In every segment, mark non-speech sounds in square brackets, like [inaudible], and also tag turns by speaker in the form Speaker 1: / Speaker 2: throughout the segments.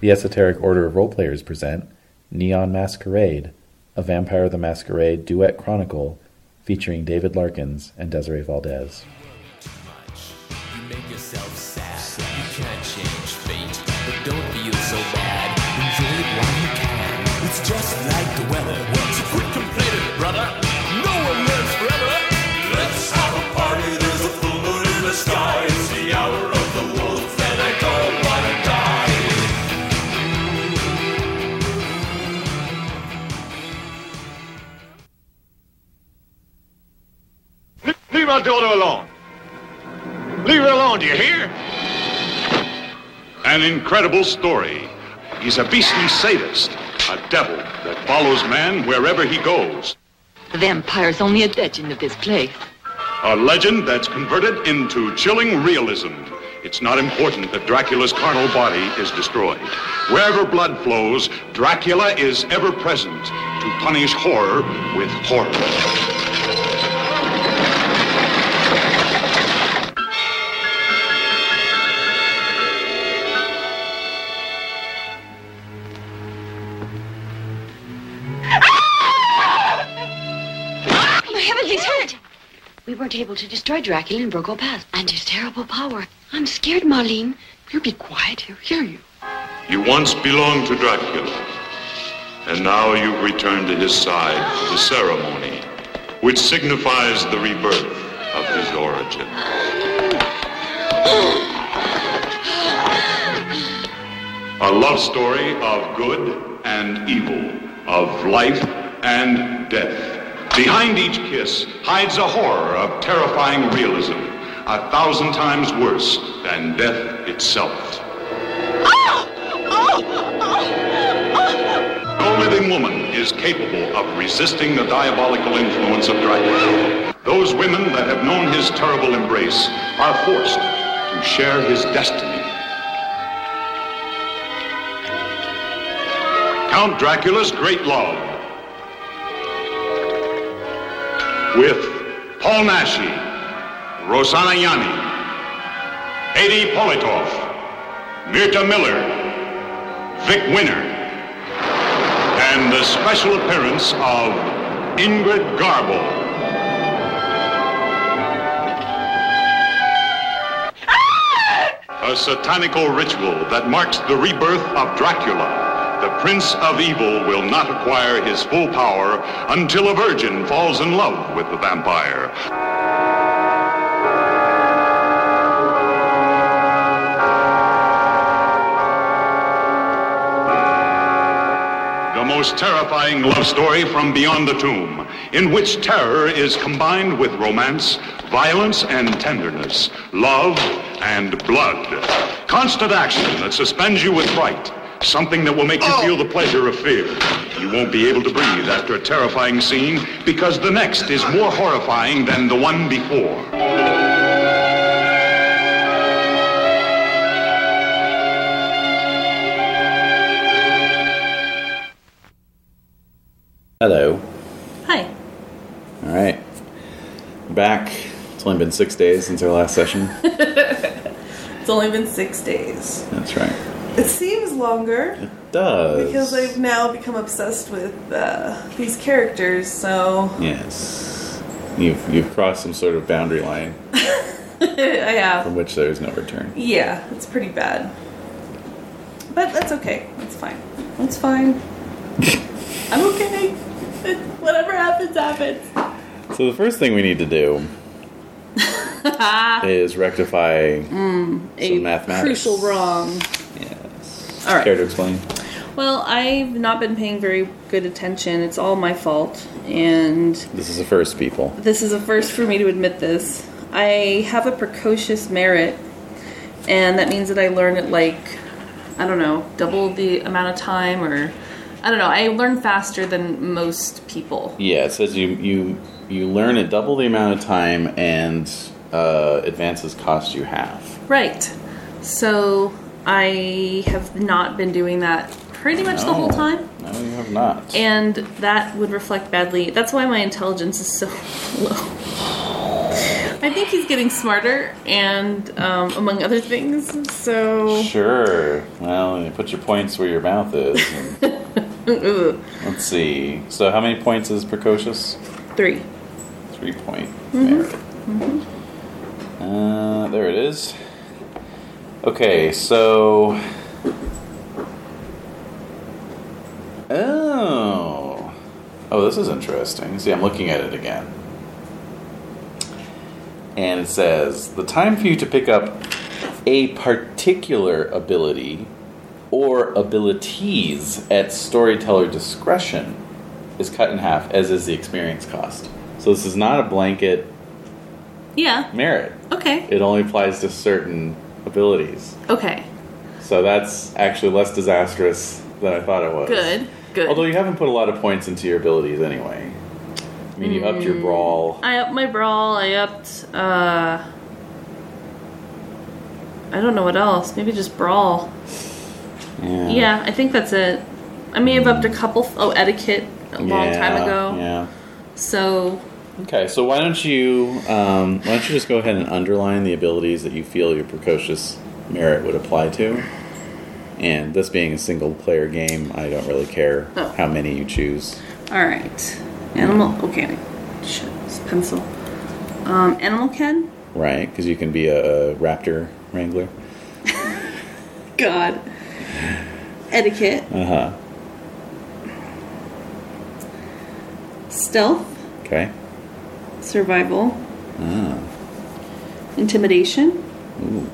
Speaker 1: The Esoteric Order of Roleplayers present Neon Masquerade, a Vampire the Masquerade duet chronicle featuring David Larkins and Desiree Valdez.
Speaker 2: You make yourself sad. You can't change fate, but don't feel so bad. Enjoy it while you can. It's just like the weather. Once quit complaining, brother. No one lives forever. Let's have a party. There's a full moon in the sky. It's the hour of the wolf, and I don't wanna die.
Speaker 3: Leave our daughter alone. Leave her alone, do you hear? An incredible story. He's a beastly sadist, a devil that follows man wherever he goes.
Speaker 4: The vampire's only a legend of this place.
Speaker 3: A legend that's converted into chilling realism. It's not important that Dracula's carnal body is destroyed. Wherever blood flows, Dracula is ever present to punish horror with horror.
Speaker 4: Oh, My heavens, he's hurt! We weren't able to destroy Dracula and Broco Pass and his terrible power. I'm scared, Marlene. You be quiet. He'll hear you.
Speaker 3: You once belonged to Dracula, and now you've returned to his side for the ceremony, which signifies the rebirth of his origin. A love story of good and evil, of life and death. Behind each kiss hides a horror of terrifying realism, a thousand times worse than death itself. No living woman is capable of resisting the diabolical influence of Dracula. Those women that have known his terrible embrace are forced to share his destiny. Count Dracula's Great Love with Paul Nashi, Rosanna Yanni, Adi Politov, Mirta Miller, Vic Winner, and the special appearance of Ingrid Garbo. A satanical ritual that marks the rebirth of Dracula. The Prince of Evil will not acquire his full power until a virgin falls in love with the vampire. The most terrifying love story from beyond the tomb, in which terror is combined with romance, violence, and tenderness, love and blood. Constant action that suspends you with fright, something that will make you feel the pleasure of fear. You won't be able to breathe after a terrifying scene because the next is more horrifying than the one before.
Speaker 5: Hello.
Speaker 6: Hi.
Speaker 5: All right. Back. It's only been six days since our
Speaker 1: [laughs]
Speaker 5: last session.
Speaker 6: It's only been six days.
Speaker 5: That's right.
Speaker 6: It seems longer
Speaker 5: It does.
Speaker 6: because I've now become obsessed with uh, these characters, so [laughs]
Speaker 5: Yes. You've, you've crossed some sort of boundary line
Speaker 6: I have.
Speaker 5: from which there is no return.
Speaker 6: Yeah, it's pretty bad. But that's okay. That's fine. That's
Speaker 5: [laughs]
Speaker 6: fine. I'm okay. [laughs] Whatever happens, happens.
Speaker 5: So the first thing we need
Speaker 6: [laughs]
Speaker 5: to do is rectify some mathematics.
Speaker 6: Crucial wrong.
Speaker 5: Yes.
Speaker 6: All right.
Speaker 5: Care to explain?
Speaker 6: Well, I've not been paying very good attention. It's all my fault. And
Speaker 5: This is the first, people.
Speaker 6: this is a first for me to admit this. I have a precocious merit, and that means that I learn at like, I don't know, double the amount of time, or I don't know. I learn faster than most people.
Speaker 5: Yeah, it says you you you learn at double the amount of time and uh, advances cost you half.
Speaker 6: Right. So I have not been doing that pretty much the whole
Speaker 5: No.
Speaker 6: time.
Speaker 5: No, you have not.
Speaker 6: and [laughs] that would reflect badly. That's why my intelligence is so low. I I think he's getting smarter, and um, among other things. So
Speaker 5: Sure. Well, you put your points where your mouth is. And
Speaker 6: Ugh.
Speaker 5: let's see. So, how many points is precocious?
Speaker 6: three.
Speaker 5: Three point merit. Uh, there it is. Okay, so. Oh. Oh, this is interesting. See, I'm looking at it again. And it says the time for you to pick up a particular ability or abilities at storyteller discretion is cut in half, as is the experience cost. So this is not a blanket
Speaker 6: Yeah.
Speaker 5: merit.
Speaker 6: Okay.
Speaker 5: It only applies to certain abilities.
Speaker 6: Okay.
Speaker 5: So that's actually less disastrous than I thought it was.
Speaker 6: Good. Good.
Speaker 5: Although you haven't put a lot of points into your abilities anyway. I mean, you upped
Speaker 6: Mm.
Speaker 5: your brawl.
Speaker 6: I upped my brawl. I upped. Uh, I don't know what else. Maybe just brawl.
Speaker 5: Yeah.
Speaker 6: Yeah, I think that's it. I may have upped a couple. Oh, etiquette a long time
Speaker 5: Yeah,
Speaker 6: ago.
Speaker 5: Yeah.
Speaker 6: So
Speaker 5: Okay, so why don't you um, why don't you just go ahead and underline the abilities that you feel your precocious merit would apply to? And this being a single player game, I don't really care
Speaker 6: Oh.
Speaker 5: how many you choose.
Speaker 6: All right. Animal. Okay. Shit. It's pencil. Um, animal ken.
Speaker 5: Right, because you can be a, a raptor wrangler.
Speaker 6: God. Etiquette.
Speaker 5: Uh huh.
Speaker 6: Stealth.
Speaker 5: Okay.
Speaker 6: Survival.
Speaker 5: Ah.
Speaker 6: Intimidation.
Speaker 5: [laughs]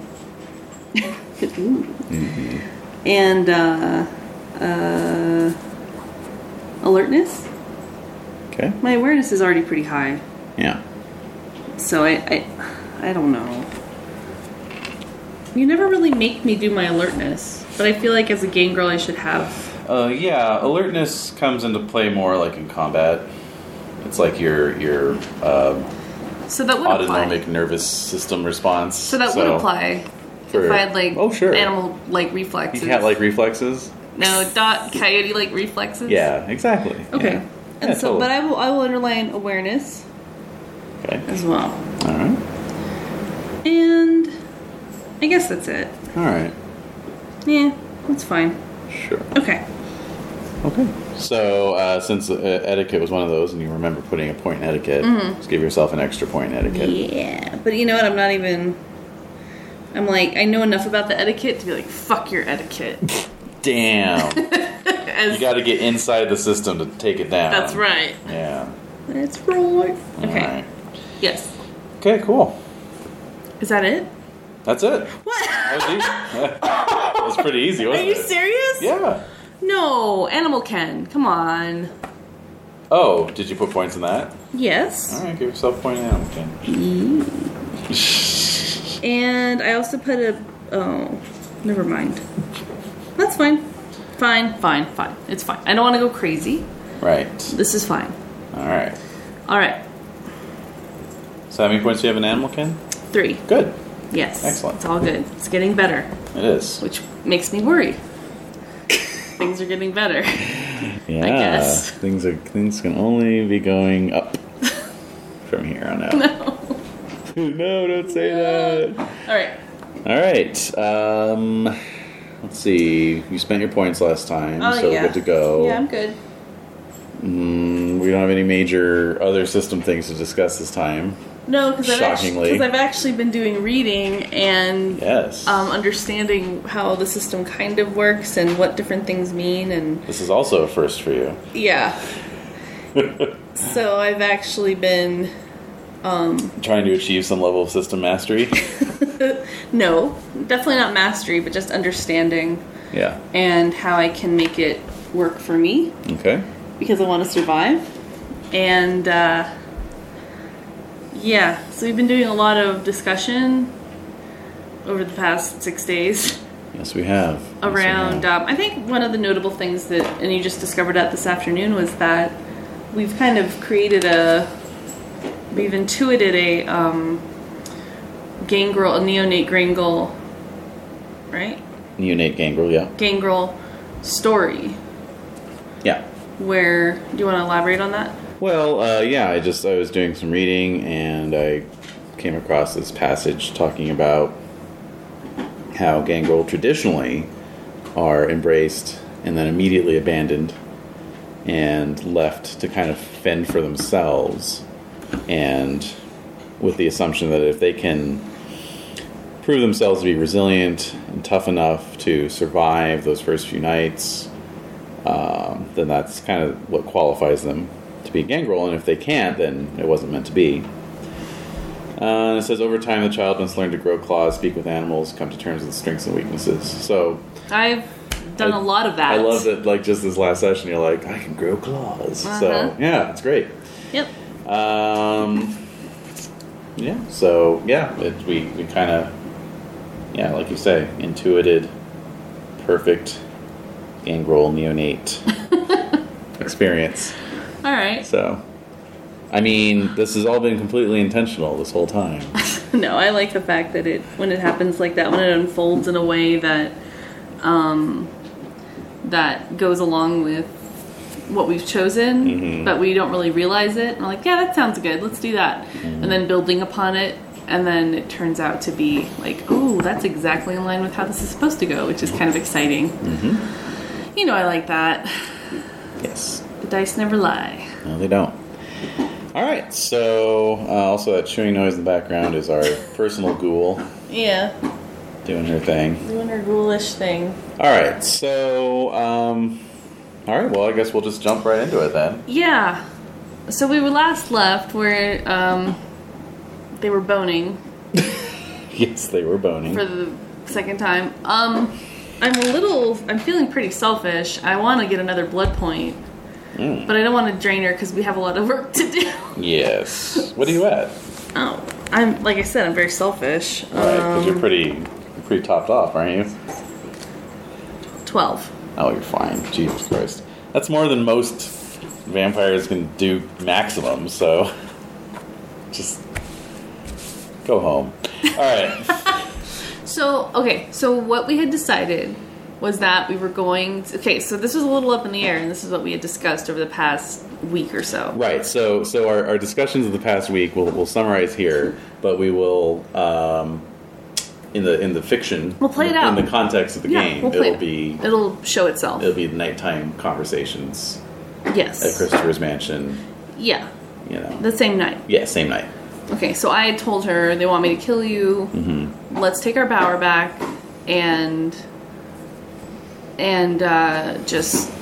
Speaker 6: Ooh. And uh, uh, alertness.
Speaker 5: Okay.
Speaker 6: My awareness is already pretty high,
Speaker 5: Yeah.
Speaker 6: so I, I, I don't know. You never really make me do my alertness, but I feel like as a game girl, I should have
Speaker 5: Uh, yeah, alertness comes into play more like in combat. It's like your your uh,
Speaker 6: So that would
Speaker 5: autonomic
Speaker 6: apply.
Speaker 5: nervous system response.
Speaker 6: So that would apply
Speaker 5: for-
Speaker 6: if I had like
Speaker 5: oh sure
Speaker 6: animal like
Speaker 5: You
Speaker 6: reflexes.
Speaker 5: can't like reflexes.
Speaker 6: no dot coyote like reflexes.
Speaker 5: Yeah, exactly.
Speaker 6: Okay.
Speaker 5: Yeah.
Speaker 6: And
Speaker 5: Yeah,
Speaker 6: so,
Speaker 5: totally.
Speaker 6: but I will I will underline awareness
Speaker 5: Okay.
Speaker 6: as well.
Speaker 5: All right.
Speaker 6: And I guess that's it.
Speaker 5: All right.
Speaker 6: Yeah, that's fine.
Speaker 5: Sure.
Speaker 6: Okay.
Speaker 5: Okay. So, uh, since uh, etiquette was one of those, and you remember putting a point in etiquette, just give yourself an extra point in etiquette.
Speaker 6: Mm-hmm. Yeah, but you know what? I'm not even. I'm like I know enough about the etiquette to be like fuck your
Speaker 5: [laughs]
Speaker 6: etiquette.
Speaker 5: Damn.
Speaker 6: As
Speaker 5: you got to get inside the system to take it down.
Speaker 6: that's right.
Speaker 5: Yeah.
Speaker 6: That's right.
Speaker 5: All
Speaker 6: Okay.
Speaker 5: right.
Speaker 6: Yes.
Speaker 5: Okay, cool.
Speaker 6: Is that it?
Speaker 5: That's it.
Speaker 6: What?
Speaker 5: That was easy. [laughs] that was pretty
Speaker 6: [laughs]
Speaker 5: easy,
Speaker 6: Are
Speaker 5: wasn't
Speaker 6: you
Speaker 5: it?
Speaker 6: serious?
Speaker 5: Yeah.
Speaker 6: No, Animal Ken. Come on.
Speaker 5: Oh, did you put points in that?
Speaker 6: Yes.
Speaker 5: All right, give yourself a point in that. Okay.
Speaker 6: And I also put a. Oh, never mind. That's fine. Fine, fine, fine. It's fine. I don't want to go crazy.
Speaker 5: Right.
Speaker 6: This is fine.
Speaker 5: All right.
Speaker 6: All right.
Speaker 5: So, how many points do you have in animal kin?
Speaker 6: Three.
Speaker 5: Good.
Speaker 6: Yes.
Speaker 5: Excellent.
Speaker 6: It's all good. It's getting better,
Speaker 5: It is.
Speaker 6: which makes me worry. Things are getting better. [laughs]
Speaker 5: Yeah.
Speaker 6: guess.
Speaker 5: Things are things can only be
Speaker 6: [laughs]
Speaker 5: going up from here on out. No. no, don't say that.
Speaker 6: All right.
Speaker 5: All right. Um, let's see. You spent your points last time,
Speaker 6: Oh,
Speaker 5: so
Speaker 6: yeah.
Speaker 5: we're good to go.
Speaker 6: Yeah, I'm good.
Speaker 5: Mm, we don't have any major other system things to discuss this time.
Speaker 6: No, because I've, actu-
Speaker 5: Shockingly.
Speaker 6: 'cause I've actually been doing reading and
Speaker 5: Yes.
Speaker 6: um, understanding how the system kind of works and what different things mean and
Speaker 5: this is also a first for you.
Speaker 6: Yeah. so I've actually been
Speaker 5: Trying to achieve some level of system mastery.
Speaker 6: no, definitely not mastery, but just understanding
Speaker 5: [laughs] yeah.
Speaker 6: and how I can make it work for me
Speaker 5: Okay.
Speaker 6: because I want to survive. And uh, yeah, so we've been doing a lot of discussion over the past six days
Speaker 5: Yes, we have. Yes, we
Speaker 6: around.
Speaker 5: have.
Speaker 6: Um, I think one of the notable things that, and you just discovered out this afternoon, was that we've kind of created a, we've intuited a um, gangrel, a neonate gangrel, right?
Speaker 5: neonate gangrel. Yeah.
Speaker 6: Gangrel story.
Speaker 5: Yeah.
Speaker 6: Where do you want to elaborate on that?
Speaker 5: Well, uh, yeah, I just I was doing some reading and I came across this passage talking about how gangrel traditionally are embraced and then immediately abandoned and left to kind of fend for themselves and with the assumption that if they can prove themselves to be resilient and tough enough to survive those first few nights um, then that's kind of what qualifies them to be gangrel and if they can't then it wasn't meant to be uh, it says over time the child must learn to grow claws speak with animals come to terms with strengths and weaknesses so
Speaker 6: I've done
Speaker 5: I-
Speaker 6: a lot of that.
Speaker 5: I love that, like, just this last session, you're like, I can grow claws.
Speaker 6: Uh-huh.
Speaker 5: So, yeah, it's great.
Speaker 6: Yep.
Speaker 5: Um, yeah, so, yeah, it, we, we kind of, yeah, like you say, intuited, perfect gangrel
Speaker 6: [laughs]
Speaker 5: neonate experience.
Speaker 6: All right.
Speaker 5: So, I mean, this has all been completely intentional this
Speaker 6: [laughs]
Speaker 5: whole time.
Speaker 6: No, I like the fact that it when it happens like that, when it unfolds in a way that um, that goes along with what we've chosen, but we don't really realize it. We're like, yeah, that sounds good. Let's do that, and then building upon it, and then it turns out to be like, oh, that's exactly in line with how this is supposed to go, which is kind of exciting. You know, I like that.
Speaker 5: Yes.
Speaker 6: The dice never lie.
Speaker 5: No, they don't. All right, so uh, also that chewing noise in the background is our personal ghoul
Speaker 6: Yeah,
Speaker 5: doing her thing.
Speaker 6: doing her ghoulish thing.
Speaker 5: All right, so um, all right, well, I guess we'll just jump right into it then. [laughs]
Speaker 6: Yeah. So we were last left where um, they were boning
Speaker 5: Yes, they were boning.
Speaker 6: for the second time. Um, I'm a little. I'm feeling pretty selfish. I want to get another blood point, but I don't want to drain her because we have a lot of work to do.
Speaker 5: yes. What are you at?
Speaker 6: [laughs] Oh, I'm like I said, I'm very selfish.
Speaker 5: All right, because you're
Speaker 6: Um,
Speaker 5: pretty, you're pretty topped off, aren't you?
Speaker 6: Twelve.
Speaker 5: Oh, you're fine. Jesus Christ, that's more than most vampires can do maximum. So, just go home. All right. [laughs]
Speaker 6: So okay, so what we had decided was that we were going. To, okay, so this was a little up in the air, and this is what we had discussed over the past week or so.
Speaker 5: Right. So, so our, our discussions of the past week we'll, we'll summarize here, but we will um, in the in the fiction.
Speaker 6: We'll play it
Speaker 5: in,
Speaker 6: out.
Speaker 5: in the context of the
Speaker 6: Yeah,
Speaker 5: game.
Speaker 6: we'll play
Speaker 5: it'll
Speaker 6: it.
Speaker 5: be
Speaker 6: It'll show itself.
Speaker 5: it'll be nighttime conversations
Speaker 6: yes.
Speaker 5: at Christopher's mansion.
Speaker 6: Yeah,
Speaker 5: You know.
Speaker 6: the same night.
Speaker 5: Yeah, same night.
Speaker 6: Okay, so I had told her they want me to kill you. Let's take our power back, and and uh, just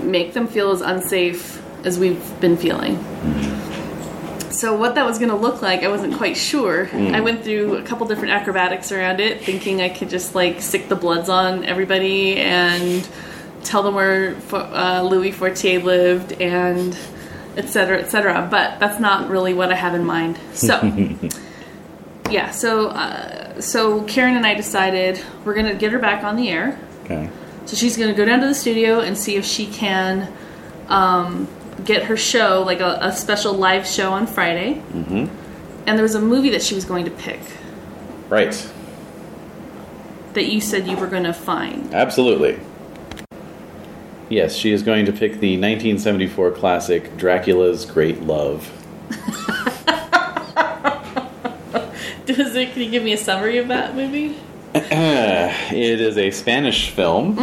Speaker 6: make them feel as unsafe as we've been feeling. So what that was going to look like, I wasn't quite sure. I went through a couple different acrobatics around it, thinking I could just like sick the bloods on everybody and tell them where Fo- uh, Louis Fortier lived and et cetera, et cetera. But that's not really what I have in mind. So yeah, so uh, so Karen and I decided we're going to get her back on the air.
Speaker 5: Okay.
Speaker 6: So she's going to go down to the studio and see if she can um, get her show, like a, a special live show on Friday. Mm-hmm. And there was a movie that she was going to pick
Speaker 5: Right.
Speaker 6: that you said you were going to find.
Speaker 5: Absolutely. Yes, she is going to pick the 1974 classic Dracula's Great Love.
Speaker 6: [laughs] Does it, can you give me a summary of that movie?
Speaker 5: It is a Spanish film.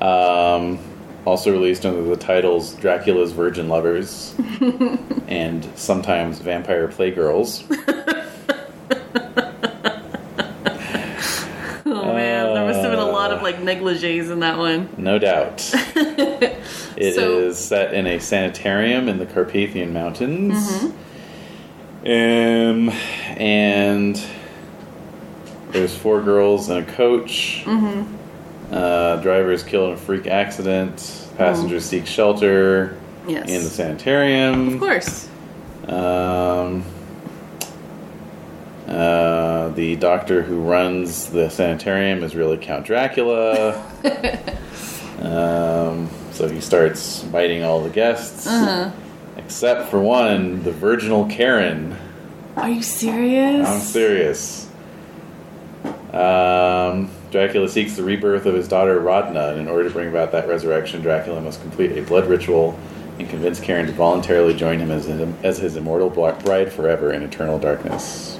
Speaker 5: Um, also released under the titles Dracula's Virgin Lovers and sometimes Vampire Playgirls.
Speaker 6: Oh man, there must have been a lot of like negligees in that one. [laughs]
Speaker 5: No doubt. It is
Speaker 6: So-
Speaker 5: set in a sanitarium in the Carpathian Mountains.
Speaker 6: Mm-hmm.
Speaker 5: Um, and there's four girls and a coach.
Speaker 6: Mm-hmm.
Speaker 5: Uh, driver is killed in a freak accident. Passengers seek
Speaker 6: Mm.
Speaker 5: shelter
Speaker 6: Yes.
Speaker 5: in the sanitarium.
Speaker 6: of course.
Speaker 5: Um, uh, the doctor who runs the sanitarium is really Count Dracula. um, so he starts biting all the guests, except for one, the virginal Karen.
Speaker 6: Are you serious?
Speaker 5: I'm serious. Um, Dracula seeks the rebirth of his daughter Rodna, and in order to bring about that resurrection, Dracula must complete a blood ritual and convince Karen to voluntarily join him as, as his immortal bri- bride forever in eternal darkness.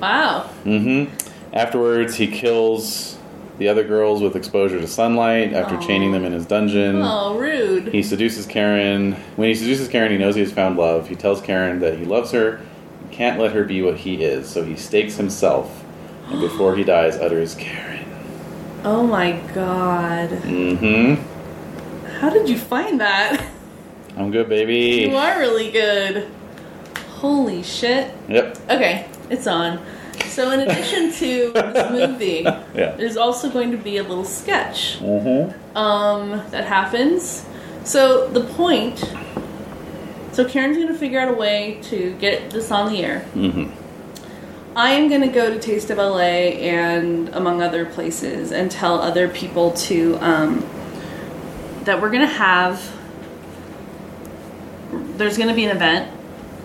Speaker 6: Well, wow.
Speaker 5: Afterwards, he kills the other girls with exposure to sunlight after chaining them in his dungeon.
Speaker 6: Oh, rude.
Speaker 5: He seduces Karen. When he seduces Karen, he knows he has found love. He tells Karen that he loves her and can't let her be what he is, so he stakes himself. And before he dies, utters Karen.
Speaker 6: Oh my god.
Speaker 5: Mm hmm.
Speaker 6: How did you find that? [laughs]
Speaker 5: I'm good, baby.
Speaker 6: You are really good. Holy shit.
Speaker 5: Yep.
Speaker 6: Okay, it's on. So, in addition to this movie,
Speaker 5: Yeah.
Speaker 6: there's also going to be a little sketch
Speaker 5: Mm hmm.
Speaker 6: um, that happens. So the point. So Karen's gonna figure out a way to get this on the air.
Speaker 5: Mhm.
Speaker 6: I am gonna go to Taste of LA and among other places and tell other people to um, that we're gonna have. There's gonna be an event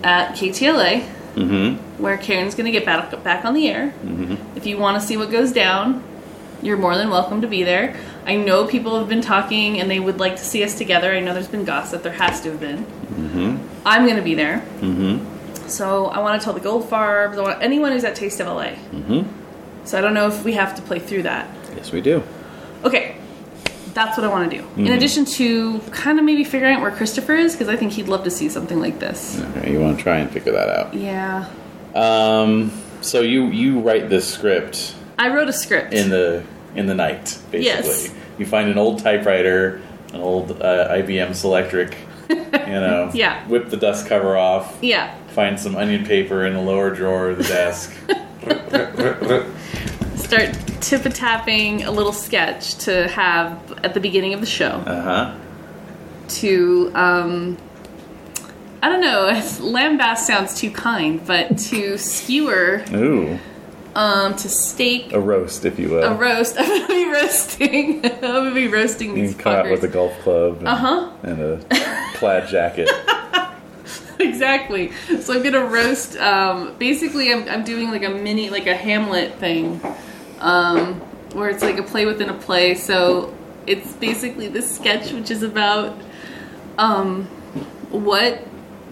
Speaker 6: at KTLA
Speaker 5: Mm hmm.
Speaker 6: where Karen's gonna get back back on the air.
Speaker 5: Mm-hmm.
Speaker 6: If you want to see what goes down, you're more than welcome to be there. I know people have been talking and they would like to see us together. I know there's been gossip. There has to have been.
Speaker 5: Mm-hmm.
Speaker 6: I'm going to be there. So I want to tell the Gold Farbs. I want anyone who's at Taste of LA.
Speaker 5: Mm-hmm.
Speaker 6: So I don't know if we have to play through that.
Speaker 5: Yes, we do.
Speaker 6: Okay, that's what I want to do.
Speaker 5: Mm-hmm.
Speaker 6: In addition to kind of maybe figuring out where Christopher is, because I think he'd love to see something like this.
Speaker 5: Okay, you want to try and figure that out.
Speaker 6: Yeah.
Speaker 5: Um, so you you write this script
Speaker 6: I wrote a script.
Speaker 5: in the in the night, basically.
Speaker 6: Yes.
Speaker 5: You find an old typewriter, an old uh, IBM Selectric.
Speaker 6: [laughs]
Speaker 5: You know.
Speaker 6: Yeah.
Speaker 5: Whip the dust cover off.
Speaker 6: yeah.
Speaker 5: Find some onion paper in the lower drawer of the [laughs] desk.
Speaker 6: start tip a tapping a little sketch to have at the beginning of the show
Speaker 5: uh huh.
Speaker 6: to um I don't know. [laughs] Lambast sounds too kind, but to skewer,
Speaker 5: Ooh,
Speaker 6: um, to steak
Speaker 5: a roast, if you will.
Speaker 6: a roast. [laughs] I'm gonna be roasting. [laughs] I'm gonna be roasting
Speaker 5: You
Speaker 6: these
Speaker 5: come out with a
Speaker 6: fuckers.
Speaker 5: golf club and,
Speaker 6: Uh-huh.
Speaker 5: and a
Speaker 6: [laughs]
Speaker 5: plaid jacket.
Speaker 6: exactly. So I'm gonna roast. Um, basically, I'm I'm doing like a mini, like a Hamlet thing, um, where it's like a play within a play. So it's basically this sketch, which is about um, what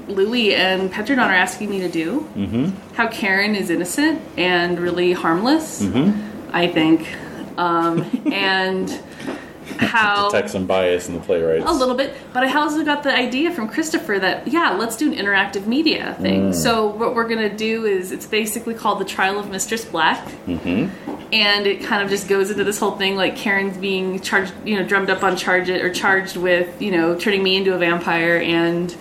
Speaker 6: Louis and Petrodon are asking me to do. Mm-hmm. How Karen is innocent and really harmless. I think. Um, and how
Speaker 5: Detect some bias in the playwrights.
Speaker 6: a little bit, but I also got the idea from Christopher that yeah, let's do an interactive media thing. So what we're gonna do is it's basically called the Trial of Mistress Black, and it kind of just goes into this whole thing like Karen's being charged, you know, drummed up on charge or charged with you know turning me into a vampire and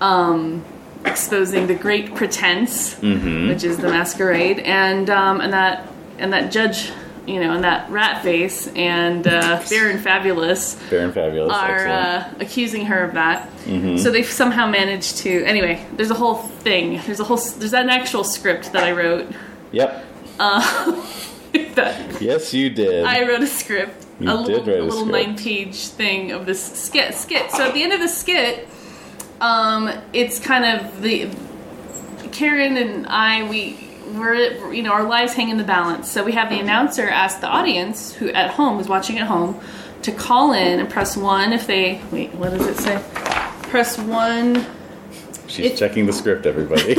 Speaker 6: um, exposing the great pretense, which is the masquerade, and um, and that and that judge. You know, and that rat face and uh, Baron Fabulous
Speaker 5: Fair and fabulous.
Speaker 6: are
Speaker 5: Excellent.
Speaker 6: uh, accusing her of that. So they've somehow managed to. Anyway, there's a whole thing. There's a whole. s- There's an actual script that I wrote. [laughs]
Speaker 5: Yep.
Speaker 6: that
Speaker 5: Yes, you did.
Speaker 6: I wrote a script.
Speaker 5: You
Speaker 6: a little,
Speaker 5: did write a
Speaker 6: little
Speaker 5: script.
Speaker 6: nine-page thing of this skit. Skit. So at the end of the skit, um, it's kind of the Karen and I. We we're you know our lives hang in the balance. So we have the announcer ask the audience who at home is watching at home to call in and press one if they wait. What does it say? Press one.
Speaker 5: She's checking the
Speaker 6: [laughs]
Speaker 5: script, everybody.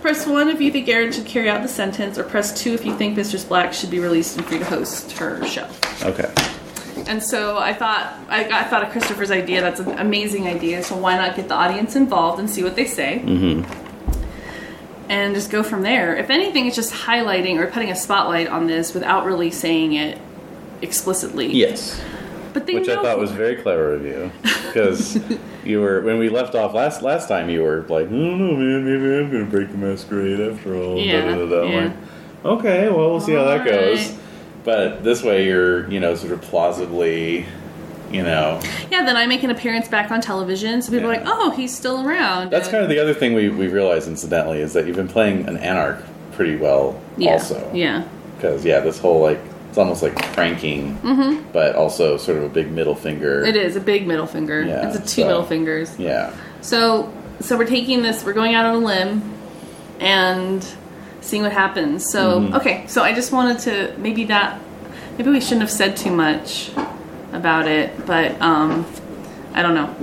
Speaker 6: Press one if you think Aaron should carry out the sentence, or press two if you think Mistress Black should be released and free to host her show.
Speaker 5: okay.
Speaker 6: And so I thought I, got, I thought of Christopher's idea. That's an amazing idea. So why not get the audience involved and see what they say, mm-hmm. and just go from there. If anything, it's just highlighting or putting a spotlight on this without really saying it explicitly.
Speaker 5: Yes.
Speaker 6: but they
Speaker 5: Which I
Speaker 6: know
Speaker 5: thought was very clever of you, because you were when we left off last last time. You were like, "I don't know, man. Maybe I'm going to break the masquerade after all."
Speaker 6: Yeah,
Speaker 5: da, da, da, da. I'm
Speaker 6: yeah.
Speaker 5: like, okay, well, we'll see how that goes.
Speaker 6: Alright.
Speaker 5: But this way, you're you know sort of plausibly, you know,
Speaker 6: yeah. Then I make an appearance back on television, so people are
Speaker 5: Yeah.
Speaker 6: like, "Oh, he's still around."
Speaker 5: That's
Speaker 6: And-
Speaker 5: kind of the other thing we, we realized, incidentally, is that you've been playing an anarch pretty well,
Speaker 6: yeah,
Speaker 5: also.
Speaker 6: yeah.
Speaker 5: Because yeah, this whole like it's almost like pranking, but also sort of a big middle finger.
Speaker 6: Mm-hmm. It is a big middle finger.
Speaker 5: Yeah,
Speaker 6: it's a two
Speaker 5: so-
Speaker 6: middle fingers.
Speaker 5: Yeah.
Speaker 6: So so we're taking this, we're going out on a limb and seeing what happens. So
Speaker 5: Mm-hmm.
Speaker 6: okay, so I just wanted to maybe that maybe we shouldn't have said too much about it, but um I don't know.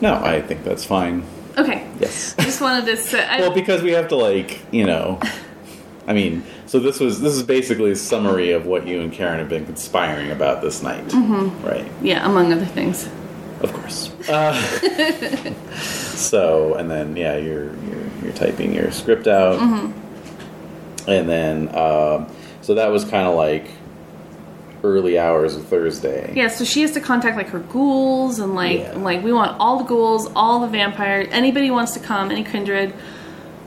Speaker 5: No, I think that's fine.
Speaker 6: Okay.
Speaker 5: Yes.
Speaker 6: I just wanted to say. I,
Speaker 5: Well, because we have to like, you know, I mean, so this was this is basically a summary of what you and Karen have been conspiring about this night, mm-hmm. right?
Speaker 6: yeah, among other things.
Speaker 5: Of course. Uh, [laughs] so, and then yeah, you're you're, you're typing your script out, and then um, so that was kind of like early hours of Thursday.
Speaker 6: Yeah, so she has to contact like her ghouls and like
Speaker 5: Yeah.
Speaker 6: and, like we want all the ghouls, all the vampires, anybody who wants to come, any kindred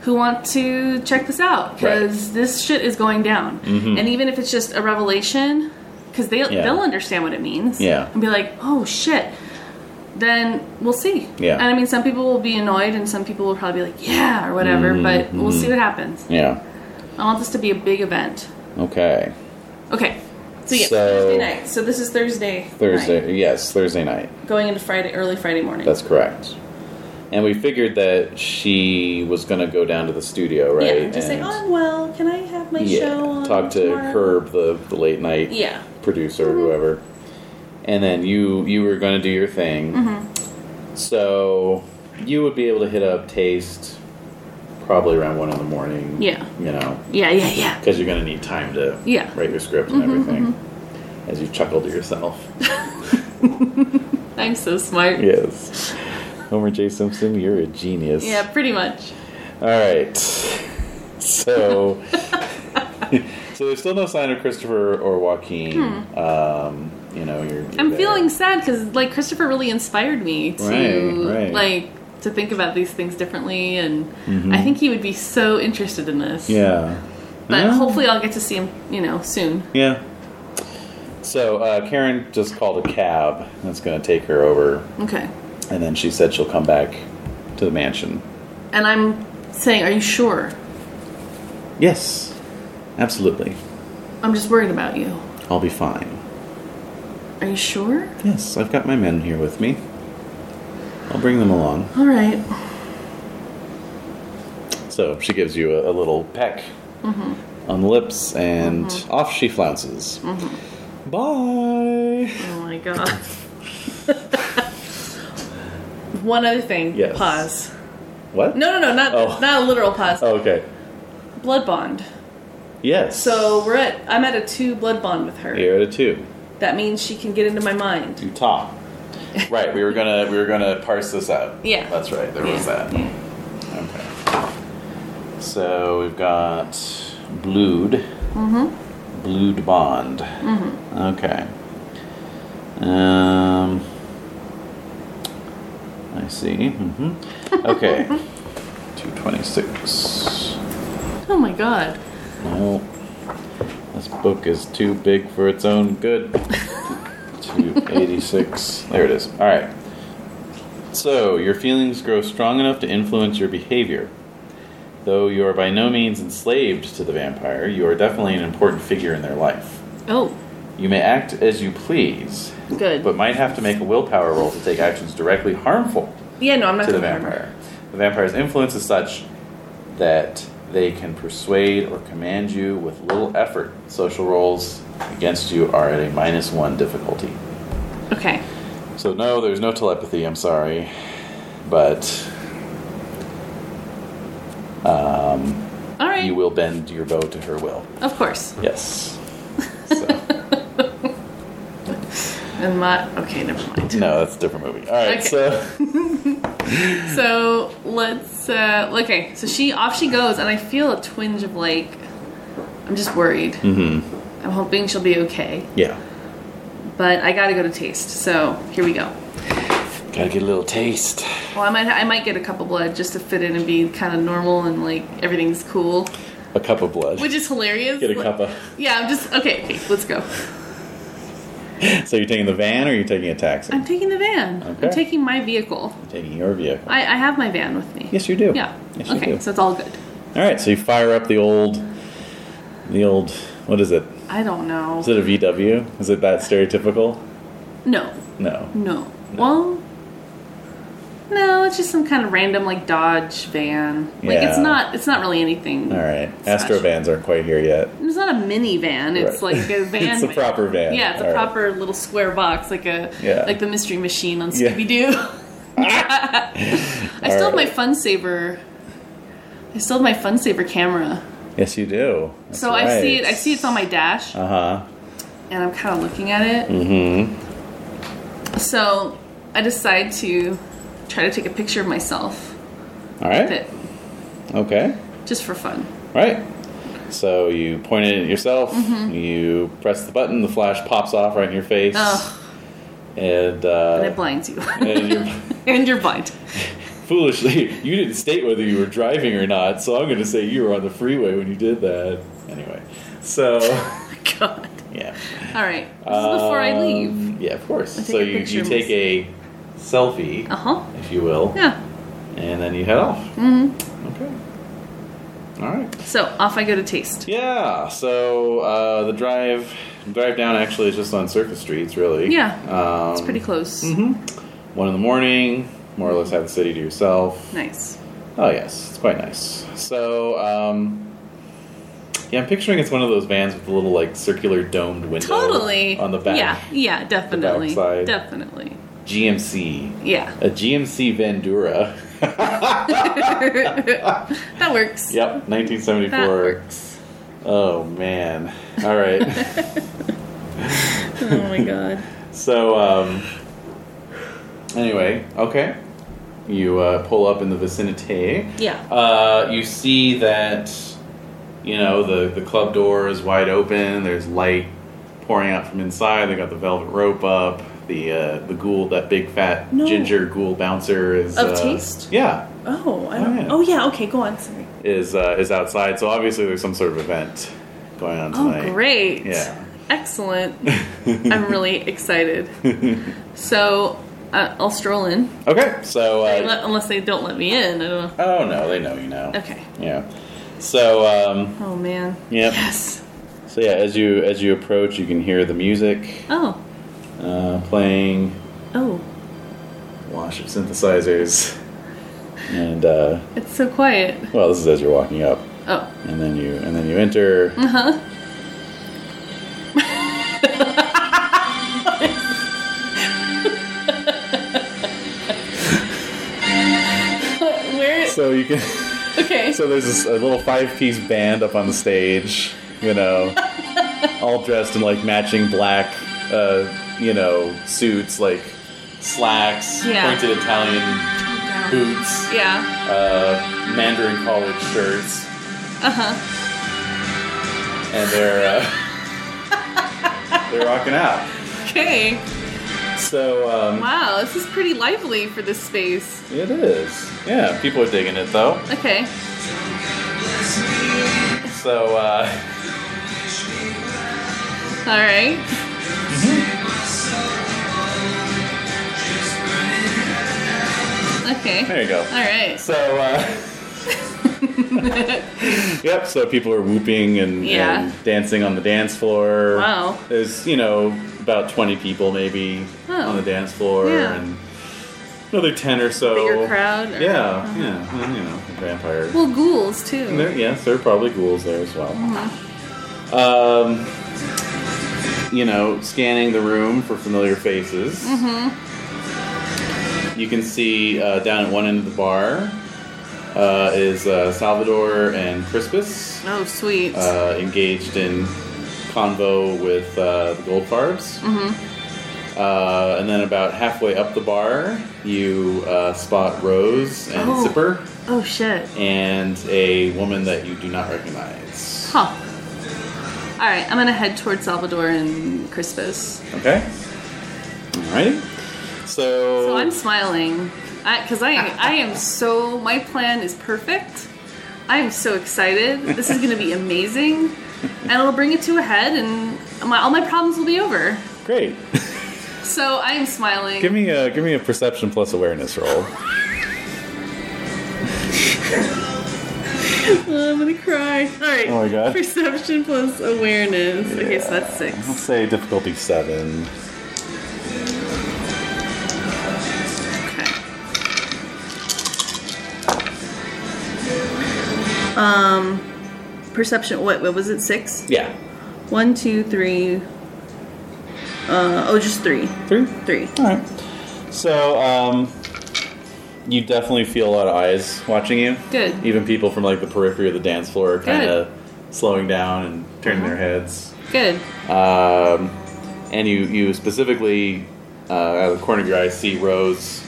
Speaker 6: who want to check this out because this shit is going down. And even if it's just a revelation, because they will
Speaker 5: Mm-hmm. Yeah.
Speaker 6: they'll understand what it means.
Speaker 5: Yeah.
Speaker 6: and be like, oh shit. Then we'll see.
Speaker 5: Yeah.
Speaker 6: and I mean, some people will be annoyed, and some people will probably be like, yeah, or whatever.
Speaker 5: Mm-hmm.
Speaker 6: But we'll see what happens.
Speaker 5: Yeah.
Speaker 6: I want this to be a big event.
Speaker 5: Okay.
Speaker 6: Okay. So yeah,
Speaker 5: So-
Speaker 6: Thursday night. So this is Thursday.
Speaker 5: Thursday.
Speaker 6: night
Speaker 5: Yes, Thursday night.
Speaker 6: going into Friday, early Friday morning.
Speaker 5: That's correct. And we figured that she was going to go down to the studio, right?
Speaker 6: Yeah, just say,
Speaker 5: and,
Speaker 6: oh, I'm well. Can I have my
Speaker 5: yeah,
Speaker 6: show on
Speaker 5: talk to
Speaker 6: tomorrow?"
Speaker 5: Curb, the, the late night
Speaker 6: Yeah. Mm-hmm.
Speaker 5: producer, or whoever. And then you you were going to do your thing.
Speaker 6: Mm-hmm.
Speaker 5: So you would be able to hit up Taste probably around one in the morning.
Speaker 6: Yeah.
Speaker 5: you know,
Speaker 6: Yeah, yeah, yeah.
Speaker 5: because you're going to need time to
Speaker 6: Yeah. Mm-hmm,
Speaker 5: write your script and everything. As you chuckle to yourself. [laughs]
Speaker 6: I'm so smart. Yeah,
Speaker 5: yes, Homer J. Simpson, you're a genius.
Speaker 6: pretty much.
Speaker 5: All right. So, [laughs] so there's still no sign of Christopher or Joaquin. Um, you know, you're. you're
Speaker 6: Hmm. I'm
Speaker 5: there.
Speaker 6: feeling sad because like Christopher really inspired me to
Speaker 5: Right, right. Mm-hmm.
Speaker 6: like to think about these things differently, and I think he would be so interested in this.
Speaker 5: Yeah.
Speaker 6: But
Speaker 5: Yeah.
Speaker 6: hopefully, I'll get to see him, you know, soon.
Speaker 5: Yeah. So uh, Karen just called a cab that's going to take her over,
Speaker 6: Okay.
Speaker 5: and then she said she'll come back to the mansion.
Speaker 6: And I'm saying, are you sure?
Speaker 5: Yes, absolutely.
Speaker 6: I'm just worried about you.
Speaker 5: I'll be fine.
Speaker 6: Are you sure?
Speaker 5: Yes, I've got my men here with me. I'll bring them along.
Speaker 6: All right.
Speaker 5: So she gives you a, a little peck
Speaker 6: Mm-hmm.
Speaker 5: on the lips, and off she flounces.
Speaker 6: Mm-hmm.
Speaker 5: Bye.
Speaker 6: Oh my god. One other thing.
Speaker 5: Yes.
Speaker 6: Pause.
Speaker 5: What?
Speaker 6: No, no, no, not
Speaker 5: Oh.
Speaker 6: not a literal pause.
Speaker 5: Oh, okay.
Speaker 6: Blood bond.
Speaker 5: Yes.
Speaker 6: So we're at. I'm at a two blood bond with her.
Speaker 5: you're at a two.
Speaker 6: That means she can get into my mind. [laughs]
Speaker 5: You top. right. We were gonna we were gonna parse this out.
Speaker 6: Yeah.
Speaker 5: That's right. There was
Speaker 6: Yeah.
Speaker 5: that. Okay. So we've got blued. Mm-hmm. Blued bond. Mm-hmm. Okay. Um. I see. Mm-hmm. [laughs] Okay. Two twenty-six.
Speaker 6: Oh my god.
Speaker 5: No. This book is too big for its own good. 286. There it is. All right. So, your feelings grow strong enough to influence your behavior. Though you are by no means enslaved to the vampire, you are definitely an important figure in their life.
Speaker 6: Oh,
Speaker 5: You may act as you please,
Speaker 6: good.
Speaker 5: but might have to make a willpower roll to take actions directly harmful
Speaker 6: yeah, no, I'm not
Speaker 5: to the
Speaker 6: gonna harm her.
Speaker 5: vampire. The vampire's influence is such that they can persuade or command you with little effort. Social rolls against you are at a minus one difficulty.
Speaker 6: Okay.
Speaker 5: So, no, there's no telepathy, I'm sorry. But
Speaker 6: All right.
Speaker 5: you will bend your bow to her will.
Speaker 6: Of course. [laughs]
Speaker 5: Yes. So,
Speaker 6: And my. Okay, never mind.
Speaker 5: no, that's a different movie. All right,
Speaker 6: Okay.
Speaker 5: so.
Speaker 6: So let's. uh Okay. So she off she goes, and I feel a twinge of like. I'm just worried. Mm-hmm. I'm hoping she'll be okay.
Speaker 5: Yeah.
Speaker 6: but I gotta go to taste. So here we go.
Speaker 5: Gotta get a little taste.
Speaker 6: Well, I might I might get a cup of blood just to fit in and be kind of normal and like everything's cool,
Speaker 5: A cup of blood.
Speaker 6: which is hilarious.
Speaker 5: Get a cup of.
Speaker 6: Yeah, I'm just okay. Okay, let's go.
Speaker 5: So, you're taking the van or are you taking a taxi?
Speaker 6: I'm taking the van.
Speaker 5: Okay.
Speaker 6: I'm taking my vehicle.
Speaker 5: taking your vehicle.
Speaker 6: I, I have my van with me.
Speaker 5: Yes, you do.
Speaker 6: Yeah.
Speaker 5: Yes, you
Speaker 6: okay,
Speaker 5: do.
Speaker 6: so it's all good.
Speaker 5: All right, so you fire up the old, the old. What is it?
Speaker 6: I don't know.
Speaker 5: Is it a VW? Is it that stereotypical?
Speaker 6: No,
Speaker 5: No.
Speaker 6: no. Well, no. It's just some kind of random like Dodge van. Like it's
Speaker 5: Yeah.
Speaker 6: not. It's not really anything.
Speaker 5: All right,
Speaker 6: Special.
Speaker 5: Astro vans aren't quite here yet. [laughs]
Speaker 6: It's not a minivan. It's
Speaker 5: Right.
Speaker 6: like a van.
Speaker 5: [laughs] It's a proper van.
Speaker 6: Yeah, it's a
Speaker 5: All right.
Speaker 6: proper little square box, like a
Speaker 5: Yeah.
Speaker 6: like the mystery machine on
Speaker 5: [laughs] Yeah.
Speaker 6: Scooby Doo. I still have my fun saver. I still have my fun saver camera.
Speaker 5: Yes, you do. That's
Speaker 6: so I see it. I
Speaker 5: right.
Speaker 6: see it's on my dash,
Speaker 5: Uh-huh.
Speaker 6: and I'm kind of looking at it. Mm-hmm. So I decide to try to take a picture of myself
Speaker 5: All
Speaker 6: with
Speaker 5: right.
Speaker 6: it,
Speaker 5: Okay.
Speaker 6: just for fun.
Speaker 5: Right. So you point it at yourself.
Speaker 6: Mm-hmm.
Speaker 5: You press the button. The flash pops off right in your face.
Speaker 6: Ugh.
Speaker 5: And,
Speaker 6: And
Speaker 5: uh,
Speaker 6: it blinds you,
Speaker 5: and you're
Speaker 6: [laughs] and you're blind. [laughs]
Speaker 5: foolishly [laughs] you didn't state whether you were driving or not. So I'm going to say you were on the freeway when you did that. Anyway. So
Speaker 6: Oh God.
Speaker 5: yeah.
Speaker 6: All right. This is before I leave.
Speaker 5: Um, Yeah, of course.
Speaker 6: take
Speaker 5: So
Speaker 6: a
Speaker 5: you,
Speaker 6: picture
Speaker 5: you
Speaker 6: of
Speaker 5: take a selfie,
Speaker 6: Uh huh.
Speaker 5: if you will,
Speaker 6: Yeah.
Speaker 5: and then you head off. Mm-hmm. Okay. All right.
Speaker 6: So off I go to taste.
Speaker 5: Yeah. So uh, the drive drive down actually is just on Circus Streets, really.
Speaker 6: Yeah.
Speaker 5: Um,
Speaker 6: It's pretty close.
Speaker 5: One in the morning, more or less have the city to yourself.
Speaker 6: Nice.
Speaker 5: Oh yes, it's quite nice. So um, yeah, I'm picturing it's one of those vans with the little like circular domed window
Speaker 6: Totally.
Speaker 5: on the back.
Speaker 6: Yeah. Yeah. Definitely.
Speaker 5: backside.
Speaker 6: Definitely.
Speaker 5: GMC.
Speaker 6: Yeah.
Speaker 5: A GMC Vendura.
Speaker 6: That works.
Speaker 5: [laughs] Yep,
Speaker 6: That
Speaker 5: 1974.
Speaker 6: works.
Speaker 5: Oh man. All right.
Speaker 6: [laughs] Oh my god.
Speaker 5: so um, anyway, okay. You uh, pull up in the vicinity.
Speaker 6: Yeah.
Speaker 5: [laughs] Uh, you see that you know the the club door is wide open. There's light pouring out from inside. They got the velvet rope up. The uh, the ghoul, that big fat
Speaker 6: No.
Speaker 5: ginger ghoul bouncer is
Speaker 6: Of
Speaker 5: uh,
Speaker 6: taste?
Speaker 5: Yeah,
Speaker 6: Oh, I
Speaker 5: Oh,
Speaker 6: don't.
Speaker 5: yeah.
Speaker 6: Oh yeah. Okay, go on. Sorry.
Speaker 5: is uh, is outside. So obviously there's some sort of event going on
Speaker 6: Oh,
Speaker 5: tonight.
Speaker 6: great.
Speaker 5: Yeah. [laughs]
Speaker 6: Excellent. I'm really excited. So uh, I'll stroll in,
Speaker 5: Okay, so uh,
Speaker 6: Let- unless they don't let me in. I don't.
Speaker 5: Oh no, they know you now.
Speaker 6: Okay.
Speaker 5: Yeah. So um,
Speaker 6: Oh man.
Speaker 5: Yep.
Speaker 6: Yes.
Speaker 5: so yeah, as you as you approach, you can hear the music
Speaker 6: Oh.
Speaker 5: uh, playing,
Speaker 6: Oh.
Speaker 5: wash of synthesizers, and uh,
Speaker 6: It's so quiet.
Speaker 5: well, this is as you're walking up,
Speaker 6: Oh.
Speaker 5: and then you and then you
Speaker 6: [laughs]
Speaker 5: enter.
Speaker 6: Where?
Speaker 5: So you can.
Speaker 6: Okay.
Speaker 5: So there's this, a little five piece band up on the stage, you know, all dressed in like matching black, uh, you know, suits, like slacks,
Speaker 6: Yeah.
Speaker 5: pointed Italian boots.
Speaker 6: yeah.
Speaker 5: uh, Mandarin collared shirts.
Speaker 6: Uh-huh.
Speaker 5: And they're
Speaker 6: [laughs]
Speaker 5: uh, they're rocking out.
Speaker 6: Okay.
Speaker 5: So um,
Speaker 6: Wow. This is pretty lively for this space.
Speaker 5: it is. Yeah, people are digging it though.
Speaker 6: Okay.
Speaker 5: So uh, [laughs]
Speaker 6: All right. Okay.
Speaker 5: there you go.
Speaker 6: All right.
Speaker 5: So uh, [laughs] yep. So people are whooping and,
Speaker 6: Yeah.
Speaker 5: and dancing on the dance floor.
Speaker 6: Wow.
Speaker 5: There's you know about 20 people maybe
Speaker 6: Oh.
Speaker 5: on the dance floor
Speaker 6: Yeah.
Speaker 5: and another 10 or so.
Speaker 6: Bigger crowd. or-
Speaker 5: Yeah, yeah, well, you know, vampire.
Speaker 6: Well, ghouls too.
Speaker 5: And there, yes, there are probably ghouls there as well. Um, you know, scanning the room for familiar faces. You can see uh, down at one end of the bar uh, is uh, Salvador and Crispus
Speaker 6: Oh, sweet.
Speaker 5: uh, engaged in convo with uh, the gold farbs. Uh, and then about halfway up the bar, you uh, spot Rose and
Speaker 6: Oh.
Speaker 5: Zipper
Speaker 6: oh shit.
Speaker 5: and a woman that you do not recognize.
Speaker 6: Huh. All right, I'm gonna head towards Salvador and Crispus.
Speaker 5: Okay. Alrighty. So,
Speaker 6: So I'm smiling, I because I, I am so my plan is perfect. I am so excited. This is gonna be amazing, and it'll bring it to a head, and my, all my problems will be over.
Speaker 5: great. [laughs]
Speaker 6: So I am smiling.
Speaker 5: give me a give me a perception plus awareness roll.
Speaker 6: Oh, I'm gonna cry. All right.
Speaker 5: Oh my God.
Speaker 6: Perception plus awareness. Okay, so that's
Speaker 5: Let's
Speaker 6: six.
Speaker 5: say difficulty seven.
Speaker 6: Okay. Um, perception. What? What was it? Six.
Speaker 5: Yeah.
Speaker 6: One, two, three. Uh, oh, just three.
Speaker 5: Three.
Speaker 6: Three.
Speaker 5: All right. So, um, you definitely feel a lot of eyes watching you.
Speaker 6: Good.
Speaker 5: Even people from like the periphery of the dance floor are kind
Speaker 6: Good. Uh-huh.
Speaker 5: of slowing down and turning their heads.
Speaker 6: Good.
Speaker 5: Um, and you, you specifically, uh, out of the corner of your eye, see Rose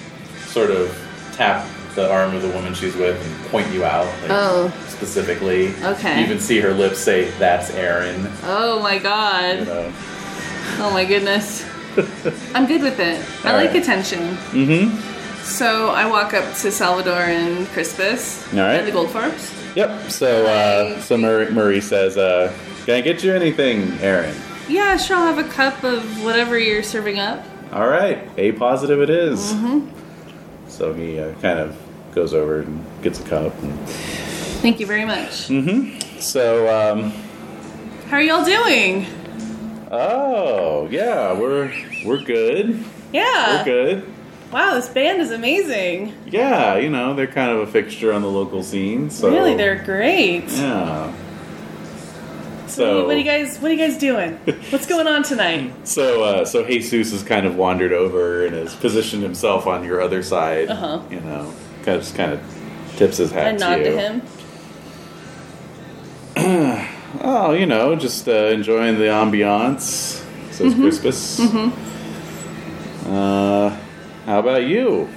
Speaker 5: sort of tap the arm of the woman she's with and point you out. Like,
Speaker 6: Oh.
Speaker 5: Specifically.
Speaker 6: Okay.
Speaker 5: You even see her lips say, That's Aaron.
Speaker 6: Oh my
Speaker 5: You
Speaker 6: god.
Speaker 5: know.
Speaker 6: Oh my
Speaker 5: [laughs]
Speaker 6: goodness. I'm good with it. I
Speaker 5: All
Speaker 6: like
Speaker 5: right.
Speaker 6: attention.
Speaker 5: Mm
Speaker 6: So I walk up to Salvador and Crispus
Speaker 5: All right.
Speaker 6: and the Gold Farms.
Speaker 5: hmm. Yep. So, uh, so Mur- Marie says, uh, Can I get you anything, Aaron?
Speaker 6: Yeah, sure. I'll have a cup of whatever you're serving up.
Speaker 5: All right, A positive it is.
Speaker 6: Mm-hmm.
Speaker 5: So he uh, kind of goes over and gets a cup. And,
Speaker 6: Thank you very much.
Speaker 5: Mm. so, um,
Speaker 6: How are y'all doing?
Speaker 5: oh yeah, we're we're good.
Speaker 6: Yeah.
Speaker 5: We're good.
Speaker 6: Wow, this band is amazing.
Speaker 5: Yeah, you know they're kind of a fixture on the local scene. So
Speaker 6: really, they're great.
Speaker 5: yeah.
Speaker 6: What
Speaker 5: So
Speaker 6: do you guys? What are you guys
Speaker 5: [laughs]
Speaker 6: doing? What's going on tonight?
Speaker 5: so uh, so Jesus has kind of wandered over and has positioned himself on your other side.
Speaker 6: Uh-huh.
Speaker 5: You know, kind of just kind of tips his hat
Speaker 6: I nod
Speaker 5: you.
Speaker 6: to him.
Speaker 5: Oh, you know, just uh, enjoying the ambiance, says
Speaker 6: Mm-hmm.
Speaker 5: Crispus. Uh, how about you?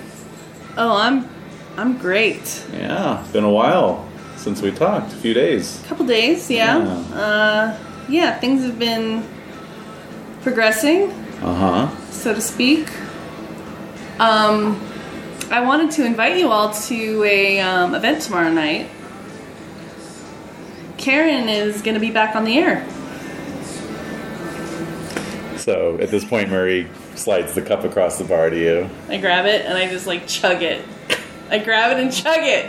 Speaker 6: Oh, I'm, I'm great.
Speaker 5: Yeah, it's been a while since we talked, a few days.
Speaker 6: couple days, yeah.
Speaker 5: Yeah.
Speaker 6: Uh, yeah, things have been progressing,
Speaker 5: Uh huh.
Speaker 6: so to speak. Um, I wanted to invite you all to a um, event tomorrow night. Karen is going to be back on the air.
Speaker 5: So at this point, Murray slides the cup across the bar to you.
Speaker 6: I grab it and I just like chug it. [laughs] I grab it and chug it.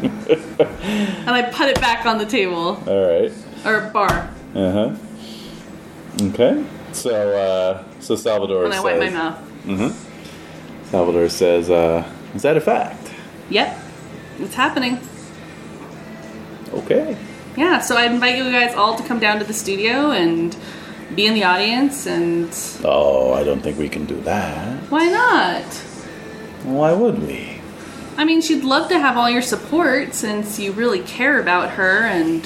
Speaker 6: and I put it back on the table
Speaker 5: All right.
Speaker 6: or bar.
Speaker 5: Uh huh. Okay. So, uh, so Salvador
Speaker 6: And I
Speaker 5: says.
Speaker 6: wipe my mouth.
Speaker 5: Salvador says, uh, "Is that a fact?"
Speaker 6: Yep, it's happening.
Speaker 5: Okay.
Speaker 6: Yeah, so I invite you guys all to come down to the studio and be in the audience and
Speaker 5: Oh, I don't think we can do that.
Speaker 6: why not?
Speaker 5: Why would we?
Speaker 6: I mean, she'd love to have all your support since you really care about her and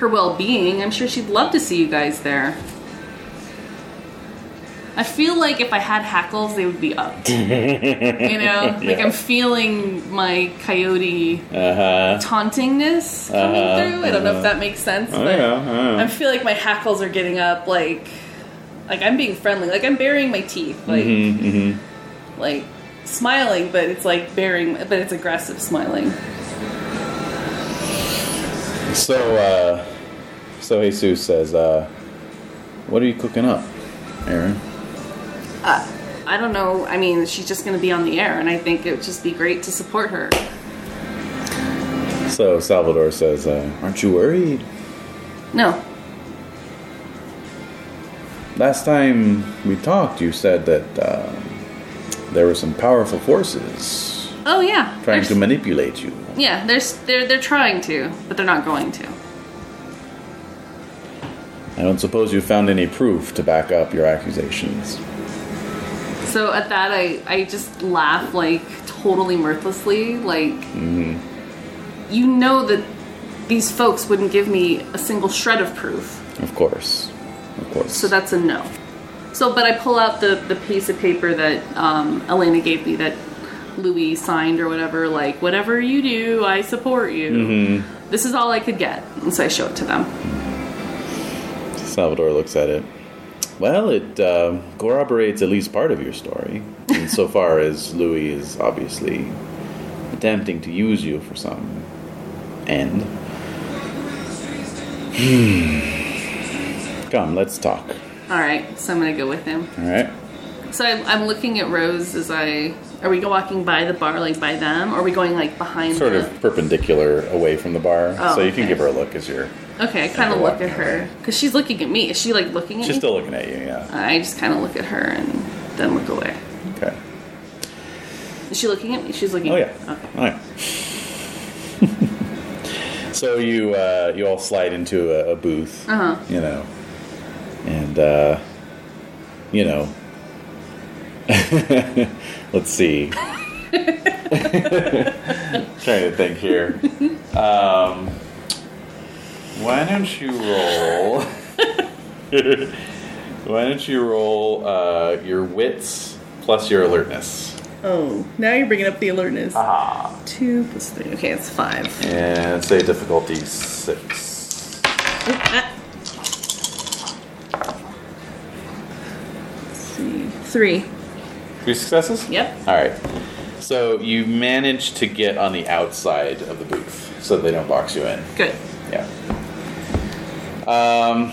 Speaker 6: her well being. I'm sure she'd love to see you guys there. I feel like if I had hackles, they would be
Speaker 5: [laughs]
Speaker 6: up. you know? Like
Speaker 5: Yeah.
Speaker 6: I'm feeling my coyote
Speaker 5: Uh huh.
Speaker 6: tauntingness coming
Speaker 5: Uh-huh, Oh,
Speaker 6: through. I don't know if that makes sense,
Speaker 5: I
Speaker 6: but
Speaker 5: know, I know.
Speaker 6: I feel like my hackles are getting up. Like, like I'm being friendly. Like I'm baring my teeth. Like,
Speaker 5: Mm-hmm,
Speaker 6: like smiling, but it's like baring, but it's aggressive smiling.
Speaker 5: So, uh, so Jesus says, uh, "What are you cooking up, Aaron?"
Speaker 6: I don't know. I mean, she's just going to be on the air, and I think it would just be great to support her.
Speaker 5: So Salvador says, uh, "Aren't you worried?
Speaker 6: No,
Speaker 5: Last time we talked, you said that uh, there were some powerful forces
Speaker 6: oh yeah,
Speaker 5: trying
Speaker 6: There's-
Speaker 5: to manipulate you.
Speaker 6: yeah. There's they're they're trying to, but they're not going to.
Speaker 5: I don't suppose you found any proof to back up your accusations."
Speaker 6: So at that, I, I just laugh like totally mirthlessly. Like,
Speaker 5: Mm-hmm.
Speaker 6: you know that these folks wouldn't give me a single shred of proof.
Speaker 5: Of course, of course.
Speaker 6: So that's a no. So, but I pull out the, the piece of paper that um, Elena gave me that Louis signed or whatever, like, whatever you do, I support you.
Speaker 5: Mm-hmm.
Speaker 6: This is all I could get. And so I show it to them.
Speaker 5: Salvador looks at it. Well, it uh, corroborates at least part of your story, insofar as Louis is obviously attempting to use you for some end. Hmm. Come, let's talk.
Speaker 6: All right, so I'm going to go with him.
Speaker 5: All right.
Speaker 6: So I'm, I'm looking at Rose as I. Are we walking by the bar, like by them? Or are we going like behind?
Speaker 5: Sort
Speaker 6: the-
Speaker 5: of perpendicular away from the bar,
Speaker 6: Oh,
Speaker 5: so you can
Speaker 6: okay.
Speaker 5: give her a look as you're.
Speaker 6: Okay, I kind
Speaker 5: After
Speaker 6: of look
Speaker 5: walking
Speaker 6: at her
Speaker 5: away.
Speaker 6: because she's looking at me. Is she like looking at
Speaker 5: She's
Speaker 6: me?
Speaker 5: still looking at you. Yeah.
Speaker 6: I just kind of look at her and then look away.
Speaker 5: Okay.
Speaker 6: Is she looking at me? She's looking.
Speaker 5: Oh yeah.
Speaker 6: at me. Okay.
Speaker 5: Oh, yeah. [laughs] so you uh, you all slide into a, a booth,
Speaker 6: Uh-huh.
Speaker 5: you know, and uh, [laughs]
Speaker 6: [laughs]
Speaker 5: you know, let's see. Trying to think here. Um, why don't you roll? [laughs] why don't you roll uh, your wits plus your alertness?
Speaker 6: Oh, now you're bringing up the alertness. Ah. Two plus three. Okay, it's five.
Speaker 5: And say difficulty six.
Speaker 6: Oop, ah. Let's see. Three.
Speaker 5: Three successes?
Speaker 6: Yep.
Speaker 5: All right. So you manage to get on the outside of the booth so they don't box you in.
Speaker 6: Good. [laughs]
Speaker 5: Yeah. Um,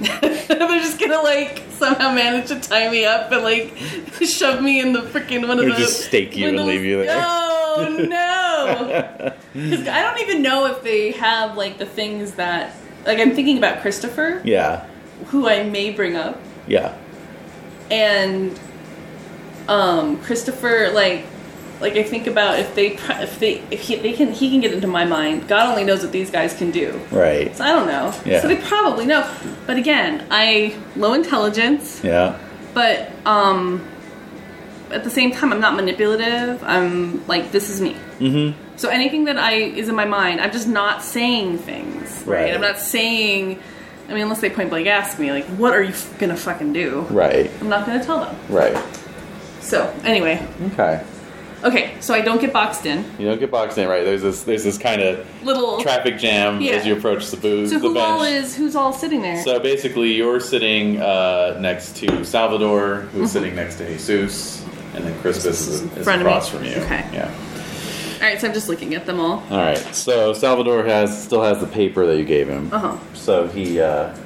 Speaker 6: They're just gonna like somehow manage to tie me up and like [laughs] shove me in the freaking one of
Speaker 5: Or
Speaker 6: those.
Speaker 5: just stake you
Speaker 6: one
Speaker 5: and
Speaker 6: of
Speaker 5: leave
Speaker 6: those-
Speaker 5: you [laughs] there.
Speaker 6: No, no. Because I don't even know if they have like the things that like I'm thinking about Christopher,
Speaker 5: yeah.
Speaker 6: who I may bring up,
Speaker 5: Yeah.
Speaker 6: and um Christopher like. Like I think about if they pr- if they if he, they can he can get into my mind. God only knows what these guys can do.
Speaker 5: Right.
Speaker 6: So I don't know.
Speaker 5: Yeah.
Speaker 6: So they probably know. But again, I low intelligence,
Speaker 5: Yeah.
Speaker 6: but um at the same time I'm not manipulative. I'm like this is me. Mm-hmm. So anything that I is in my mind, I'm just not saying things. Right.
Speaker 5: Right.
Speaker 6: I'm not saying I mean unless they point blank ask me, like, what are you f- gonna fucking do?
Speaker 5: Right.
Speaker 6: I'm not gonna tell them.
Speaker 5: Right.
Speaker 6: So anyway.
Speaker 5: Okay.
Speaker 6: Okay, so I don't get boxed in.
Speaker 5: You don't get boxed in, right? There's this there's this kind of
Speaker 6: Little
Speaker 5: traffic jam
Speaker 6: Yeah.
Speaker 5: as you approach the booth,
Speaker 6: So
Speaker 5: the
Speaker 6: who all
Speaker 5: bench.
Speaker 6: is who's all sitting there?
Speaker 5: So basically, you're sitting uh, next to Salvador, who's sitting next to Jesus, and then Crispus is, is
Speaker 6: Mm-hmm. Front of me.
Speaker 5: across from you.
Speaker 6: Okay.
Speaker 5: Yeah.
Speaker 6: Alright, so I'm just looking at them all.
Speaker 5: All right. So Salvador has still has the paper that you gave him.
Speaker 6: Uh-huh.
Speaker 5: So he uh,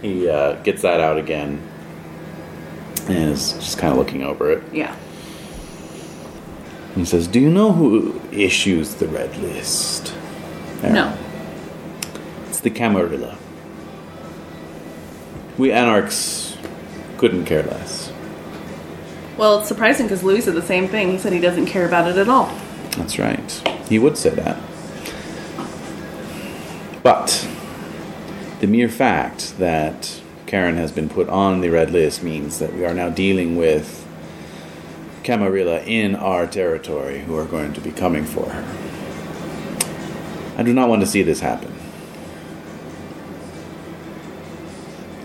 Speaker 5: he uh, gets that out again and is just kind of looking over it.
Speaker 6: Yeah.
Speaker 5: He says, "Do you know who issues the red list?" There.
Speaker 6: No.
Speaker 5: It's the Camarilla. We anarchs couldn't care less.
Speaker 6: Well, it's surprising because Louis said the same thing. He said he doesn't care about it at all.
Speaker 5: That's right. He would say that. But the mere fact that Karen has been put on the red list means that we are now dealing with Camarilla in our territory who are going to be coming for her. I do not want to see this happen.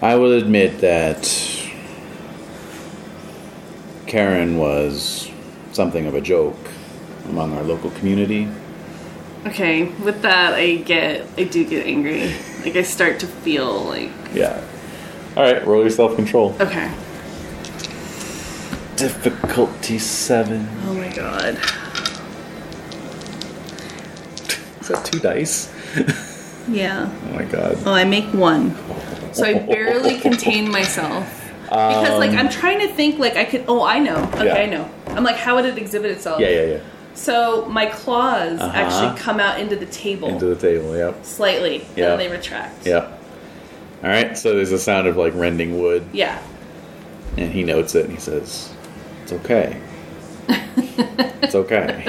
Speaker 5: I will admit that Karen was something of a joke among our local community.
Speaker 6: Okay, with that, I get, I do get angry. Like I start to feel like,
Speaker 5: Yeah. All right, roll your self control.
Speaker 6: okay.
Speaker 5: Difficulty seven.
Speaker 6: Oh my god.
Speaker 5: Is that two dice?
Speaker 6: Yeah.
Speaker 5: Oh my god.
Speaker 6: Well, I make one, so I barely
Speaker 5: [laughs]
Speaker 6: contain myself because, like, I'm trying to think. Like, I could. Oh, I know. Okay,
Speaker 5: Um, Yeah.
Speaker 6: I know. I'm like, how would it exhibit itself?
Speaker 5: Yeah, yeah, yeah.
Speaker 6: So my claws
Speaker 5: Uh-huh.
Speaker 6: actually come out into the table
Speaker 5: Into the table. Yep.
Speaker 6: slightly,
Speaker 5: Yeah.
Speaker 6: and they retract.
Speaker 5: Yep. All right. So there's a sound of like rending wood,
Speaker 6: Yeah. [laughs]
Speaker 5: and he notes it, and he says,
Speaker 6: [laughs]
Speaker 5: "It's okay. it's okay."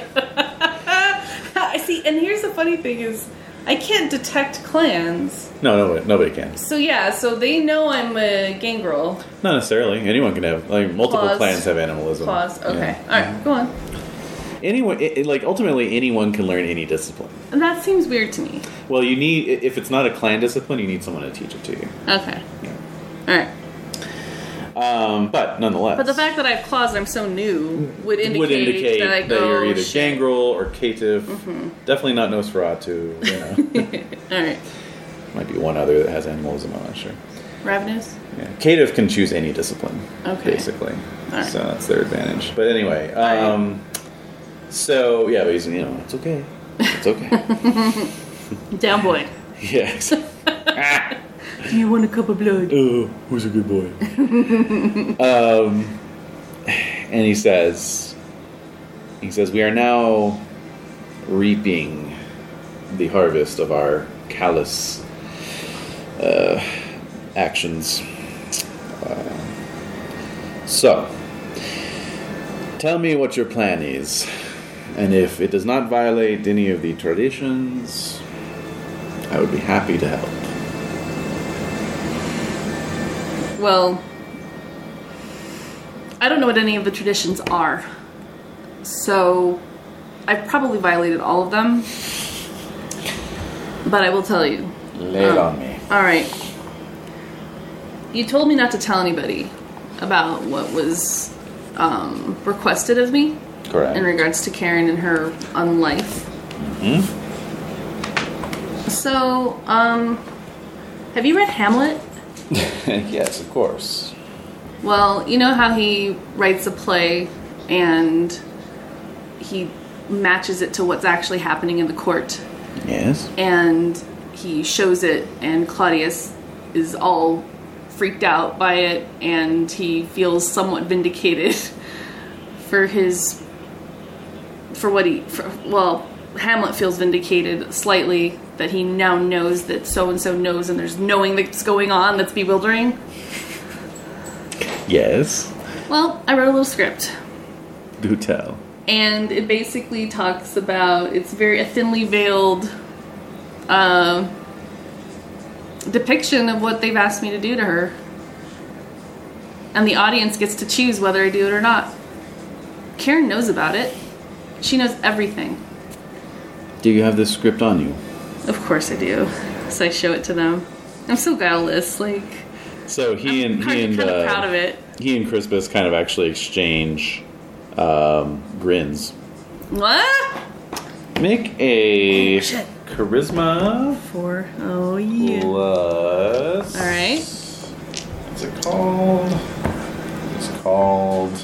Speaker 6: I see, and here's the funny thing is, I can't detect clans.
Speaker 5: No, no, nobody can.
Speaker 6: So yeah, so they know I'm a gangrel.
Speaker 5: Not necessarily. Anyone can have like multiple
Speaker 6: Claws.
Speaker 5: clans have animalism.
Speaker 6: Claws. Okay.
Speaker 5: Yeah.
Speaker 6: All right. Go on.
Speaker 5: Anyone, it, it- like ultimately, anyone can learn any discipline.
Speaker 6: And that seems weird to me.
Speaker 5: Well, you need i- if it's not a clan discipline, you need someone to teach it to you.
Speaker 6: Okay.
Speaker 5: Yeah.
Speaker 6: All right.
Speaker 5: Um, but nonetheless,
Speaker 6: But the fact that I have claws and I'm so new would indicate,
Speaker 5: would indicate
Speaker 6: that I
Speaker 5: that,
Speaker 6: go.
Speaker 5: you're either
Speaker 6: shit. Mm-hmm.
Speaker 5: gangrel or caitiff. Definitely not Nosferatu.
Speaker 6: [laughs]
Speaker 5: You know.
Speaker 6: All right.
Speaker 5: Might be one other that has animalism. I'm not sure.
Speaker 6: Ravenous.
Speaker 5: Yeah. Caitiff can choose any discipline,
Speaker 6: Okay.
Speaker 5: basically.
Speaker 6: All right.
Speaker 5: So that's their advantage. But anyway, um, so yeah, but he's you know it's okay. It's
Speaker 6: [laughs]
Speaker 5: okay.
Speaker 6: Down boy.
Speaker 5: yeah. exactly.
Speaker 6: Do you want a cup of blood?
Speaker 5: Oh, who's a good boy? [laughs] um, and he says, he says, we are now reaping the harvest of our callous uh, actions. Uh, so, tell me what your plan is, and if it does not violate any of the traditions, I would be happy to help.
Speaker 6: Well, I don't know what any of the traditions are. So I've probably violated all of them. But I will tell you.
Speaker 5: Lay it on me.
Speaker 6: All right. You told me not to tell anybody about what was um, requested of me
Speaker 5: Correct.
Speaker 6: in regards to Karen and her on life. Mm-hmm. So, um, have you read Hamlet?
Speaker 5: yes, of course.
Speaker 6: Well, you know how he writes a play and he matches it to what's actually happening in the court
Speaker 5: Yes.
Speaker 6: and he shows it and Claudius is all freaked out by it and he feels somewhat vindicated [laughs] for his for what he for, well Hamlet feels vindicated slightly that he now knows that so and so knows and there's knowing that's going on that's bewildering.
Speaker 5: Yes.
Speaker 6: Well, I wrote a little script
Speaker 5: Do tell.
Speaker 6: and it basically talks about it's very a thinly veiled uh, depiction of what they've asked me to do to her and the audience gets to choose whether i do it or not karen knows about it she knows everything
Speaker 5: Do you have this script on you?
Speaker 6: of course i do so i show it to them i'm so guileless like
Speaker 5: So he
Speaker 6: i'm
Speaker 5: and
Speaker 6: kind,
Speaker 5: he and
Speaker 6: kind of
Speaker 5: uh,
Speaker 6: proud of it
Speaker 5: he and Crispus kind of actually exchange um, grins.
Speaker 6: what
Speaker 5: Make
Speaker 6: Oh,
Speaker 5: a charisma
Speaker 6: four oh yeah
Speaker 5: plus.
Speaker 6: All right.
Speaker 5: What's it called? It's called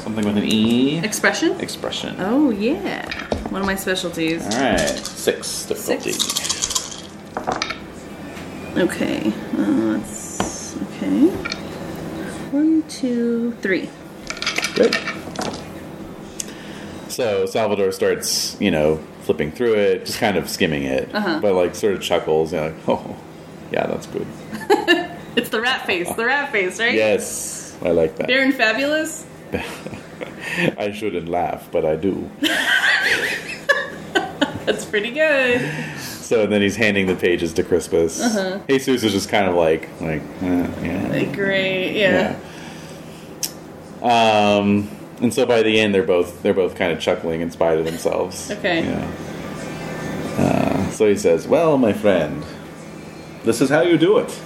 Speaker 5: something with an E.
Speaker 6: expression
Speaker 5: Expression.
Speaker 6: oh yeah one of my specialties
Speaker 5: All right. Six difficulty.
Speaker 6: Okay. Uh, let's. Okay. One, two, three.
Speaker 5: Great. So Salvador starts, you know, flipping through it, just kind of skimming it, but like sort of chuckles and like, oh, yeah, that's good.
Speaker 6: It's the rat face. The rat face, right?
Speaker 5: Yes, I like that.
Speaker 6: Baron Fabulous.
Speaker 5: I shouldn't laugh, but I do.
Speaker 6: That's pretty good.
Speaker 5: So then he's handing the pages to Crispus. Jesus is just kind of like, like, eh, yeah,
Speaker 6: Like, Great. Yeah.
Speaker 5: yeah. Um, and so by the end, they're both they're both kind of chuckling in spite of themselves.
Speaker 6: Okay.
Speaker 5: Yeah. Uh, so he says, "Well, my friend, this is how you do it.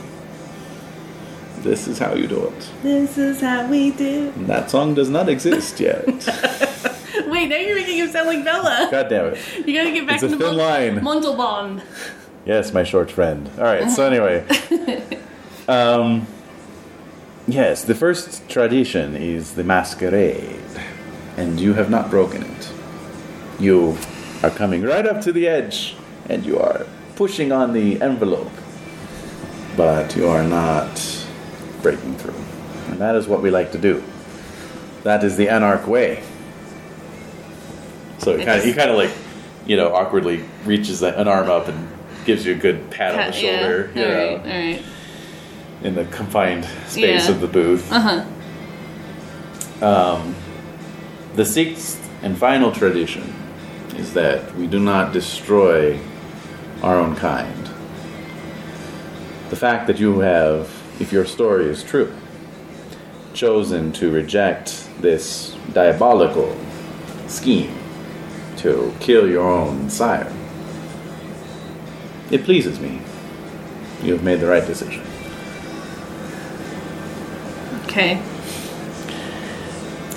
Speaker 5: This is how you do it.
Speaker 6: This is how we do.
Speaker 5: And that song does not exist yet.
Speaker 6: Wait, now you're making him sound like Bella.
Speaker 5: God damn it."
Speaker 6: You gotta get back
Speaker 5: It's a
Speaker 6: into
Speaker 5: thin line.
Speaker 6: Montalban.
Speaker 5: Yes, my short friend. All right. So anyway, um, yes, the first tradition is the masquerade, and you have not broken it. You are coming right up to the edge, and you are pushing on the envelope, but you are not breaking through, and that is what we like to do. That is the anarch way. So he kind of he kind of like, you know, awkwardly reaches a- an arm up and gives you a good pat on the shoulder,
Speaker 6: Yeah.
Speaker 5: you know,
Speaker 6: All right. All right.
Speaker 5: in the confined space
Speaker 6: Yeah.
Speaker 5: of the booth. Um,
Speaker 6: Uh huh.
Speaker 5: The sixth and final tradition is that we do not destroy our own kind. The fact that you have, if your story is true, chosen to reject this diabolical scheme to kill your own sire, it pleases me. You have made the right decision.
Speaker 6: Okay.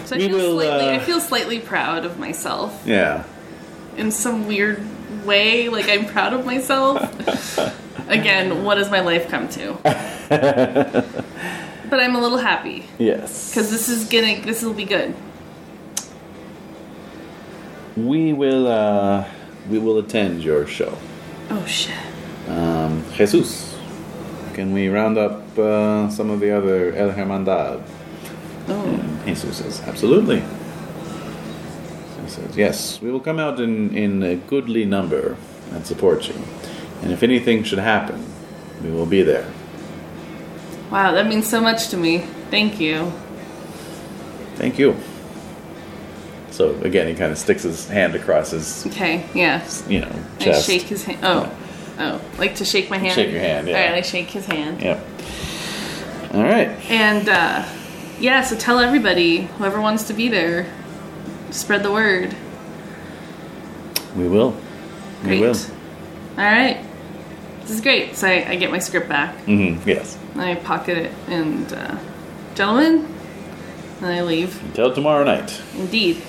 Speaker 6: So I
Speaker 5: We
Speaker 6: feel,
Speaker 5: will,
Speaker 6: slightly, I
Speaker 5: uh,
Speaker 6: feel slightly proud of myself.
Speaker 5: Yeah.
Speaker 6: in some weird way. Like I'm proud of
Speaker 5: [laughs]
Speaker 6: myself. Again, what does my life come to? but I'm a little happy
Speaker 5: Yes.
Speaker 6: because this is gonna this will be good.
Speaker 5: we will uh, we will attend your show.
Speaker 6: Oh shit.
Speaker 5: Um, Jesus, can we round up uh, some of the other El Hermandad?
Speaker 6: Oh.
Speaker 5: And Jesus says, absolutely. He says, yes, we will come out in, in a goodly number and support you. And if anything should happen, we will be there.
Speaker 6: Wow, that means so much to me. Thank you.
Speaker 5: Thank you. So again, he kind of sticks his hand across his,
Speaker 6: Okay, yeah.
Speaker 5: you know,
Speaker 6: I
Speaker 5: chest.
Speaker 6: shake his hand. Oh. Oh, like to shake my hand.
Speaker 5: Shake your hand, yeah.
Speaker 6: All right, I shake his hand.
Speaker 5: Yeah. All right.
Speaker 6: And uh, yeah, so tell everybody whoever wants to be there Spread the word.
Speaker 5: We will.
Speaker 6: Great.
Speaker 5: We will.
Speaker 6: All right. This is great. So I, I get my script back.
Speaker 5: hmm Yes.
Speaker 6: I pocket it and, uh, gentlemen, and I leave.
Speaker 5: Until tomorrow night.
Speaker 6: Indeed.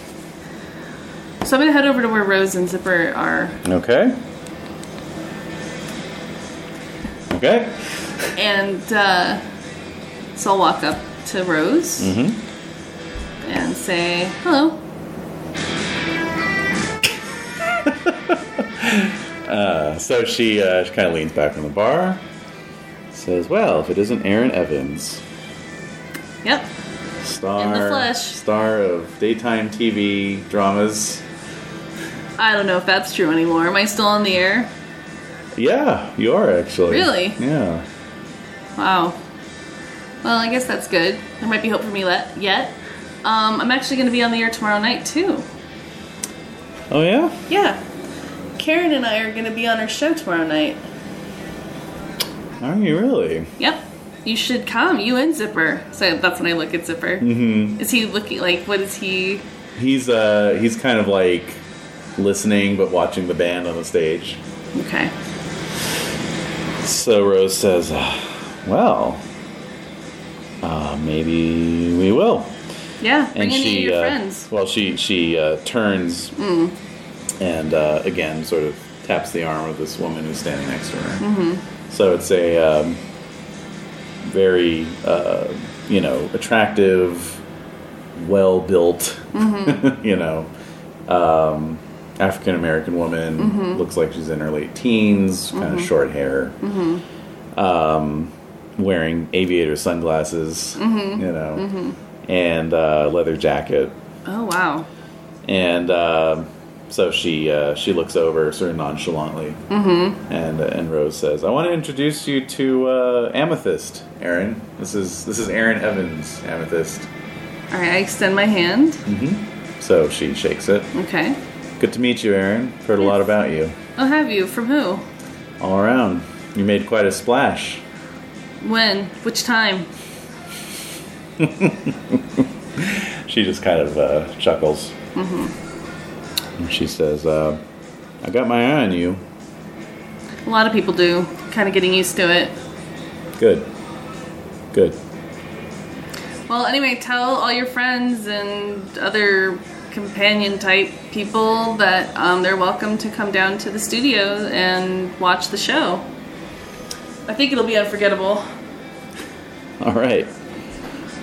Speaker 6: So I'm gonna head over to where Rose and Zipper are,
Speaker 5: Okay. Okay.
Speaker 6: and uh, so I'll walk up to Rose and say hello.
Speaker 5: So she, uh, she kind of leans back on the bar, says, "Well, if it isn't Aaron Evans,
Speaker 6: Yep.
Speaker 5: star
Speaker 6: flesh.
Speaker 5: star of daytime TV dramas,
Speaker 6: I don't know if that's true anymore. Am I still on the air?
Speaker 5: yeah, you are actually
Speaker 6: Really?
Speaker 5: yeah."
Speaker 6: Wow. Well, I guess that's good. There might be hope for me let- yet. Um, I'm actually gonna be on the air tomorrow night too.
Speaker 5: Oh yeah.
Speaker 6: Yeah. Karen and I are gonna be on our show tomorrow night.
Speaker 5: Are you really?
Speaker 6: Yep. You should come. You and Zipper. So that's when I look at Zipper. Mm-hmm. Is he looking like? What is he?
Speaker 5: He's uh he's kind of like listening but watching the band on the stage.
Speaker 6: Okay.
Speaker 5: So Rose says, "Ah, "Well, uh, maybe we will."
Speaker 6: Yeah. [laughs] Bring any of your
Speaker 5: uh,
Speaker 6: friends. Mm.
Speaker 5: Well, she she uh, turns and uh, again sort of taps the arm of this woman who's standing next to her.
Speaker 6: Mm-hmm.
Speaker 5: So it's a um, very uh, you know attractive, well built,
Speaker 6: Mm-hmm.
Speaker 5: [laughs] you know. Um, African American woman
Speaker 6: Mm-hmm.
Speaker 5: looks like she's in her late teens, kind of short hair,
Speaker 6: Mm-hmm.
Speaker 5: um, wearing aviator sunglasses,
Speaker 6: Mm-hmm.
Speaker 5: you know, and uh, leather jacket,
Speaker 6: Oh wow.
Speaker 5: and uh, so she uh, she looks over sort of nonchalantly, and uh, and Rose says, "I want to introduce you to uh, Amethyst, Aaron. This is this is Aaron Evans, Amethyst."
Speaker 6: All right. I extend my hand.
Speaker 5: So she shakes it.
Speaker 6: Okay.
Speaker 5: Good to meet you, Aaron. Heard a lot about you
Speaker 6: Oh, have you? From who?
Speaker 5: all around. You made quite a splash.
Speaker 6: When? Which time?
Speaker 5: She just kind of uh, chuckles, and she says, uh, "I got my eye on you.
Speaker 6: A lot of people do. Kind of getting used to it.
Speaker 5: Good, good."
Speaker 6: Well, anyway, tell all your friends and other companion type people that um, they're welcome to come down to the studio and watch the show. I think it'll be unforgettable.
Speaker 5: [laughs] All right.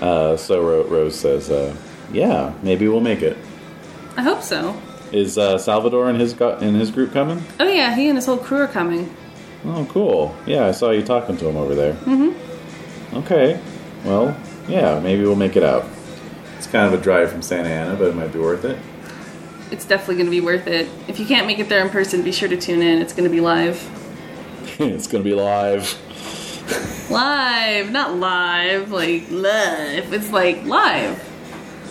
Speaker 5: Uh, so Ro- Rose says, uh, "Yeah, maybe we'll make it."
Speaker 6: I hope so.
Speaker 5: Is uh, Salvador and his go- and his group coming?
Speaker 6: Oh, yeah, he and his whole crew are coming.
Speaker 5: Oh, cool. Yeah, I saw you talking to him over there. Mm-hmm. Okay. Well, yeah, maybe we'll make it out. It's kind of a drive from Santa Ana, but it might be worth it.
Speaker 6: It's definitely going to be worth it. If you can't make it there in person, be sure to tune in. It's going to be live.
Speaker 5: [laughs] it's gonna be live.
Speaker 6: Live, not live, like live. It's like live.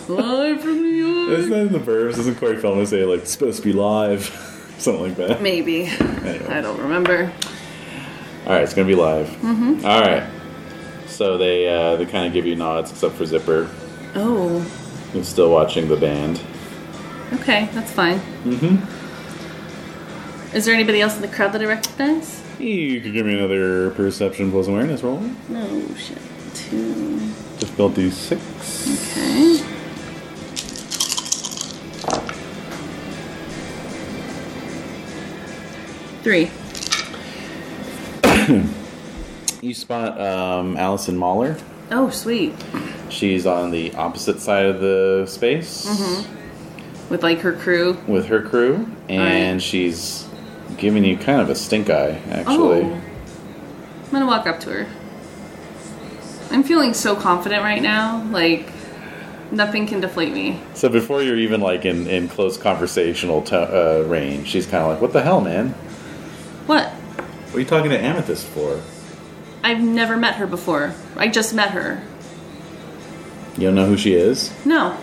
Speaker 6: Live from New York.
Speaker 5: Isn't that in the verbs? Isn't Corey Feldman say like it's supposed to be live, [laughs] something like that?
Speaker 6: Maybe.
Speaker 5: Anyway.
Speaker 6: I don't remember.
Speaker 5: All right, it's gonna be live. Mm-hmm. All right. So they uh, they kind of give you nods, except for Zipper,
Speaker 6: Oh.
Speaker 5: who's still watching the band.
Speaker 6: Okay, that's fine. Mm-hmm. Is there anybody else in the crowd that I recognize?
Speaker 5: You could give me another perception plus awareness roll.
Speaker 6: No shit. Two.
Speaker 5: Difficulty six.
Speaker 6: Okay. Three.
Speaker 5: You spot um, Allison Mahler.
Speaker 6: Oh, sweet.
Speaker 5: She's on the opposite side of the space
Speaker 6: With like her crew.
Speaker 5: with her crew, and
Speaker 6: Alright.
Speaker 5: she's giving you kind of a stink eye, actually.
Speaker 6: Oh. I'm gonna walk up to her. I'm feeling so confident right now. Like, nothing can deflate me.
Speaker 5: So before you're even like in, in close conversational to- uh, range, she's kind of like, "What the hell, man?
Speaker 6: What?
Speaker 5: What are you talking to Amethyst for?
Speaker 6: I've never met her before. I just met her.
Speaker 5: You don't know who she is?
Speaker 6: No,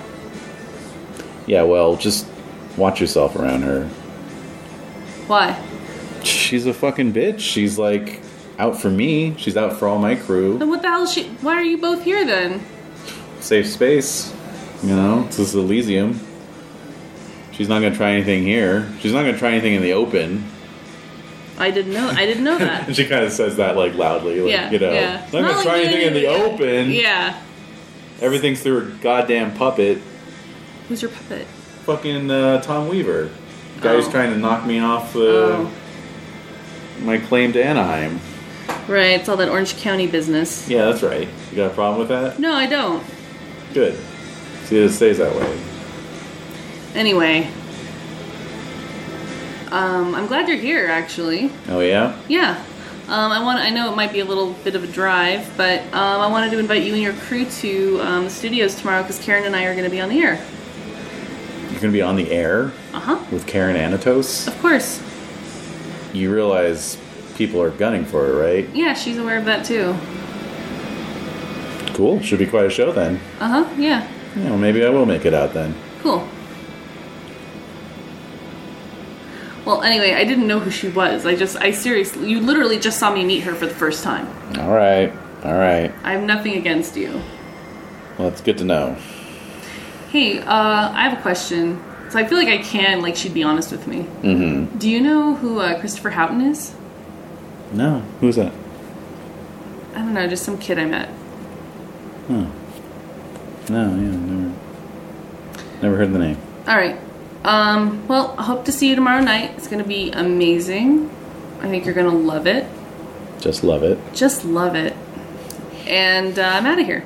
Speaker 5: Yeah, well, just watch yourself around her.
Speaker 6: Why?
Speaker 5: She's a fucking bitch. She's like out for me. She's out for all my crew.
Speaker 6: Then what the hell is she? Why are you both here then?
Speaker 5: Safe space. You know, this is Elysium. She's not going to try anything here. She's not going to try anything in the open.
Speaker 6: I didn't know. I didn't know that.
Speaker 5: [laughs] And she kind of says that like loudly, like
Speaker 6: Yeah,
Speaker 5: you know,
Speaker 6: yeah. Not
Speaker 5: not, gonna
Speaker 6: like
Speaker 5: try
Speaker 6: you
Speaker 5: anything in the
Speaker 6: didn't-
Speaker 5: open.
Speaker 6: yeah.
Speaker 5: Everything's through a goddamn puppet.
Speaker 6: Who's your puppet?
Speaker 5: Fucking uh, Tom Weaver, guy who's
Speaker 6: Oh.
Speaker 5: trying to knock me off uh,
Speaker 6: Oh.
Speaker 5: my claim to Anaheim.
Speaker 6: Right, it's all that Orange County business.
Speaker 5: Yeah, that's right. You got a problem with that?
Speaker 6: No, I don't.
Speaker 5: Good. See, it stays that way.
Speaker 6: Anyway. Um, I'm glad you're here, actually.
Speaker 5: Oh yeah.
Speaker 6: Yeah. Um, I want. I know it might be a little bit of a drive, but um, I wanted to invite you and your crew to um, the studios tomorrow because Karen and I are going to be on the air.
Speaker 5: You're gonna be on the air
Speaker 6: Uh huh.
Speaker 5: with Karen Anatos.
Speaker 6: Of course.
Speaker 5: You realize people are gunning for her, right?
Speaker 6: Yeah, she's aware of that too.
Speaker 5: Cool. Should be quite a show then.
Speaker 6: Uh huh. Yeah.
Speaker 5: You know, maybe I will make it out then.
Speaker 6: Cool. Well, anyway, I didn't know who she was. I just, I seriously, you literally just saw me meet her for the first time.
Speaker 5: All right. All right.
Speaker 6: I have nothing against you.
Speaker 5: Well, it's good to know.
Speaker 6: Hey, uh, I have a question. So I feel like I can, like, she'd be honest with me. Mm-hmm. Do you know who uh, Christopher Houghton is?
Speaker 5: No. Who's that?
Speaker 6: I don't know, just some kid I met.
Speaker 5: No. Yeah. Never. Never heard the name.
Speaker 6: All right. Um, well, I hope to see you tomorrow night. It's going to be amazing. I think you're going to love it.
Speaker 5: Just love it.
Speaker 6: Just love it. And uh, I'm out of here.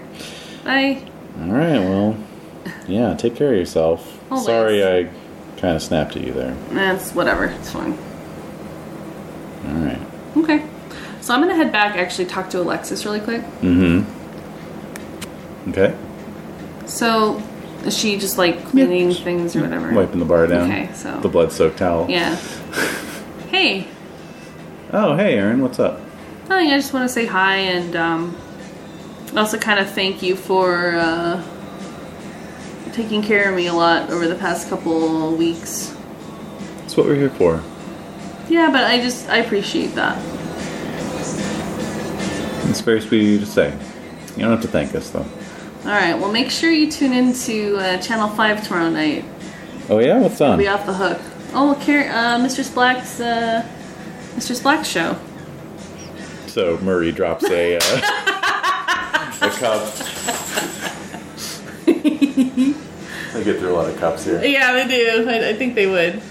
Speaker 6: Bye.
Speaker 5: All right. Well. Yeah. Take care of yourself.
Speaker 6: Always.
Speaker 5: Sorry, I kind of snapped at you there.
Speaker 6: That's whatever. It's fine.
Speaker 5: All right.
Speaker 6: Okay. So I'm gonna head back. Actually, talk to Alexis really quick.
Speaker 5: Okay.
Speaker 6: So, is she just like cleaning things or whatever?
Speaker 5: Wiping the bar down.
Speaker 6: Okay, so-
Speaker 5: The blood-soaked towel.
Speaker 6: Yeah. hey.
Speaker 5: Oh, hey, Aaron. What's up?
Speaker 6: Nothing. I just want to say hi and um, also kind of thank you for uh, taking care of me a lot over the past couple weeks.
Speaker 5: That's what we're here for.
Speaker 6: Yeah, but I just I appreciate that.
Speaker 5: It's very sweet of you to say. You don't have to thank us, though.
Speaker 6: All right. Well, make sure you tune in to uh, Channel Five tomorrow night.
Speaker 5: Oh yeah, what's on?
Speaker 6: be off the hook. Oh, Karen, uh, Mistress Black's uh, Mistress Black's show.
Speaker 5: So Murray drops [laughs] a uh, a cup. I get through a lot of cups here,
Speaker 6: Yeah, they do. I, I think they would.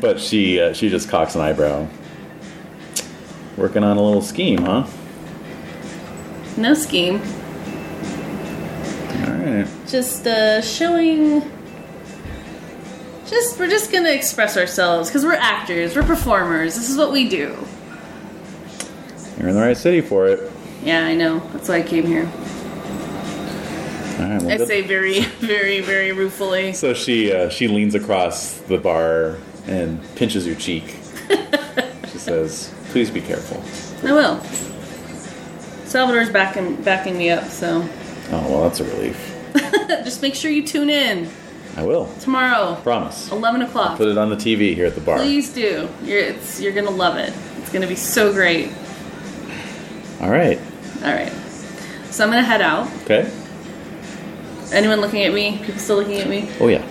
Speaker 5: but she uh, she just cocks an eyebrow. Working on a little scheme, huh?
Speaker 6: No scheme,
Speaker 5: All right.
Speaker 6: just uh, showing. Just we're just gonna express ourselves because we're actors, we're performers. This is what we do.
Speaker 5: You're in the right city for it.
Speaker 6: Yeah, I know. That's why I came here.
Speaker 5: All right. Well,
Speaker 6: I
Speaker 5: good-
Speaker 6: say very, very, very ruefully.
Speaker 5: So she uh, she leans across the bar and pinches your [laughs] cheek. she says, "Please be careful."
Speaker 6: I will. Salvador's backing backing me up, so
Speaker 5: Oh well, that's a relief.
Speaker 6: just make sure you tune in
Speaker 5: I will.
Speaker 6: tomorrow,
Speaker 5: Promise.
Speaker 6: eleven o'clock.
Speaker 5: Put it on the TV here at the bar.
Speaker 6: Please do. You're it's you're gonna love it. It's gonna be so great.
Speaker 5: All right.
Speaker 6: All right. So I'm gonna head out.
Speaker 5: Okay.
Speaker 6: Anyone looking at me? People still looking at me?
Speaker 5: Oh yeah.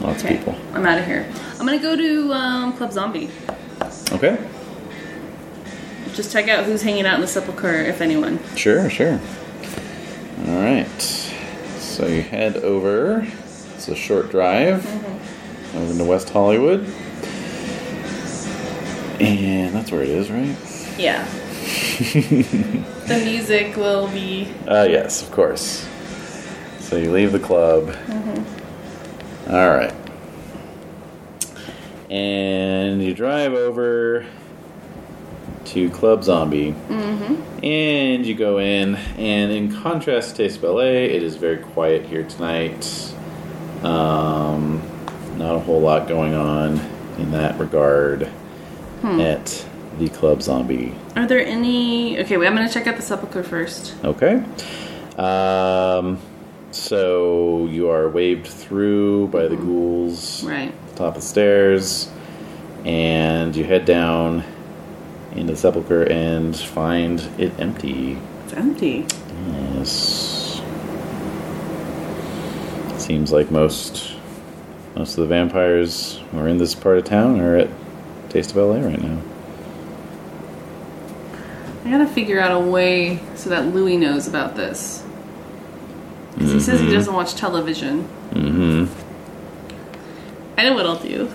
Speaker 5: Lots of people.
Speaker 6: I'm out of here. I'm gonna go to um, Club Zombie.
Speaker 5: Okay.
Speaker 6: Just check out who's hanging out in the sepulcher, if anyone.
Speaker 5: Sure. Sure. All right. So you head over. It's a short drive over to West Hollywood, and that's where it is, right?
Speaker 6: Yeah. the music will be.
Speaker 5: Uh, yes, of course. So you leave the club. All right. And you drive over to Club Zombie. And you go in. And in contrast to Taste of Ballet, it is very quiet here tonight. Um, not a whole lot going on in that regard at the Club Zombie.
Speaker 6: Are there any? Okay, wait. I'm gonna check out the sepulcher first.
Speaker 5: Okay. Um, so you are waved through by the ghouls,
Speaker 6: Right.
Speaker 5: top of the stairs, and you head down into the sepulcher and find it empty.
Speaker 6: It's empty.
Speaker 5: Yes. Seems Seems like most most of the vampires who are in this part of town are at Taste of LA right now.
Speaker 6: I gotta figure out a way so that Louis knows about this. 'Cause He says he
Speaker 5: Mm-hmm.
Speaker 6: doesn't watch television. Mm-hmm. I know what I'll do.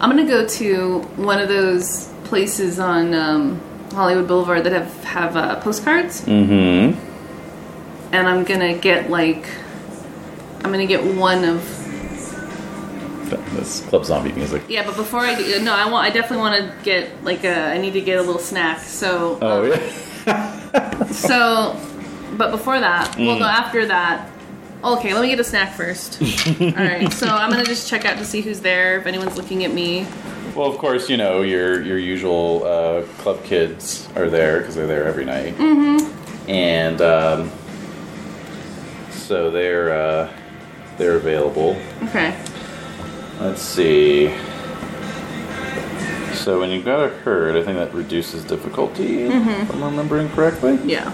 Speaker 6: I'm gonna go to one of those places on um, Hollywood Boulevard that have have uh, postcards,
Speaker 5: Mm-hmm.
Speaker 6: and I'm gonna get like, I'm gonna get one of
Speaker 5: That's club zombie music.
Speaker 6: Yeah, but before I do, no, I want. I definitely want to get like a. I need to get a little snack. So,
Speaker 5: Oh
Speaker 6: um,
Speaker 5: yeah.
Speaker 6: so, but before that, well,
Speaker 5: Mm.
Speaker 6: no, after that. Okay, let me get a snack
Speaker 5: [laughs]
Speaker 6: first. All right, so I'm gonna just check out to see who's there. If anyone's looking at me,
Speaker 5: Well, of course, you know your your usual uh, club kids are there because they're there every night. Mm-hmm. And um, so they're uh, they're available.
Speaker 6: okay.
Speaker 5: Let's see. So when you've got a herd, I think that reduces difficulty, if I'm remembering correctly.
Speaker 6: Yeah.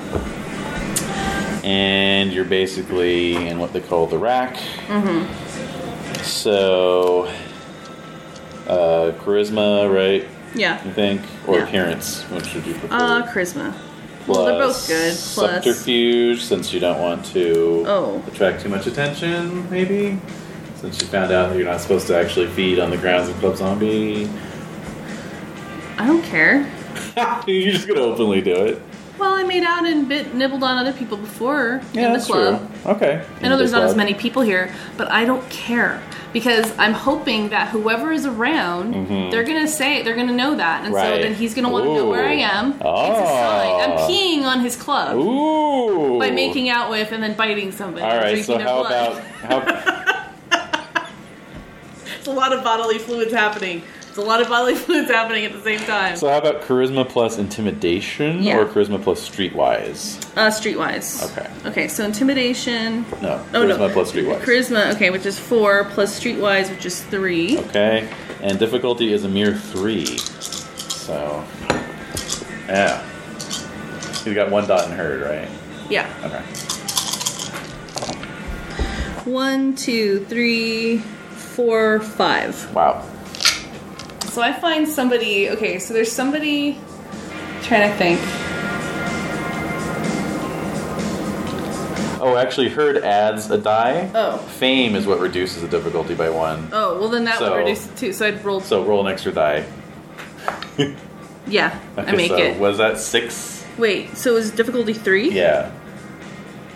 Speaker 5: And you're basically in what they call the rack. Mm-hmm. So uh, charisma, right? You
Speaker 6: Yeah.
Speaker 5: think, or
Speaker 6: Yeah.
Speaker 5: appearance? Which would you prefer?
Speaker 6: Uh, charisma. well, they're both
Speaker 5: Plus
Speaker 6: good, plus-
Speaker 5: subterfuge, since you don't want to
Speaker 6: Oh.
Speaker 5: attract too much attention, maybe. Since you found out that you're not supposed to actually feed on the grounds of Club Zombie, [laughs]
Speaker 6: I don't care.
Speaker 5: you're just gonna openly do it.
Speaker 6: Well, I made out and bit nibbled on other people before in the club.
Speaker 5: true. Okay.
Speaker 6: I know there's not as many people here, but I don't care because I'm hoping that whoever is around, they're gonna say they're gonna know that, and so
Speaker 5: Mm-hmm. Right.
Speaker 6: then he's gonna want to know where I
Speaker 5: Ooh.
Speaker 6: am. It's a sign. I'm
Speaker 5: Ah.
Speaker 6: peeing on his club
Speaker 5: Ooh.
Speaker 6: by making out with and then biting somebody.
Speaker 5: All
Speaker 6: and
Speaker 5: right.
Speaker 6: drinking
Speaker 5: So
Speaker 6: their
Speaker 5: how
Speaker 6: blood.
Speaker 5: about
Speaker 6: [laughs]
Speaker 5: how?
Speaker 6: It's a lot of bodily fluids happening. It's a lot of bodily [laughs] fluids happening at the same time.
Speaker 5: So how about charisma plus intimidation
Speaker 6: Yeah.
Speaker 5: or charisma plus streetwise?
Speaker 6: uh, streetwise.
Speaker 5: Okay.
Speaker 6: Okay. So intimidation.
Speaker 5: No,
Speaker 6: Oh, no.
Speaker 5: charisma plus streetwise.
Speaker 6: Charisma. Okay, which is four plus streetwise, which is three.
Speaker 5: Okay, and difficulty is a mere three. So, yeah. He's got one dot in herd, right?
Speaker 6: Yeah.
Speaker 5: Okay.
Speaker 6: One, two, three, four, five.
Speaker 5: Wow.
Speaker 6: So I find somebody. Okay, so there's somebody. Trying to think.
Speaker 5: Oh, actually, herd adds a die.
Speaker 6: Oh.
Speaker 5: Fame is what reduces the difficulty by one.
Speaker 6: Oh well, then that
Speaker 5: So-
Speaker 6: would reduce it too. So I'd roll.
Speaker 5: So roll an extra die.
Speaker 6: yeah, I make
Speaker 5: so
Speaker 6: it.
Speaker 5: Was that six?
Speaker 6: Wait, so is difficulty three?
Speaker 5: Yeah.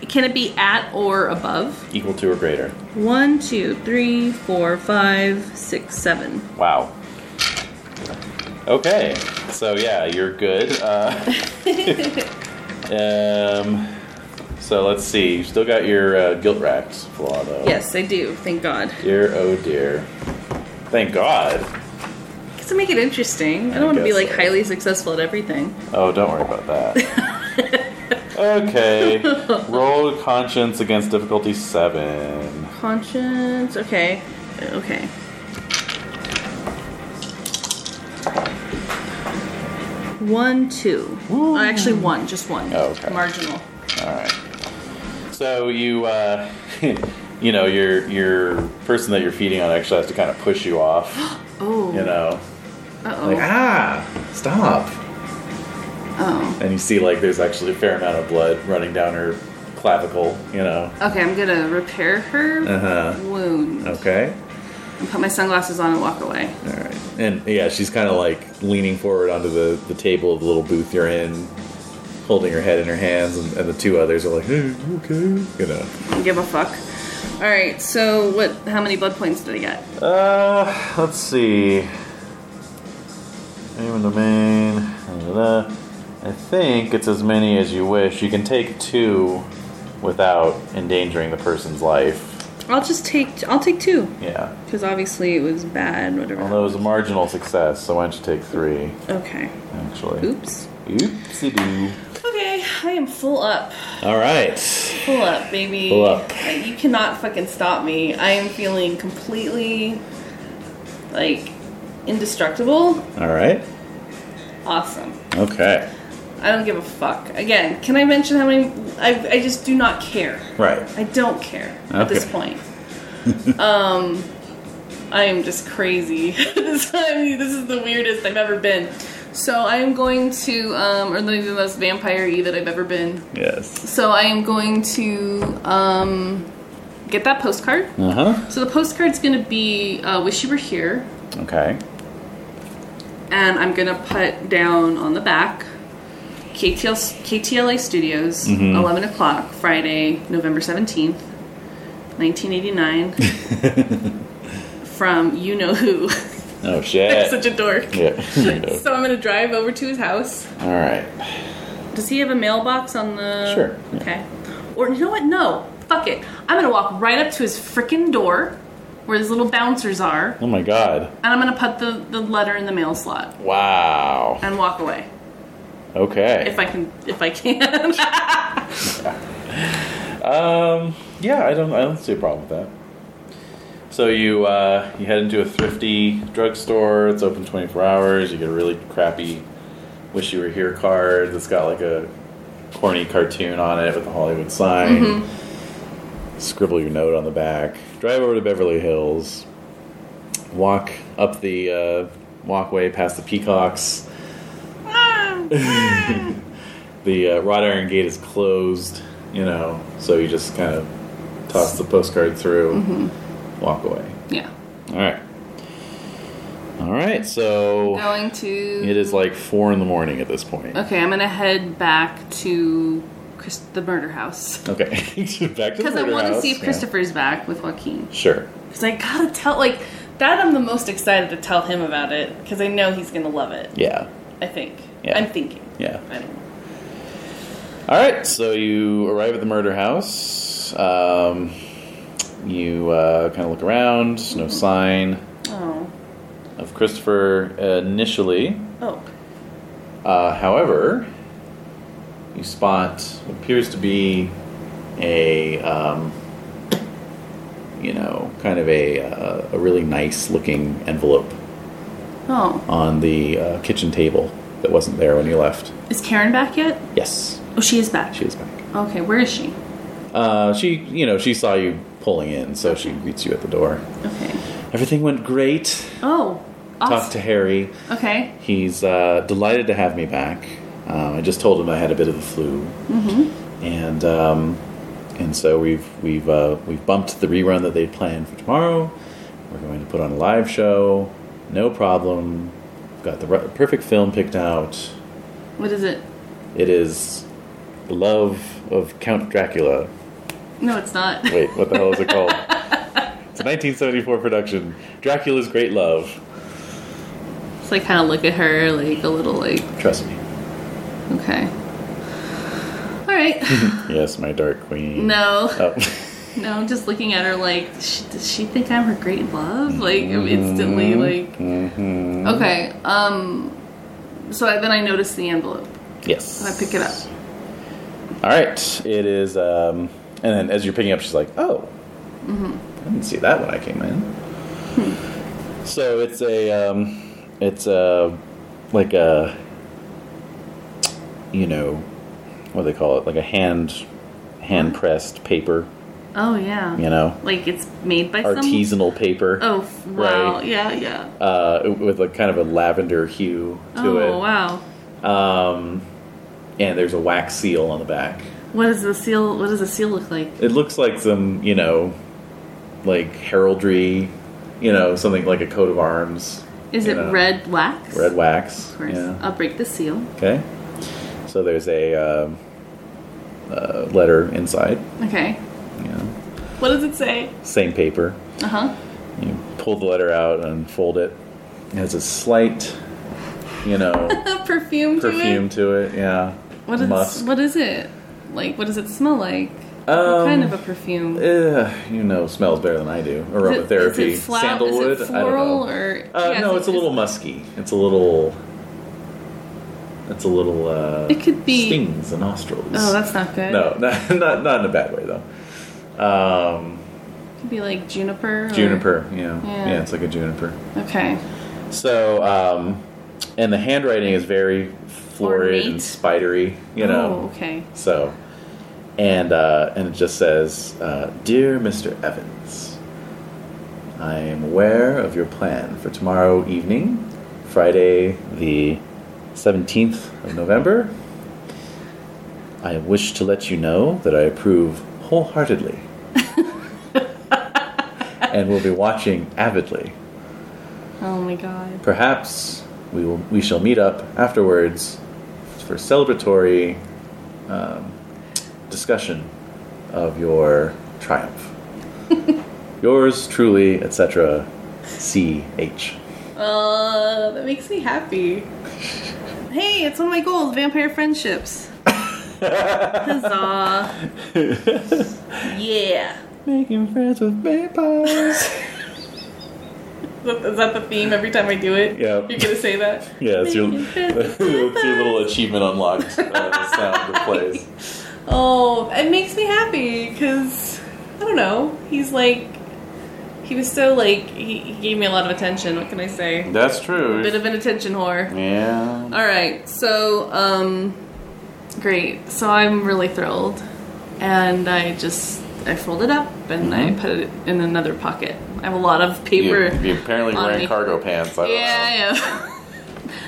Speaker 6: Can it be at or above?
Speaker 5: Equal to or greater.
Speaker 6: One, two, three, four, five, six, seven.
Speaker 5: Wow. Okay, so yeah, you're good. Uh, um, so let's see. You still got your uh, guilt racks flaw though.
Speaker 6: Yes, I do. Thank God.
Speaker 5: Dear, oh dear. Thank God.
Speaker 6: Because to make it interesting, I
Speaker 5: I
Speaker 6: don't want to be
Speaker 5: guess
Speaker 6: like
Speaker 5: so.
Speaker 6: highly successful at everything.
Speaker 5: Oh, don't worry about that. okay. Roll conscience against difficulty seven.
Speaker 6: Conscience. Okay. Okay. One, two. Oh, actually, one. Just one.
Speaker 5: Oh, okay.
Speaker 6: Marginal.
Speaker 5: All right. So you, uh, [laughs] you know, your your person that you're feeding on actually has to kind of push you off.
Speaker 6: Oh.
Speaker 5: You know.
Speaker 6: Uh-oh.
Speaker 5: Like, ah, stop.
Speaker 6: oh.
Speaker 5: And you see, like, there's actually a fair amount of blood running down her clavicle, you know.
Speaker 6: Okay, I'm gonna repair her
Speaker 5: Uh-huh.
Speaker 6: wound
Speaker 5: Okay.
Speaker 6: and put my sunglasses on and walk away.
Speaker 5: All right. And yeah, she's kind of like leaning forward onto the, the table of the little booth you're in, holding her head in her hands, and, and the two others are like, hey, you okay? You know.
Speaker 6: Don't Give a fuck. All right. So what? How many blood points did I get?
Speaker 5: Uh, let's see. Name of domain. da, da, da. I think it's as many as you wish. You can take two without endangering the person's life.
Speaker 6: I'll just take. I'll take two
Speaker 5: Yeah.
Speaker 6: because obviously it was bad. Whatever.
Speaker 5: Although it was a marginal success, so why don't you take three,
Speaker 6: okay.
Speaker 5: actually?
Speaker 6: Oops.
Speaker 5: Oopsie doo.
Speaker 6: Okay, I am full up.
Speaker 5: All right.
Speaker 6: Pull up, baby.
Speaker 5: Pull up.
Speaker 6: Uh, You cannot fucking stop me. I am feeling completely like indestructible.
Speaker 5: All right.
Speaker 6: Awesome.
Speaker 5: Okay.
Speaker 6: I don't give a fuck. Again, can I mention how many? I, I just do not care.
Speaker 5: Right.
Speaker 6: I don't care at this
Speaker 5: Okay.
Speaker 6: point. um, [laughs] I am just crazy. [laughs] this, I mean, this is the weirdest I've ever been. So I am going to, um, or maybe the most vampire-y that I've ever been.
Speaker 5: Yes.
Speaker 6: So I am going to um, get that postcard.
Speaker 5: Uh huh.
Speaker 6: So the postcard's going to be uh, "Wish You Were Here,"
Speaker 5: Okay.
Speaker 6: and I'm going to put down on the back KTL, KTLA Studios,
Speaker 5: Mm-hmm.
Speaker 6: 11 o'clock, Friday, November 17th,
Speaker 5: [laughs]
Speaker 6: 1989, from You Know Who. [laughs]
Speaker 5: Oh shit.
Speaker 6: Such a dork.
Speaker 5: yeah. you know.
Speaker 6: So I'm going to drive over to his house.
Speaker 5: [laughs] All right.
Speaker 6: Does he have a mailbox on the.
Speaker 5: Sure, yeah.
Speaker 6: Okay. Or you know what? No. Fuck it. I'm going to walk right up to his frickin' door where his little bouncers are,
Speaker 5: Oh my god.
Speaker 6: and I'm going to put the, the letter in the mail slot
Speaker 5: Wow.
Speaker 6: and walk away.
Speaker 5: Okay.
Speaker 6: If I can, if I can. [laughs]
Speaker 5: Um. Yeah, I don't. I don't see a problem with that. So you uh, you head into a thrifty drugstore. It's open twenty four hours. You get a really crappy "Wish You Were Here" card that's got like a corny cartoon on it with a Hollywood sign. Scribble your note on the back. Drive over to Beverly Hills. Walk up the uh, walkway past the peacocks. the uh, wrought iron gate is closed, you know, so you just kind of toss the postcard through,
Speaker 6: Mm-hmm.
Speaker 5: walk away.
Speaker 6: yeah.
Speaker 5: All right. All right,
Speaker 6: [laughs]
Speaker 5: so
Speaker 6: Going to.
Speaker 5: it is like four in the morning at this point.
Speaker 6: Okay, I'm going to head back to Chris, the murder house.
Speaker 5: Okay.
Speaker 6: [laughs]
Speaker 5: [laughs] Back to the
Speaker 6: Because I
Speaker 5: murder
Speaker 6: want to
Speaker 5: house.
Speaker 6: see if
Speaker 5: Yeah.
Speaker 6: Christopher's back with Joaquin.
Speaker 5: Sure.
Speaker 6: Because I gotta tell, like, that I'm the most excited to tell him about it. Because I know he's gonna love it.
Speaker 5: Yeah.
Speaker 6: I think.
Speaker 5: Yeah.
Speaker 6: I'm thinking.
Speaker 5: Yeah.
Speaker 6: I don't know.
Speaker 5: All right, so you arrive at the murder house. Um, you uh, kind of look around, no sign
Speaker 6: Oh.
Speaker 5: of Christopher initially.
Speaker 6: Oh.
Speaker 5: Uh, however, you spot what appears to be a, um, you know, kind of a, uh, a really nice looking envelope
Speaker 6: Oh.
Speaker 5: on the uh, kitchen table that wasn't there when you left.
Speaker 6: Is Karen back yet?
Speaker 5: Yes,
Speaker 6: Oh, she is back.
Speaker 5: she is back.
Speaker 6: Okay, where is she?
Speaker 5: Uh, she, you know, she saw you pulling in, so she greets you at the door.
Speaker 6: Okay.
Speaker 5: Everything went great.
Speaker 6: Oh. Awesome.
Speaker 5: Talked to Harry.
Speaker 6: Okay.
Speaker 5: He's uh, delighted to have me back. Um, I just told him I had a bit of the flu, and um, and so we've we've uh, we've bumped the rerun that they planned for tomorrow. We're going to put on a live show, no problem. Got the re- perfect film picked out.
Speaker 6: What is it?
Speaker 5: It is Love of Count Dracula.
Speaker 6: No, it's not.
Speaker 5: Wait, what the hell is it called? It's a 1974 production, Dracula's Great Love.
Speaker 6: So I kind of look at her, like, a little, like,
Speaker 5: Trust me.
Speaker 6: okay. All
Speaker 5: [laughs]
Speaker 6: right.
Speaker 5: Yes, my dark queen.
Speaker 6: no.
Speaker 5: Oh. [laughs]
Speaker 6: No, just looking at her like, sh- does she think I'm her great love? Like
Speaker 5: Mm-hmm.
Speaker 6: instantly, like. Okay. Um. So I, then I notice the envelope.
Speaker 5: Yes.
Speaker 6: And I pick it up.
Speaker 5: All right. It is, um, and then as you're picking up, she's like, "Oh,
Speaker 6: Mm-hmm.
Speaker 5: I didn't see that when I came in."
Speaker 6: Hmm.
Speaker 5: so it's a, um, it's a, like a, you know, what do they call it? Like a hand, hand pressed paper.
Speaker 6: Oh yeah.
Speaker 5: You know,
Speaker 6: Like it's made by some.
Speaker 5: artisanal paper.
Speaker 6: Oh f- wow!
Speaker 5: Right.
Speaker 6: Yeah, yeah.
Speaker 5: Uh, with a kind of a lavender hue to
Speaker 6: oh
Speaker 5: it.
Speaker 6: wow!
Speaker 5: Um, and there's a wax seal on the back.
Speaker 6: What does the seal? What does the seal look like?
Speaker 5: It looks like some, you know, like heraldry, you know, something like a coat of arms.
Speaker 6: Is
Speaker 5: you
Speaker 6: it
Speaker 5: know,
Speaker 6: red wax?
Speaker 5: Red wax.
Speaker 6: Of course.
Speaker 5: Yeah.
Speaker 6: I'll break the seal.
Speaker 5: Okay. So there's a um, uh, letter inside.
Speaker 6: Okay.
Speaker 5: Yeah.
Speaker 6: What does it say?
Speaker 5: Same paper.
Speaker 6: Uh huh.
Speaker 5: You pull the letter out and fold it. It has a slight,
Speaker 6: [laughs]
Speaker 5: you know,
Speaker 6: [laughs] perfume.
Speaker 5: perfume
Speaker 6: To
Speaker 5: to it. Yeah.
Speaker 6: it? What is?
Speaker 5: Musk.
Speaker 6: What is it? Like, what does it smell like? what
Speaker 5: Um,
Speaker 6: kind of a perfume?
Speaker 5: Eh, you know, smells better than I do.
Speaker 6: Is it-
Speaker 5: Aromatherapy.
Speaker 6: is it flow-
Speaker 5: Sandalwood.
Speaker 6: Is it
Speaker 5: I don't
Speaker 6: floral
Speaker 5: know.
Speaker 6: or
Speaker 5: Uh,
Speaker 6: yeah,
Speaker 5: no,
Speaker 6: so
Speaker 5: it's a little musky. It's a little. It's a little. Uh,
Speaker 6: It could be-
Speaker 5: stings the nostrils.
Speaker 6: Oh, that's not good.
Speaker 5: no, [laughs] not, not not in a bad way though. Um,
Speaker 6: it could be like juniper. Or...
Speaker 5: juniper, yeah. yeah,
Speaker 6: Yeah.
Speaker 5: it's like a juniper.
Speaker 6: Okay.
Speaker 5: So, um, and the handwriting is very florid and
Speaker 6: Ornate?
Speaker 5: spidery, you know.
Speaker 6: Oh, okay.
Speaker 5: So, and uh, and it just says, uh, "Dear Mr. Evans, I am aware of your plan for tomorrow evening, Friday the seventeenth of November. I wish to let you know that I approve wholeheartedly, and will be watching avidly.
Speaker 6: Oh my god.
Speaker 5: Perhaps we will we shall meet up afterwards for celebratory um, discussion of your
Speaker 6: [laughs]
Speaker 5: triumph. Yours truly, etc. C H.
Speaker 6: Uh, that makes me happy. Hey, it's one of my goals: vampire friendships. Huzzah! [laughs] yeah.
Speaker 5: Making friends with vampires.
Speaker 6: Is that- Is that the theme every time I do it?
Speaker 5: Yeah.
Speaker 6: You're gonna say that?
Speaker 5: [laughs] [laughs] yeah, it's your,
Speaker 6: Making
Speaker 5: [laughs]
Speaker 6: friends with
Speaker 5: that's your little achievement unlocked. Uh, the sound that
Speaker 6: [laughs]
Speaker 5: plays.
Speaker 6: Oh, it makes me happy because I don't know. He's like, he was so like he, he gave me a lot of attention. What can I say?
Speaker 5: That's
Speaker 6: A bit
Speaker 5: true.
Speaker 6: of an attention whore.
Speaker 5: Yeah.
Speaker 6: All right, so um, great. So I'm really thrilled, and I just I fold it up and I put it in another pocket. I have a lot of paper.
Speaker 5: You, you apparently
Speaker 6: on
Speaker 5: wearing
Speaker 6: me.
Speaker 5: cargo pants. I don't
Speaker 6: Yeah, yeah.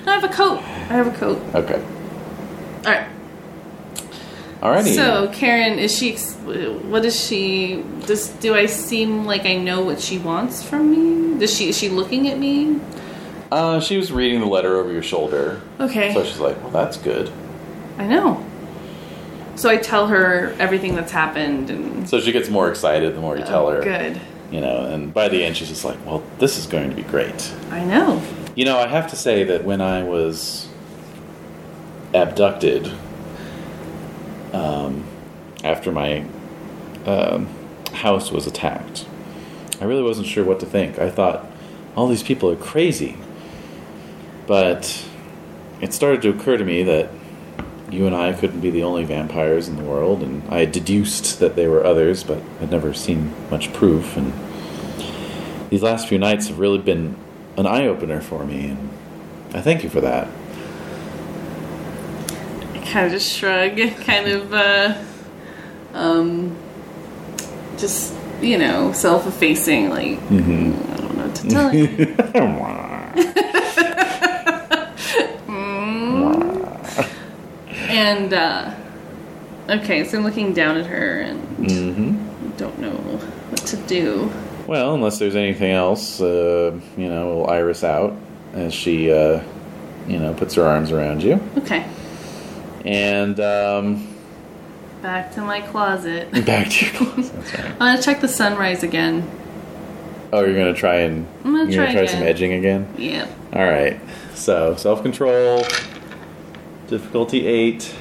Speaker 6: no, I have [laughs] a coat. I have a coat.
Speaker 5: know. Okay.
Speaker 6: All right.
Speaker 5: Alrighty.
Speaker 6: So Karen, is she? ex- What is she? Does do I seem like I know what she wants from me? Does she? Is she looking at me?
Speaker 5: Uh, she was reading the letter over your shoulder.
Speaker 6: Okay.
Speaker 5: So she's like, well, that's good.
Speaker 6: I know. So I tell her everything that's happened and.
Speaker 5: So she gets more excited the more you tell her.
Speaker 6: Oh, Good.
Speaker 5: You know, and by the end, she's just like, well, this is going to be great.
Speaker 6: I know.
Speaker 5: You know, I have to say that when I was abducted um, after my um, house was attacked, I really wasn't sure what to think. I thought, all these people are crazy. But it started to occur to me that you and I couldn't be the only vampires in the world, and I deduced that there were others, but had never seen much proof. And these last few nights have really been an eye opener for me, and I thank you for that. [laughs]
Speaker 6: I kind of just shrug, [laughs] kind of, uh, um, just, you know, self effacing, like,
Speaker 5: Mm-hmm.
Speaker 6: I don't know what to
Speaker 5: [laughs]
Speaker 6: tell you. [laughs] and, uh, okay, so I'm looking down at her and
Speaker 5: Mm-hmm.
Speaker 6: don't know what to do.
Speaker 5: Well, unless there's anything else, uh, you know, we'll iris out as she, uh, you know, puts her arms around you.
Speaker 6: Okay,
Speaker 5: And um, [laughs]
Speaker 6: back to my closet. [laughs]
Speaker 5: back to your closet. That's right.
Speaker 6: I'm gonna check the sunrise again.
Speaker 5: Oh, you're going to try and
Speaker 6: I'm gonna try
Speaker 5: you're gonna try some
Speaker 6: again.
Speaker 5: edging again?
Speaker 6: Yep.
Speaker 5: All right. So self control, difficulty eight.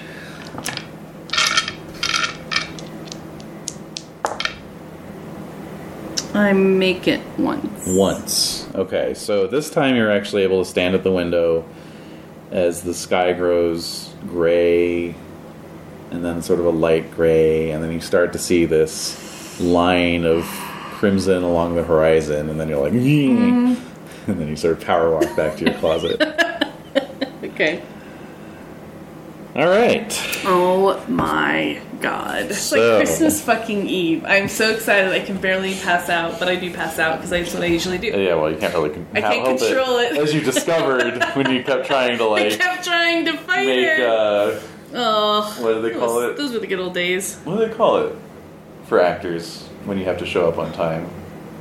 Speaker 6: I make it once.
Speaker 5: Once. Okay. So this time you're actually able to stand at the window as the sky grows gray and then sort of a light gray, and then you start to see this line of crimson along the horizon, and then you're like,
Speaker 6: Mm-hmm.
Speaker 5: and then you sort of power walk back to your
Speaker 6: [laughs]
Speaker 5: closet.
Speaker 6: Okay.
Speaker 5: All right.
Speaker 6: Oh my god. It's
Speaker 5: So-
Speaker 6: like Christmas fucking Eve. I'm so excited I can barely pass out, but I do pass out because that's what I usually do.
Speaker 5: Yeah, well, you can't really con-
Speaker 6: I can't
Speaker 5: help
Speaker 6: control it.
Speaker 5: As you discovered when you kept trying
Speaker 6: [laughs]
Speaker 5: to
Speaker 6: [laughs] I
Speaker 5: like
Speaker 6: kept trying to fight
Speaker 5: make
Speaker 6: her.
Speaker 5: uh,
Speaker 6: oh,
Speaker 5: what do they call
Speaker 6: those,
Speaker 5: it?
Speaker 6: those were the good old days.
Speaker 5: What do they call it for actors when you have to show up on time?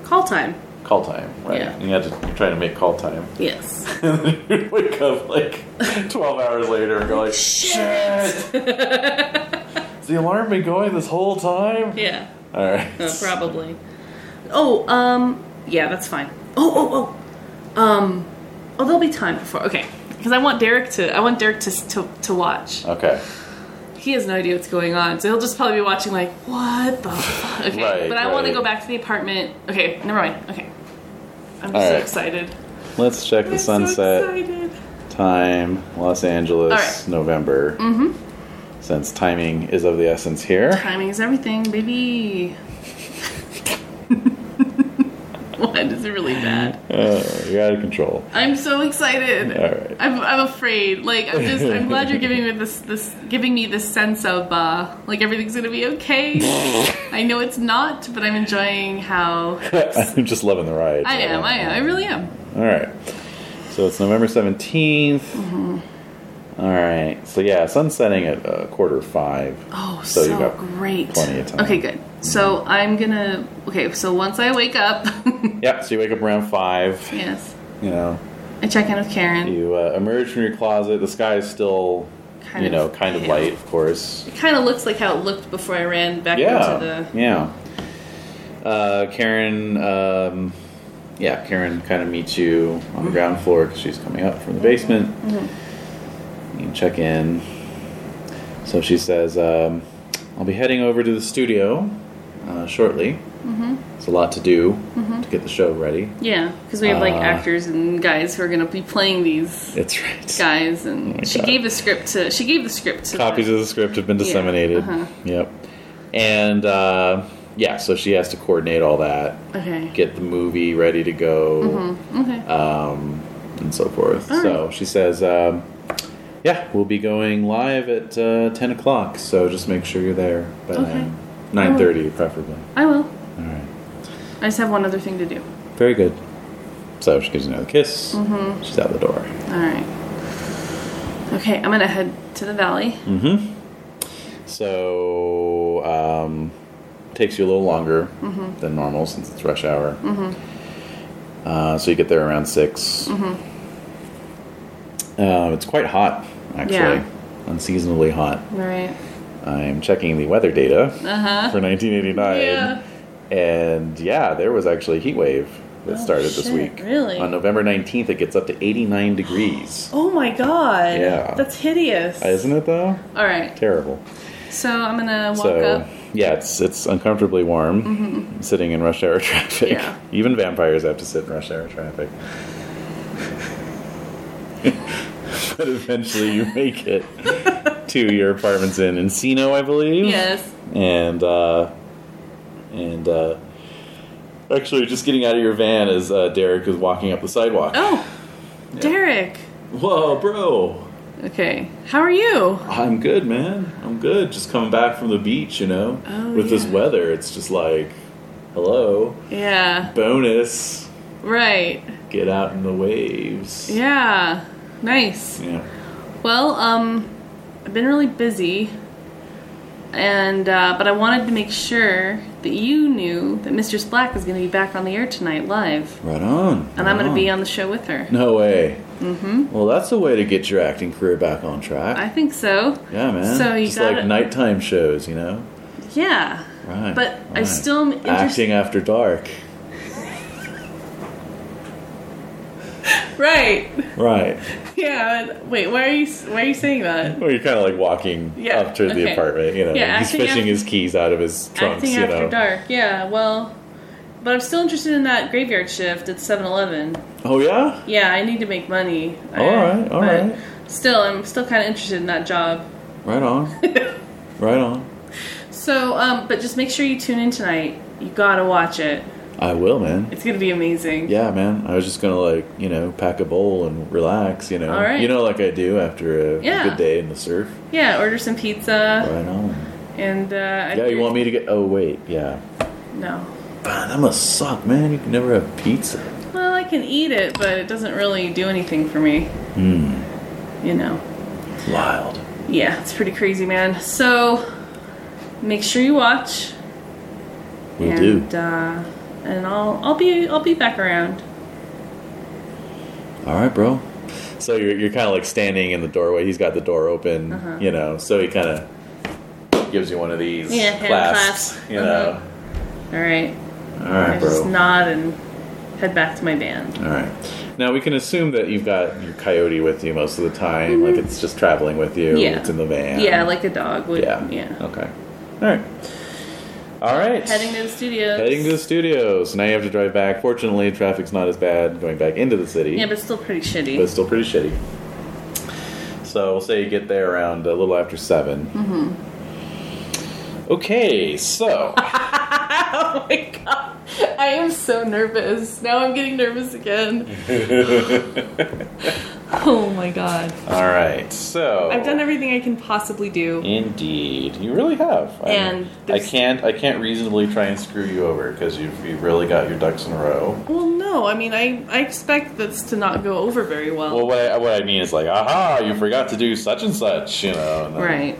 Speaker 6: Call time.
Speaker 5: Call time, right?
Speaker 6: Yeah.
Speaker 5: You had to try to make call time. [laughs]
Speaker 6: Yes.
Speaker 5: And then you'd wake up like 12 hours later and go like, shit!
Speaker 6: [laughs]
Speaker 5: Has the alarm been going this whole time?
Speaker 6: yeah.
Speaker 5: All right.
Speaker 6: Uh, probably. Oh, um, yeah, that's fine. Oh, oh, oh, um, oh, there'll be time before. Okay, because I want Derek to, I want Derek to, to to watch.
Speaker 5: Okay.
Speaker 6: He has no idea what's going on, so he'll just probably be watching like, what the? Fuck? Okay,
Speaker 5: Right,
Speaker 6: but I want to
Speaker 5: right.
Speaker 6: go back to the apartment. Okay, never mind. Okay, I'm
Speaker 5: All
Speaker 6: so
Speaker 5: right.
Speaker 6: excited.
Speaker 5: Let's check the
Speaker 6: I'm so
Speaker 5: sunset
Speaker 6: excited.
Speaker 5: time, Los Angeles,
Speaker 6: All right.
Speaker 5: November. Mm-hmm. Since timing is of the essence
Speaker 6: [laughs]
Speaker 5: here.
Speaker 6: Timing is everything, baby. what? that is really bad.
Speaker 5: Uh, you're out of control.
Speaker 6: I'm so excited.
Speaker 5: All right.
Speaker 6: I'm, I'm afraid. Like I'm just. I'm glad you're
Speaker 5: [laughs]
Speaker 6: giving me this. This giving me this sense of uh, like everything's gonna be
Speaker 5: [laughs]
Speaker 6: okay. I know it's not, but I'm enjoying how
Speaker 5: [laughs] I'm just loving the ride.
Speaker 6: I am. I am. I really am.
Speaker 5: All right. So it's November 17th.
Speaker 6: Mm-hmm.
Speaker 5: All right. So yeah, sun's setting at uh, quarter five.
Speaker 6: Oh,
Speaker 5: So
Speaker 6: so,
Speaker 5: you got
Speaker 6: great.
Speaker 5: plenty of time. Mm-hmm.
Speaker 6: Okay, good. So I'm gonna. Okay, so once I wake up, [laughs]
Speaker 5: Yeah, so you wake up around five.
Speaker 6: yes,
Speaker 5: You know,
Speaker 6: I check in with Karen.
Speaker 5: you uh, emerge from your closet. The sky is still,
Speaker 6: Kind
Speaker 5: you
Speaker 6: of
Speaker 5: know, kind of
Speaker 6: pale.
Speaker 5: light, of course.
Speaker 6: It kind of looks like how it looked before I ran back
Speaker 5: Yeah.
Speaker 6: into the.
Speaker 5: Yeah. Uh, Karen. Um, yeah, Karen kind of meets you
Speaker 6: Mm-hmm.
Speaker 5: on the ground floor because she's coming up from the basement.
Speaker 6: Mm-hmm.
Speaker 5: You check in. So she says, um, "I'll be heading over to the studio uh, shortly. Mm-hmm. It's a lot to do
Speaker 6: Mm-hmm.
Speaker 5: to get the show ready.
Speaker 6: Yeah, because we have like
Speaker 5: Uh,
Speaker 6: actors and guys who are gonna be playing these
Speaker 5: That's right.
Speaker 6: guys, and
Speaker 5: Oh my
Speaker 6: she
Speaker 5: God.
Speaker 6: gave the script to. She gave the script to.
Speaker 5: copies
Speaker 6: the,
Speaker 5: of the script have been disseminated.
Speaker 6: uh-huh.
Speaker 5: Yep. And uh, yeah, so she has to coordinate all that,
Speaker 6: Okay.
Speaker 5: get the movie ready to go,
Speaker 6: Mm-hmm. okay.
Speaker 5: Uh, and so forth.
Speaker 6: All
Speaker 5: So she says, um, "Yeah, we'll be going live at uh, ten o'clock. So just make sure you're there by
Speaker 6: Okay.
Speaker 5: nine nine thirty, preferably.
Speaker 6: I will.
Speaker 5: All right.
Speaker 6: I just have one other thing to do.
Speaker 5: Very good." So she gives you another kiss.
Speaker 6: Mm-hmm.
Speaker 5: She's out the door.
Speaker 6: All right. Okay, I'm gonna head to the valley.
Speaker 5: Mm. So, um, takes you a little longer
Speaker 6: Mm-hmm.
Speaker 5: than normal since it's rush hour. Uh, so you get there around 6
Speaker 6: Mm-hmm.
Speaker 5: Um, it's quite hot, actually.
Speaker 6: Yeah.
Speaker 5: Unseasonably hot.
Speaker 6: All right.
Speaker 5: I'm checking the weather data for 1989.
Speaker 6: Uh-huh. Yeah.
Speaker 5: And yeah, there was actually a heat wave that
Speaker 6: Oh,
Speaker 5: started this
Speaker 6: shit,
Speaker 5: week.
Speaker 6: really?
Speaker 5: On November 19th, it gets up to 89
Speaker 6: [gasps]
Speaker 5: degrees.
Speaker 6: Oh my god.
Speaker 5: Yeah.
Speaker 6: That's hideous.
Speaker 5: Isn't it, though?
Speaker 6: All right.
Speaker 5: Terrible.
Speaker 6: So I'm gonna walk up.
Speaker 5: so
Speaker 6: Mm-hmm.
Speaker 5: yeah, it's it's uncomfortably warm sitting in rush hour [laughs] traffic.
Speaker 6: Yeah.
Speaker 5: Even vampires have to sit in rush
Speaker 6: [laughs]
Speaker 5: hour traffic. [laughs] but eventually you make it to your apartments in Encino, I believe.
Speaker 6: Yes.
Speaker 5: And uh and uh actually just getting out of your van as uh, Derek is walking up the sidewalk.
Speaker 6: Oh, Derek.
Speaker 5: Whoa, bro.
Speaker 6: Okay. How are you?
Speaker 5: I'm good, man. I'm good. Just coming back from the beach, you know.
Speaker 6: Oh,
Speaker 5: With this
Speaker 6: yeah.
Speaker 5: weather, it's just like, hello,
Speaker 6: Yeah.
Speaker 5: bonus.
Speaker 6: Right.
Speaker 5: Get out in the waves.
Speaker 6: Yeah. Nice.
Speaker 5: Yeah.
Speaker 6: Well, um, I've been really busy, and uh, but I wanted to make sure that you knew that Mistress Black is going to be back on the air tonight live,
Speaker 5: Right on.
Speaker 6: and I'm going to
Speaker 5: Oh.
Speaker 6: be on the show with her.
Speaker 5: No way. Mm-hmm. Well, that's a way to get your acting career back on track.
Speaker 6: I think so.
Speaker 5: yeah, man.
Speaker 6: So you
Speaker 5: just
Speaker 6: got
Speaker 5: like nighttime shows, you know.
Speaker 6: Yeah.
Speaker 5: Right.
Speaker 6: But I
Speaker 5: right.
Speaker 6: still am interested.
Speaker 5: acting after dark.
Speaker 6: Right. [laughs]
Speaker 5: Right.
Speaker 6: Yeah. but- Wait. Why are you? s- Why are you saying that?
Speaker 5: Well, you're kind of like walking
Speaker 6: Yeah,
Speaker 5: up to the
Speaker 6: okay.
Speaker 5: apartment, you know.
Speaker 6: Yeah,
Speaker 5: he's
Speaker 6: acting
Speaker 5: fishing
Speaker 6: af-
Speaker 5: his keys out of his trunks,
Speaker 6: Acting
Speaker 5: you
Speaker 6: after
Speaker 5: know.
Speaker 6: dark. Yeah. Well, but I'm still interested in that graveyard shift at 7-Eleven.
Speaker 5: Oh yeah.
Speaker 6: Yeah, I need to make money.
Speaker 5: All right, all
Speaker 6: But
Speaker 5: right.
Speaker 6: Still, I'm still kind of interested in that job. [laughs]
Speaker 5: Right on. right on.
Speaker 6: So, um, but just make sure you tune in tonight. You gotta watch it.
Speaker 5: I will, man.
Speaker 6: It's gonna be amazing.
Speaker 5: Yeah, man. I was just gonna like, you know, pack a bowl and relax, you know.
Speaker 6: All right.
Speaker 5: You know like I do after a, a
Speaker 6: Yeah.
Speaker 5: good day in the surf.
Speaker 6: Yeah, order some pizza
Speaker 5: Right on.
Speaker 6: and. Uh, I
Speaker 5: Yeah, you want me to get oh wait, yeah.
Speaker 6: No.
Speaker 5: Ah, that must suck, man. You can never have pizza.
Speaker 6: Well, I can eat it, but it doesn't really do anything for me.
Speaker 5: Hmm.
Speaker 6: You know.
Speaker 5: Wild.
Speaker 6: Yeah, it's pretty crazy, man. So, make sure you watch.
Speaker 5: We
Speaker 6: and,
Speaker 5: do.
Speaker 6: Uh, and I'll I'll be I'll be back around.
Speaker 5: All right, bro. So you're you're kinda like standing in the doorway, he's got the door open,
Speaker 6: Uh-huh.
Speaker 5: you know, so he kinda gives you one of these
Speaker 6: Yeah, hand
Speaker 5: clasps,
Speaker 6: clasp.
Speaker 5: you know.
Speaker 6: All right.
Speaker 5: Uh-huh. All right,
Speaker 6: I
Speaker 5: bro.
Speaker 6: just nod and head back to my band.
Speaker 5: All right. Now we can assume that you've got your coyote with you most of the time. Like it's just traveling with you.
Speaker 6: Mm-hmm. Yeah.
Speaker 5: It's in the van.
Speaker 6: Yeah, like a dog would.
Speaker 5: yeah.
Speaker 6: Yeah. yeah.
Speaker 5: Okay. All right. All right.
Speaker 6: Heading to the studio.
Speaker 5: Heading to the studios. Now you have to drive back. Fortunately, traffic's not as bad going back into the city.
Speaker 6: Yeah, but it's still pretty
Speaker 5: but
Speaker 6: shitty.
Speaker 5: it's still pretty shitty. So we'll say you get there around a little after 7 Mm-hmm.
Speaker 6: Mm-hmm.
Speaker 5: Okay. So
Speaker 6: [laughs] oh my god. I am so nervous. Now I'm getting nervous again. oh my god.
Speaker 5: All right, so
Speaker 6: I've done everything I can possibly do.
Speaker 5: Indeed, you really have. I-
Speaker 6: And
Speaker 5: I
Speaker 6: there's-
Speaker 5: can't, I can't reasonably try and screw you over because you've, you've really got your ducks in a row.
Speaker 6: Well, no, I mean, I, I expect this to not go over very well.
Speaker 5: Well, what I, what I mean is like, aha, you forgot to do such and such, you know. and then-
Speaker 6: right.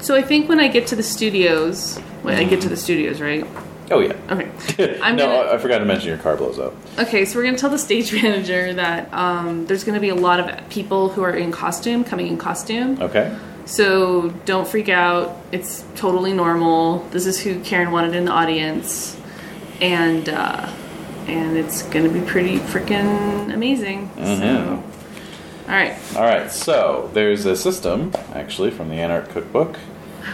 Speaker 6: So I think when I get to the studios, when I get to the studios, right?
Speaker 5: Oh yeah.
Speaker 6: Okay. I'm
Speaker 5: [laughs] no, uh,
Speaker 6: gonna,
Speaker 5: I I forgot to mention your car blows up.
Speaker 6: okay, so we're going to tell the stage [laughs] manager that um, there's going to be a lot of people who are in costume coming in costume.
Speaker 5: Okay.
Speaker 6: So don't freak out. It's totally normal. This is who Karen wanted in the audience, and uh, and it's gonna be pretty freaking amazing. So, all right.
Speaker 5: All right. So there's a system actually from the
Speaker 6: [laughs]
Speaker 5: Anarch Cookbook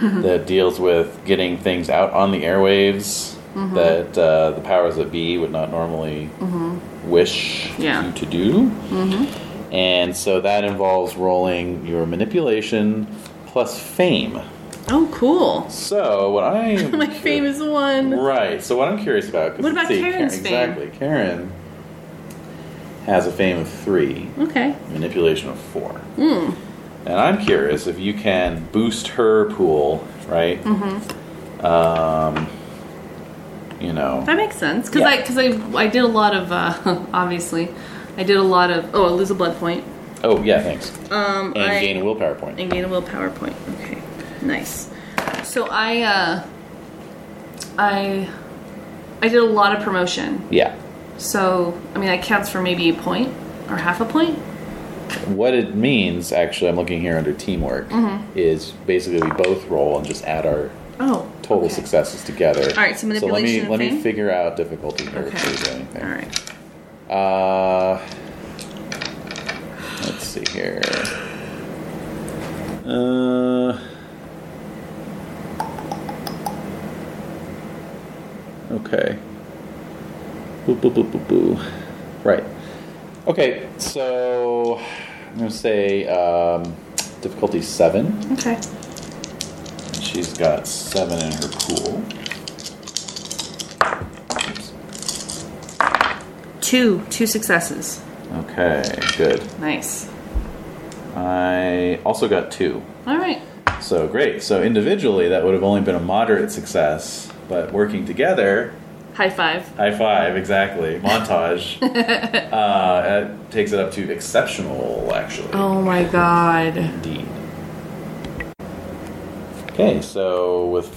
Speaker 5: that deals with getting things out on the airwaves
Speaker 6: Mm-hmm.
Speaker 5: that uh, the powers that be would not normally wish
Speaker 6: Mm-hmm. Yeah. Mm-hmm.
Speaker 5: you to do. And so that involves rolling your manipulation plus fame.
Speaker 6: Oh, cool. [laughs]
Speaker 5: So what I
Speaker 6: My fame is one.
Speaker 5: [laughs] Right. So what I'm curious about. 'cause
Speaker 6: What about
Speaker 5: let's see,
Speaker 6: Karen's
Speaker 5: Karen,
Speaker 6: fame?
Speaker 5: Exactly. Karen has a fame of three,
Speaker 6: Okay.
Speaker 5: manipulation of four. And I'm curious if you can boost her pool, right? Mm-hmm. Um, you know.
Speaker 6: That makes sense because
Speaker 5: Yeah.
Speaker 6: I because I I did a lot of uh, [laughs] obviously, I did a lot of oh I lose a blood point
Speaker 5: Oh yeah, thanks.
Speaker 6: um
Speaker 5: And
Speaker 6: I,
Speaker 5: gain a willpower point.
Speaker 6: and gain a willpower point. Okay, nice. So I, uh, I, I did a lot of promotion.
Speaker 5: Yeah.
Speaker 6: So I mean, that counts for maybe a point or half a point.
Speaker 5: What it means, actually, I'm looking here under teamwork,
Speaker 6: Mm-hmm.
Speaker 5: is basically we both roll and just add our
Speaker 6: Oh,
Speaker 5: total
Speaker 6: okay.
Speaker 5: successes together. All
Speaker 6: right, so
Speaker 5: let me
Speaker 6: manipulation of
Speaker 5: let me
Speaker 6: fame?
Speaker 5: figure out difficulty here.
Speaker 6: Okay.
Speaker 5: If there's anything.
Speaker 6: All right.
Speaker 5: Uh, let's see here. Uh, okay. Boo, boo, boo, boo, boo. Right. Okay, so I'm going to say um, difficulty seven.
Speaker 6: Okay.
Speaker 5: She's got seven in her pool. Oops.
Speaker 6: Two, two successes.
Speaker 5: Okay, good.
Speaker 6: Nice.
Speaker 5: I also got two.
Speaker 6: All right.
Speaker 5: So great. So individually, that would have only been a moderate success, but working together,
Speaker 6: High five.
Speaker 5: high five, exactly.
Speaker 6: [laughs]
Speaker 5: Montage uh, it takes it up to exceptional, actually.
Speaker 6: Oh my god.
Speaker 5: Indeed. Okay, so with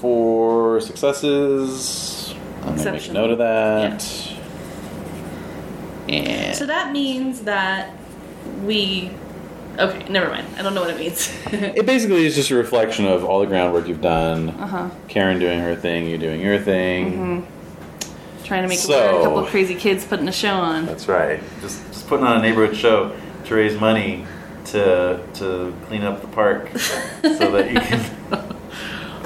Speaker 5: four successes, I'm gonna make a
Speaker 6: Exceptional.
Speaker 5: note of that. And
Speaker 6: So that means that we. Okay, never mind. I don't know what it means. [laughs]
Speaker 5: It basically is just a reflection of all the groundwork you've done.
Speaker 6: Uh-huh. Mm-hmm.
Speaker 5: Karen doing her thing, you doing your thing.
Speaker 6: Trying to make it
Speaker 5: So-
Speaker 6: work. a couple of crazy kids putting a show on.
Speaker 5: That's right. Just, just putting on a neighborhood show to raise money to to clean up the park so that you can.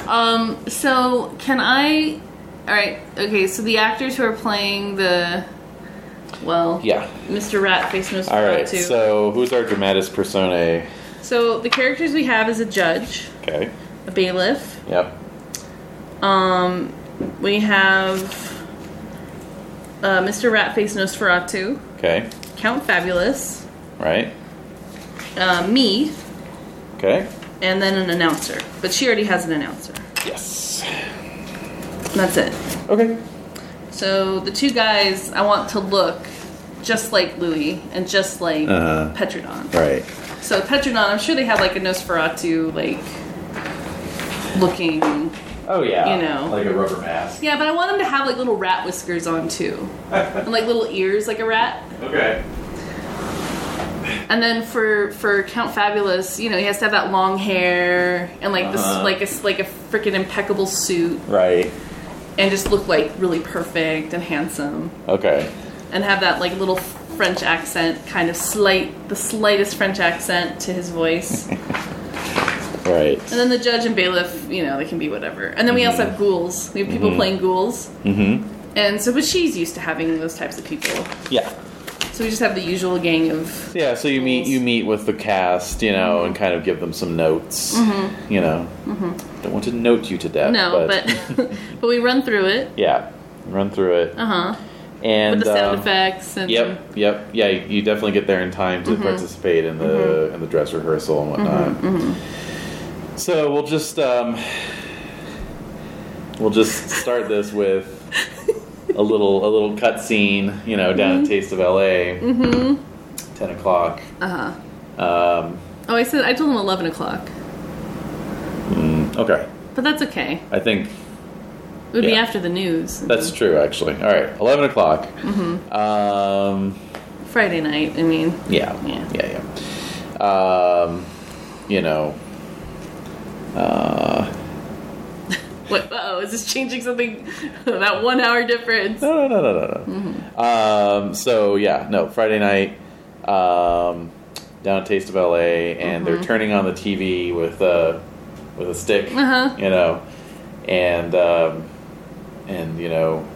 Speaker 6: Um, So can I? All right. Okay. So the actors who are playing the, well,
Speaker 5: Yeah.
Speaker 6: Mr. Rat Face Nose
Speaker 5: All right.
Speaker 6: Too. So,
Speaker 5: So who's our dramatis personae?
Speaker 6: the characters we have is a judge,
Speaker 5: Okay.
Speaker 6: a bailiff.
Speaker 5: Yep.
Speaker 6: Um, we have uh, Mr. Rat Face Nosferatu,
Speaker 5: Okay.
Speaker 6: Count Fabulous,
Speaker 5: Right.
Speaker 6: uh, me,
Speaker 5: Okay.
Speaker 6: and then an announcer. But she already has an announcer.
Speaker 5: Yes.
Speaker 6: That's it.
Speaker 5: Okay.
Speaker 6: So the two guys I want to look just like Louis and just like
Speaker 5: Uh-huh.
Speaker 6: Petrodon.
Speaker 5: All right.
Speaker 6: So Petrodon, I'm sure they had like a Nosferatu like looking.
Speaker 5: Oh yeah.
Speaker 6: You know.
Speaker 5: like a rubber mask.
Speaker 6: Yeah, but I want him to have like little rat whiskers on too, and like little ears like a rat.
Speaker 5: Okay.
Speaker 6: And then for for Count Fabulous, you know, he has to have that long hair and like
Speaker 5: Uh-huh.
Speaker 6: this like a like a freaking impeccable suit
Speaker 5: Right.
Speaker 6: and just look like really perfect and handsome
Speaker 5: Okay.
Speaker 6: and have that like little French accent, kind of slight the slightest French accent to his voice.
Speaker 5: [laughs] Right.
Speaker 6: And then the judge and bailiff, you know, they can be whatever. And then we also
Speaker 5: Mm-hmm.
Speaker 6: have ghouls. We have people playing ghouls. Mm-hmm. And so, but she's used to having those types of people.
Speaker 5: Yeah.
Speaker 6: So we just have the usual gang of.
Speaker 5: Yeah, so you meet you meet with the cast, you know, and kind of give them some notes,
Speaker 6: Mm-hmm.
Speaker 5: you know. Don't want to note you to death.
Speaker 6: [laughs] No, but but we run through it.
Speaker 5: yeah, run through it.
Speaker 6: Uh huh.
Speaker 5: And
Speaker 6: With the sound
Speaker 5: um,
Speaker 6: effects and
Speaker 5: Yep, yep, yeah. You you definitely get there in time to participate in the in the dress rehearsal and whatnot. So we'll just um, we'll just start this with a little a little cut scene, you know, down at Taste of L.A. Mm-hmm. Ten o'clock.
Speaker 6: Uh huh.
Speaker 5: Um,
Speaker 6: Oh, I said I told him eleven o'clock,
Speaker 5: mm, okay,
Speaker 6: but that's okay.
Speaker 5: I think
Speaker 6: It would be
Speaker 5: Yeah.
Speaker 6: after the news.
Speaker 5: that's true. Actually, all right, eleven o'clock. Um,
Speaker 6: Friday night. I mean,
Speaker 5: Yeah.
Speaker 6: Yeah.
Speaker 5: Yeah. yeah. Um, you know. Uh,
Speaker 6: what? Oh, is this changing something? [laughs] that one hour difference.
Speaker 5: no, no, no, no, no, no.
Speaker 6: Mm-hmm.
Speaker 5: Um, so yeah, no. Friday night, um, down at Taste of LA,
Speaker 6: Mm-hmm.
Speaker 5: and they're turning on the TV with a with a stick,
Speaker 6: Uh-huh.
Speaker 5: you know, and um, and you know,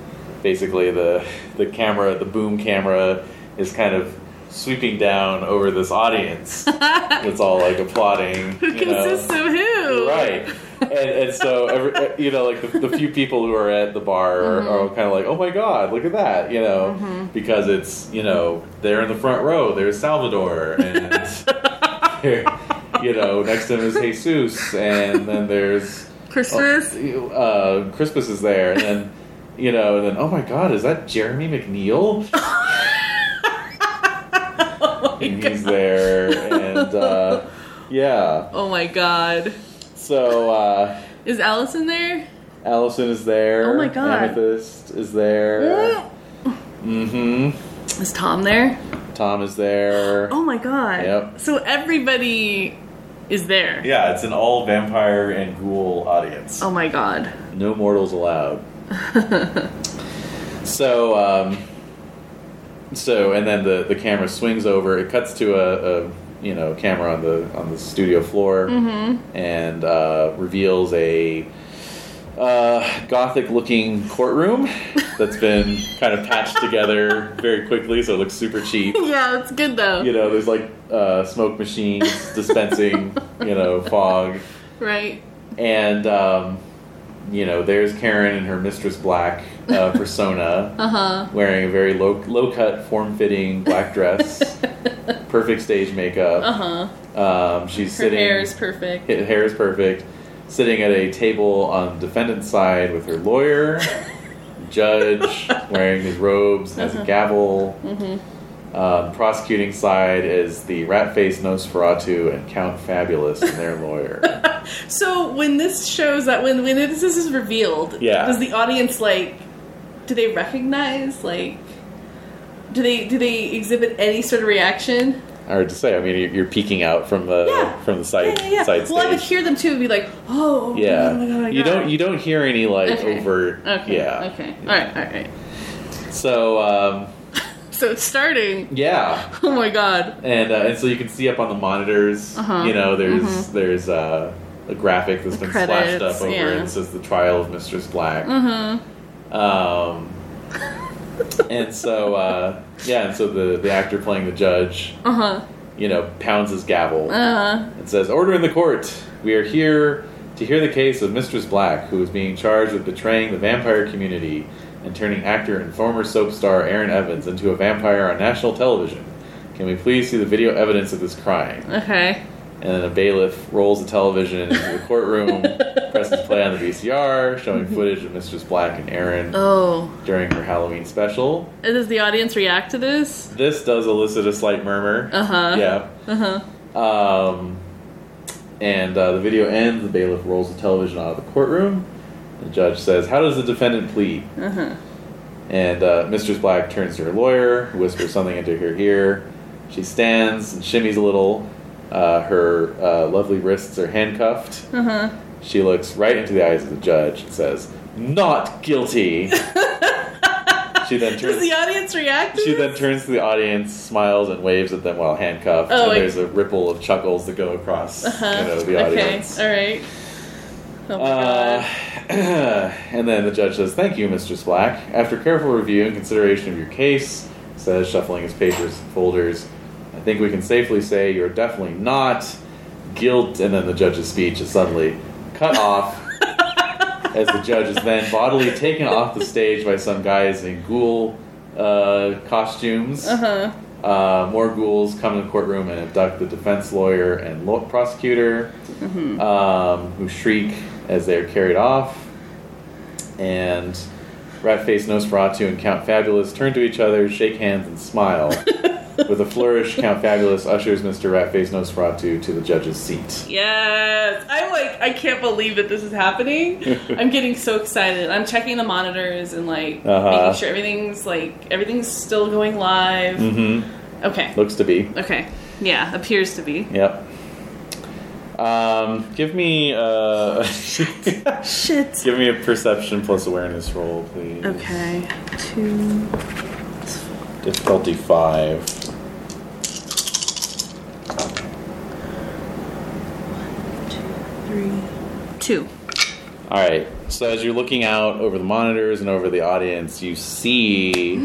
Speaker 5: basically the the camera, the boom camera, is kind of sweeping down over
Speaker 6: [laughs]
Speaker 5: this audience that's all like applauding.
Speaker 6: Who
Speaker 5: you know.
Speaker 6: consists of who?
Speaker 5: right and, and so every, you know like the, the few people who are at the bar
Speaker 6: Mm-hmm.
Speaker 5: are, are kind of like oh my god look at that you know because it's you know they're in the front row there's salvador
Speaker 6: [laughs]
Speaker 5: and they're- you know next to him is jesus and then there's
Speaker 6: Christmas.
Speaker 5: uh, christmas is there and then you know and then oh my god is that jeremy mcneil
Speaker 6: [laughs] Oh, my
Speaker 5: and
Speaker 6: God.
Speaker 5: he's there and uh, yeah
Speaker 6: Oh my god.
Speaker 5: so uh,
Speaker 6: Is Allison there?
Speaker 5: Allison is there.
Speaker 6: Oh my God.
Speaker 5: Amethyst is there. Mm-hmm.
Speaker 6: Is Tom there?
Speaker 5: Tom is there.
Speaker 6: Oh my god.
Speaker 5: Yep.
Speaker 6: So everybody is there.
Speaker 5: Yeah, it's an all vampire and ghoul audience.
Speaker 6: Oh my god.
Speaker 5: No
Speaker 6: [laughs]
Speaker 5: mortals allowed. so, um, so and then the the camera swings over. It cuts to a, a you know camera on the on the studio floor
Speaker 6: Mm-hmm.
Speaker 5: and uh, reveals a uh, gothic looking courtroom that's been kind of patched together very quickly, so it looks super cheap
Speaker 6: Yeah, it's good though.
Speaker 5: [laughs] you know, there's like uh, smoke machines
Speaker 6: [laughs]
Speaker 5: dispensing, you know, fog,
Speaker 6: Right?
Speaker 5: and um, you know, there's Karen in her Mistress Black
Speaker 6: [laughs]
Speaker 5: uh, persona,
Speaker 6: Uh huh.
Speaker 5: wearing a very low low cut, form fitting black
Speaker 6: [laughs]
Speaker 5: dress, perfect stage makeup.
Speaker 6: Uh huh.
Speaker 5: Um, she's
Speaker 6: Her
Speaker 5: sitting.
Speaker 6: hair is perfect.
Speaker 5: her hair is perfect. Sitting at a table on defendant's side with her
Speaker 6: [laughs]
Speaker 5: lawyer, judge, wearing his robes, has
Speaker 6: Uh-huh.
Speaker 5: a gavel.
Speaker 6: Mm-hmm.
Speaker 5: Um, prosecuting side is the rat face Nosferatu and Count Fabulous and
Speaker 6: [laughs]
Speaker 5: their lawyer.
Speaker 6: So when this shows that when when this is revealed,
Speaker 5: Yeah.
Speaker 6: does the audience like do they recognize like do they do they exhibit any sort of reaction?
Speaker 5: Hard to say. I mean, you're, you're peeking out from the
Speaker 6: Yeah.
Speaker 5: from the side
Speaker 6: yeah, yeah, yeah.
Speaker 5: side
Speaker 6: well, I would
Speaker 5: stage.
Speaker 6: hear them too and be like, "Oh, oh my
Speaker 5: yeah,
Speaker 6: God, oh my God, oh my
Speaker 5: you
Speaker 6: God.
Speaker 5: don't you don't hear any like
Speaker 6: Okay.
Speaker 5: overt.
Speaker 6: Okay.
Speaker 5: Yeah.
Speaker 6: Okay. All right. All right.
Speaker 5: So um,
Speaker 6: So it's starting. [laughs]
Speaker 5: yeah,
Speaker 6: Oh my god.
Speaker 5: and uh, and so you can see up on the monitors,
Speaker 6: Uh-huh.
Speaker 5: you know, there's there's uh, a graphic that's been splashed up
Speaker 6: credits,
Speaker 5: over
Speaker 6: yeah. Mm-hmm.
Speaker 5: and it says the trial of Mistress Black. Um, and so uh, yeah, and so the the actor playing the judge,
Speaker 6: Uh huh.
Speaker 5: you know, pounds his gavel
Speaker 6: Uh huh.
Speaker 5: and says, "Order in the court. We are here to hear the case of Mistress Black, who is being charged with betraying the vampire community and turning actor and former soap star Aaron Evans into a vampire on national television. Can we please see the video evidence of this crime?"
Speaker 6: Okay.
Speaker 5: And then a bailiff rolls the television into the courtroom, presses play on the VCR, showing footage of Mistress Black and Aaron
Speaker 6: Oh.
Speaker 5: during her Halloween special.
Speaker 6: And does the audience react to this?
Speaker 5: This does elicit a slight murmur.
Speaker 6: Uh-huh.
Speaker 5: Yeah.
Speaker 6: Uh huh.
Speaker 5: Um, and uh, the video ends. The bailiff rolls the television out of the courtroom. The judge says, "How does the defendant plead?"
Speaker 6: Uh huh.
Speaker 5: And uh, Mistress Black turns to her lawyer, who whispers something into her ear. She stands and shimmies a little. Uh, her uh, lovely wrists are handcuffed.
Speaker 6: Uh huh.
Speaker 5: She looks right into the eyes of the judge and says, "Not guilty." she then turns.
Speaker 6: Does the audience react? To
Speaker 5: She
Speaker 6: this?
Speaker 5: then turns to the audience, smiles, and waves at them while handcuffed.
Speaker 6: Oh,
Speaker 5: and
Speaker 6: I-
Speaker 5: there's a ripple of chuckles that go across you know, the
Speaker 6: okay.
Speaker 5: audience.
Speaker 6: All right. Oh my
Speaker 5: Uh, [clears throat]
Speaker 6: god.
Speaker 5: and then the judge says, "Thank you, Mistress Black. After careful review and consideration of your case," says, shuffling his papers and folders, "I think we can safely say you're definitely not guilt." And then the judge's speech is suddenly cut off as the judge is then bodily taken off the stage by some guys in ghoul uh, costumes.
Speaker 6: Uh-huh.
Speaker 5: Uh, more ghouls come in the courtroom and abduct the defense lawyer and lo- prosecutor, um, who shriek as they are carried off. And Ratface, Nosferatu, and Count Fabulous turn to each other, shake hands,
Speaker 6: [laughs]
Speaker 5: and smile. With a flourish, Count Fabulous ushers Mr. Ratface, Nosferatu to the judge's seat.
Speaker 6: Yes, I'm like I can't believe that this is happening. I'm getting so excited. I'm checking the monitors and like
Speaker 5: Uh-huh.
Speaker 6: making sure everything's like everything's still going live. Okay.
Speaker 5: Looks to be.
Speaker 6: Okay. Yeah, appears to be.
Speaker 5: Yep. Um, give me uh, [laughs]
Speaker 6: Shit.
Speaker 5: give me a perception plus awareness roll, please.
Speaker 6: Okay. Two.
Speaker 5: Difficulty five.
Speaker 6: Three. Two.
Speaker 5: All right. So as you're looking out over the monitors and over the audience, you
Speaker 6: [gasps]
Speaker 5: see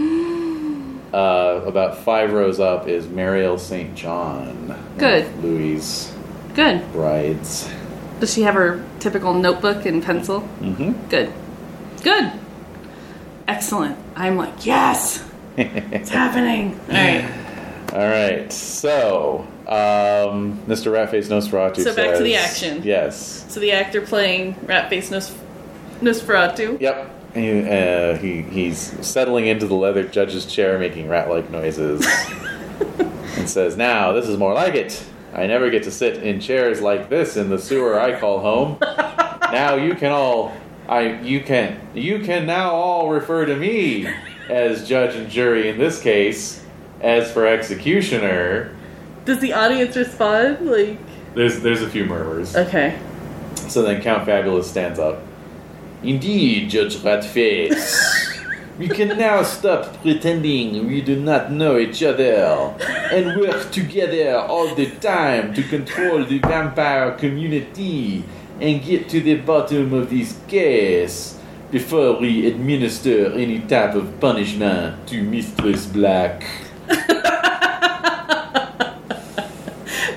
Speaker 5: uh, about five rows up is Mariel St. John. one of
Speaker 6: Good.
Speaker 5: Louis'
Speaker 6: Good.
Speaker 5: brides.
Speaker 6: Does she have her typical notebook and pencil? Mm-hmm. Good. Good. Excellent. I'm like, yes! it's happening. All right.
Speaker 5: All right. So um, Mr. Ratface Nosferatu.
Speaker 6: So back to the
Speaker 5: says-
Speaker 6: action.
Speaker 5: Yes.
Speaker 6: So the actor playing Ratface Nos- Nosferatu.
Speaker 5: Yep. He, uh, he he's settling into the leather judge's chair, making rat-like noises, and says, "Now this is more like it. I never get to sit in chairs like this in the sewer I call home. now you can all, I you can you can now all refer to me as judge and jury in this case. As for executioner,
Speaker 6: Does the audience respond? Like,
Speaker 5: there's there's a few murmurs.
Speaker 6: okay.
Speaker 5: So then Count Fabulous stands up. Indeed, Judge Ratface. we can now stop pretending we do not know each other and work together all the time to control the vampire community and get to the bottom of this case before we administer any type of punishment to Mistress Black.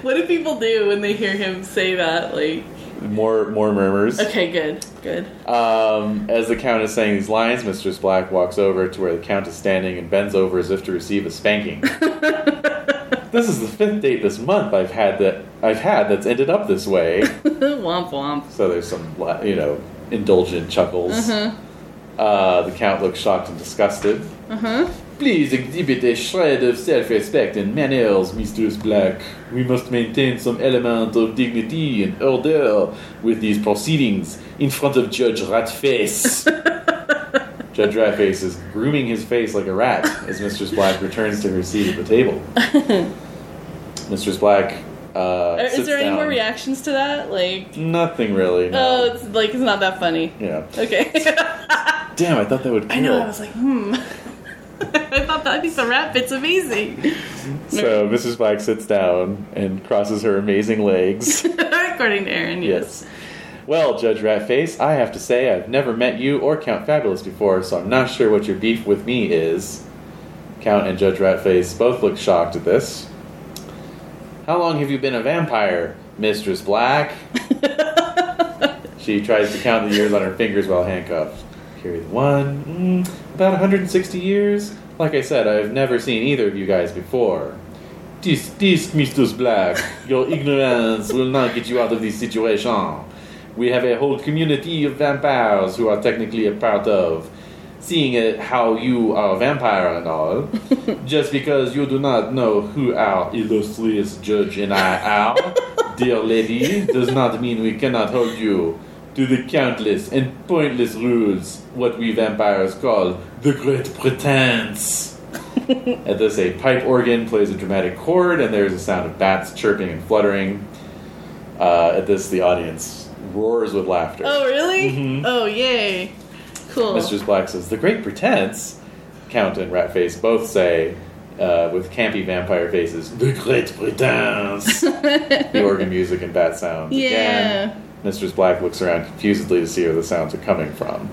Speaker 6: What do people do when they hear him say that? Like,
Speaker 5: More more murmurs.
Speaker 6: okay, good, good.
Speaker 5: Um, as the count is saying these lines, Mistress Black walks over to where the count is standing and bends over as if to receive a spanking. this is the fifth date this month I've had that I've had that's ended up this way.
Speaker 6: womp womp.
Speaker 5: so there's some la- you know indulgent chuckles.
Speaker 6: Mm-hmm.
Speaker 5: Uh, the count looks shocked and disgusted.
Speaker 6: Mm-hmm.
Speaker 5: Please exhibit a shred of self-respect and manners, Mistress Black. We must maintain some element of dignity and order with these proceedings in front of
Speaker 6: [laughs]
Speaker 5: Judge Ratface. Judge Ratface is grooming his face like a rat as Mistress Black returns to her seat
Speaker 6: [laughs]
Speaker 5: at the table. Mistress Black uh,
Speaker 6: Are-
Speaker 5: sits
Speaker 6: Is there any
Speaker 5: down.
Speaker 6: more reactions to that? Like,
Speaker 5: Nothing really. No.
Speaker 6: oh, it's like, it's not that funny.
Speaker 5: yeah.
Speaker 6: [laughs] Okay.
Speaker 5: Damn, I thought that would. Kill.
Speaker 6: I know. I was like, hmm. [laughs] I thought that piece of rap bit's amazing. [laughs]
Speaker 5: So Mrs. Black sits down and crosses her amazing
Speaker 6: [laughs]
Speaker 5: legs.
Speaker 6: According to Aaron, yes.
Speaker 5: yes. Well, Judge Ratface, I have to say I've never met you or Count Fabulous before, so I'm not sure what your beef with me is. Count and Judge Ratface both look shocked at this. How long have you been a vampire,
Speaker 6: [laughs]
Speaker 5: Mistress Black? she tries to count the years on her fingers while handcuffed. Carry the one. Mm, about 160 years. Like I said, I've never seen either of you guys before. This, this, Mistress Black, your ignorance will not get you out of this situation. We have a whole community of vampires who are technically a part of. Seeing it, how you are a vampire and all, just because you do not know who our illustrious judge and I are, dear lady, does not mean we cannot hold you to the countless and pointless rules, what we vampires call the great pretense. At this, a pipe organ plays a dramatic chord, and there's a sound of bats chirping and fluttering. Uh, at this, the audience roars with laughter.
Speaker 6: Oh, really?
Speaker 5: Mm-hmm.
Speaker 6: Oh, yay. Cool.
Speaker 5: Mistress Black says, The Great Pretense? Count and Ratface both say, uh, with campy vampire faces, The Great
Speaker 6: [laughs]
Speaker 5: Pretense! the organ music and bat sounds
Speaker 6: Yeah.
Speaker 5: again. Mistress Black looks around confusedly to see where the sounds are coming from.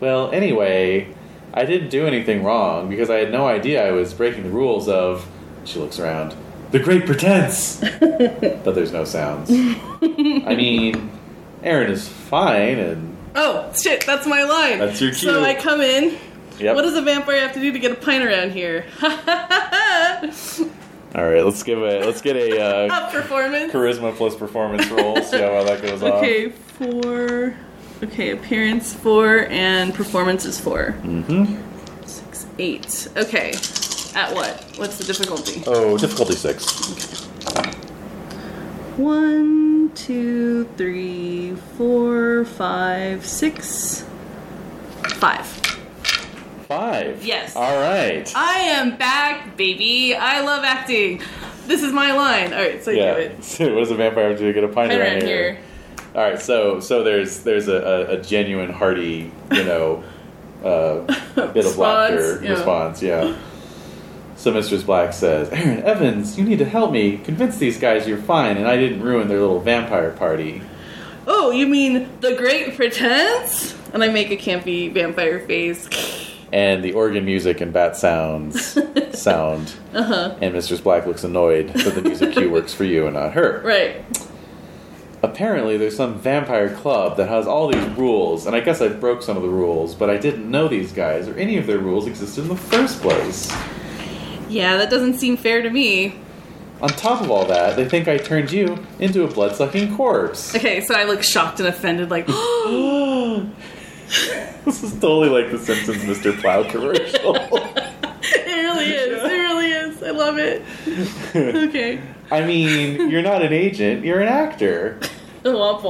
Speaker 5: Well, anyway, I didn't do anything wrong because I had no idea I was breaking the rules of. She looks around. The Great
Speaker 6: [laughs]
Speaker 5: Pretense! but there's no sounds. I mean, Aaron is fine and
Speaker 6: Oh shit, that's my line.
Speaker 5: That's your cue.
Speaker 6: So I come in.
Speaker 5: Yep.
Speaker 6: What does a vampire have to do to get a pint around here? [laughs]
Speaker 5: All right, let's give a let's get a uh,
Speaker 6: Up performance.
Speaker 5: charisma plus performance roll. See how well that goes off.
Speaker 6: Okay, four. Okay, appearance four and performance is 4 Mm-hmm. Six, eight. Okay. At what? What's the difficulty?
Speaker 5: Oh, difficulty six.
Speaker 6: One, two, three, four, five, six, five.
Speaker 5: Five.
Speaker 6: Yes.
Speaker 5: All right.
Speaker 6: I am back, baby. I love acting. This is my line. All right, so you do
Speaker 5: [laughs] yeah.
Speaker 6: it.
Speaker 5: So what does a vampire do to get a pint
Speaker 6: Pint
Speaker 5: around,
Speaker 6: around
Speaker 5: here?
Speaker 6: here.
Speaker 5: All right. So so there's there's a, a, a genuine hearty you know uh, bit of
Speaker 6: Response,
Speaker 5: laughter
Speaker 6: yeah.
Speaker 5: response. Yeah. So Mistress Black says, Aaron Evans, you need to help me convince these guys you're fine and I didn't ruin their little vampire party.
Speaker 6: Oh, you mean the great pretense? And I make a campy vampire face.
Speaker 5: and the organ music and
Speaker 6: [laughs]
Speaker 5: bat sounds sound.
Speaker 6: Uh-huh.
Speaker 5: And Mistress Black looks annoyed that the music cue works for you and not her.
Speaker 6: right.
Speaker 5: Apparently, there's some vampire club that has all these rules, and I guess I broke some of the rules, but I didn't know these guys or any of their rules existed in the first place.
Speaker 6: Yeah, that doesn't seem fair to me.
Speaker 5: On top of all that, they think I turned you into a blood sucking corpse.
Speaker 6: Okay, so I look shocked and offended, like, [gasps]
Speaker 5: [gasps] this is totally like the Simpsons Mr. Plow
Speaker 6: [laughs]
Speaker 5: commercial.
Speaker 6: it really is. It really is. I love [laughs] it. Okay.
Speaker 5: I mean, you're not an agent, you're an actor.
Speaker 6: Oh, Womp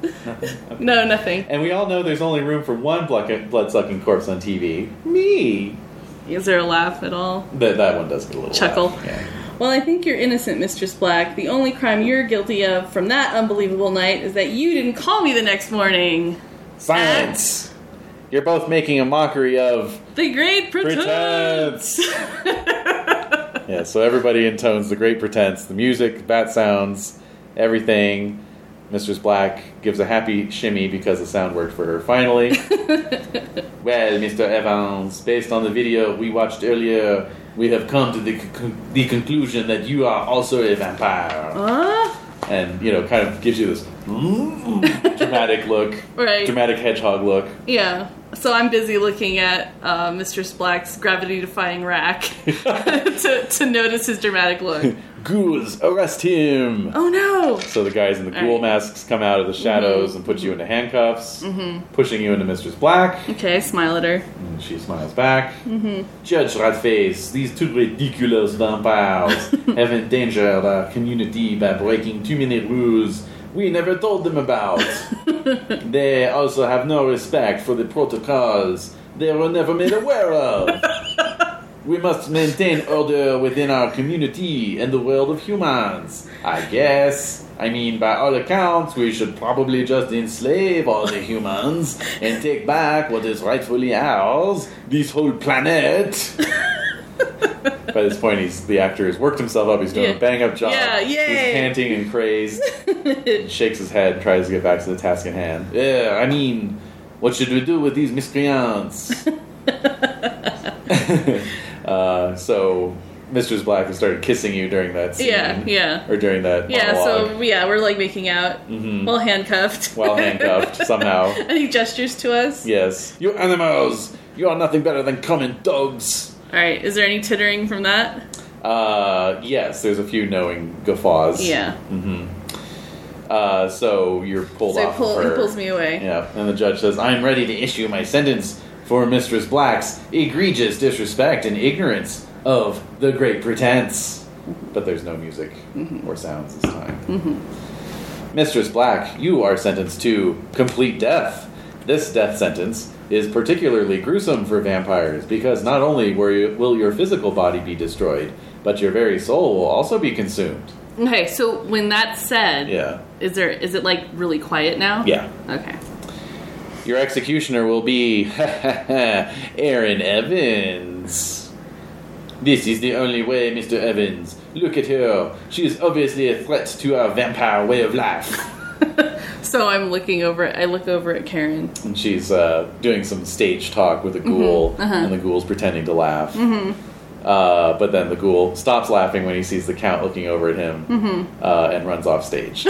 Speaker 6: womp. No, nothing.
Speaker 5: And we all know there's only room for one blood sucking corpse on TV. Me.
Speaker 6: Is there a laugh at all?
Speaker 5: That that one does get a little
Speaker 6: Chuckle.
Speaker 5: laugh, yeah.
Speaker 6: Well, I think you're innocent, Mistress Black. The only crime you're guilty of from that unbelievable night is that you didn't call me the next morning.
Speaker 5: Silence. You're both making a mockery of
Speaker 6: The great pretense.
Speaker 5: pretense. yeah. So everybody intones the great pretense. The music, the bat sounds, everything. Mistress Black gives a happy shimmy because the sound worked for her finally. well, Mr. Evans, based on the video we watched earlier, we have come to the, con- the conclusion that you are also a vampire.
Speaker 6: Huh?
Speaker 5: and you know kind of gives you this mm, dramatic look
Speaker 6: Right.
Speaker 5: dramatic hedgehog look
Speaker 6: Yeah. So I'm busy looking at uh, Mistress Black's gravity-defying
Speaker 5: [laughs]
Speaker 6: rack to, to notice his dramatic look.
Speaker 5: ghouls arrest him
Speaker 6: Oh no!
Speaker 5: so the guys in the
Speaker 6: All
Speaker 5: ghoul
Speaker 6: right. Mm-hmm.
Speaker 5: masks come out of the shadows and put you into handcuffs pushing you into mistress black
Speaker 6: Okay, I smile at her.
Speaker 5: and she smiles back
Speaker 6: Mm-hmm.
Speaker 5: judge ratface these two
Speaker 6: [laughs]
Speaker 5: ridiculous vampires have endangered our community by breaking too many rules we never told them about They also have no respect for the protocols they were never made aware of. we must maintain order within our community and the world of humans. I guess. I mean, by all accounts, we should probably just enslave all the humans and take back what is rightfully ours, this whole planet. By this point, he's the actor has worked himself up. He's doing
Speaker 6: Yeah.
Speaker 5: a bang up job.
Speaker 6: Yeah,
Speaker 5: He's
Speaker 6: yay.
Speaker 5: panting and
Speaker 6: [laughs]
Speaker 5: crazed shakes his head, tries to get back to the task at hand. Yeah, I mean, what should we do with
Speaker 6: [laughs]
Speaker 5: these miscreants? [laughs] uh, so, Mistress Black has started kissing you during that scene.
Speaker 6: Yeah, yeah.
Speaker 5: Or during that
Speaker 6: Yeah,
Speaker 5: monologue.
Speaker 6: so yeah, we're like making out while handcuffed. [laughs]
Speaker 5: While handcuffed, somehow.
Speaker 6: and he gestures to us.
Speaker 5: Yes. You animals! You are nothing better than common dogs!
Speaker 6: All right, is there any tittering from that?
Speaker 5: Uh, yes, there's a few knowing guffaws.
Speaker 6: Yeah.
Speaker 5: Uh, so you're pulled
Speaker 6: So
Speaker 5: off
Speaker 6: he,
Speaker 5: of
Speaker 6: pull, he
Speaker 5: her.
Speaker 6: pulls me away.
Speaker 5: Yeah, and the judge says, I'm ready to issue my sentence for Mistress Black's egregious disrespect and ignorance of the great pretense. But there's no music or sounds this time. Mistress Black, you are sentenced to complete death. This death sentence is particularly gruesome for vampires because not only were you, will your physical body be destroyed, but your very soul will also be consumed.
Speaker 6: Okay, so when that's said,
Speaker 5: Yeah.
Speaker 6: is there is it like really quiet now?
Speaker 5: Yeah.
Speaker 6: Okay.
Speaker 5: Your executioner will be [laughs] Aaron Evans. This is the only way, Mr. Evans. Look at her. She is obviously a threat to our vampire way of life.
Speaker 6: So I'm looking over. I look over at Karen.
Speaker 5: And she's uh, doing some stage talk with a ghoul, and the ghoul's pretending to laugh. Uh, but then the ghoul stops laughing when he sees the count looking over at him uh, and runs off stage.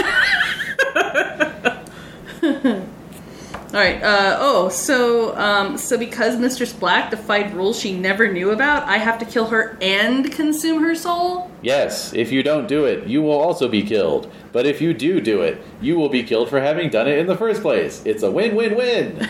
Speaker 6: All right. Uh, oh, so um, so because Mistress Black defied rules she never knew about, I have to kill her and consume her soul.
Speaker 5: Yes, if you don't do it, you will also be killed. But if you do do it, you will be killed for having done it in the first place. It's a win-win-win.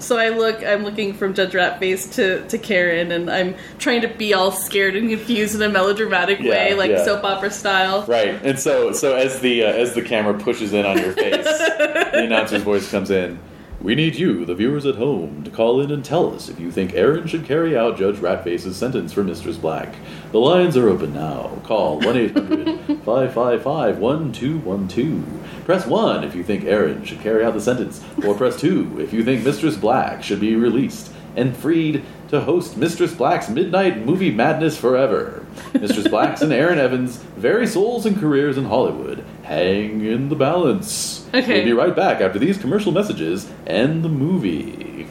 Speaker 6: So I look. I'm looking from Judge Ratface to to Karen, and I'm trying to be all scared and confused in a melodramatic
Speaker 5: Yeah,
Speaker 6: way, like
Speaker 5: yeah.
Speaker 6: soap opera style.
Speaker 5: right. And so, so as the uh, as the camera pushes in on your face, the announcer's voice comes in. We need you, the viewers at home, to call in and tell us if you think Aaron should carry out Judge Ratface's sentence for Mistress Black. The lines are open now. Call 1 800 555 1212. Press 1 if you think Aaron should carry out the sentence, or press 2 if you think Mistress Black should be released and freed to host Mistress Black's Midnight Movie Madness forever. Mistress Black's and Aaron Evans' very souls and careers in Hollywood hang in the balance.
Speaker 6: Okay.
Speaker 5: We'll be right back after these commercial messages and the
Speaker 6: [laughs]
Speaker 5: movie.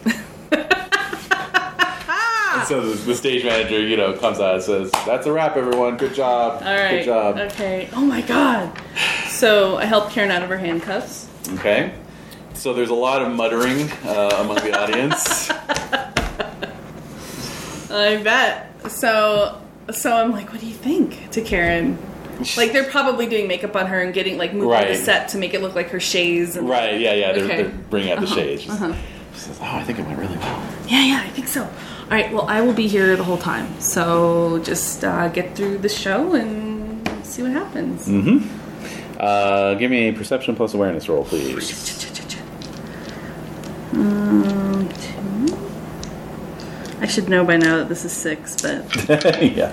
Speaker 5: And so the, the stage manager, you know, comes out and says, "That's a wrap, everyone. Good job.
Speaker 6: All right.
Speaker 5: Good job."
Speaker 6: Okay. Oh my god. So I help Karen out of her handcuffs.
Speaker 5: Okay. So there's a lot of muttering uh, among the
Speaker 6: [laughs]
Speaker 5: audience.
Speaker 6: I bet. So so I'm like, what do you think to Karen? Like they're probably doing makeup on her and getting like moving the
Speaker 5: Right.
Speaker 6: set to make it look like her shades. And,
Speaker 5: right? Yeah, yeah. They're,
Speaker 6: Okay. Uh-huh.
Speaker 5: they're bringing out the shades. She says, "Oh, I think it went really well."
Speaker 6: Yeah, yeah, I think so. All right. Well, I will be here the whole time. So just uh, get through the show and see what happens.
Speaker 5: Uh, give me a perception plus awareness roll, please. [laughs]
Speaker 6: Um, two. I should know by now that this is six, but
Speaker 5: yeah.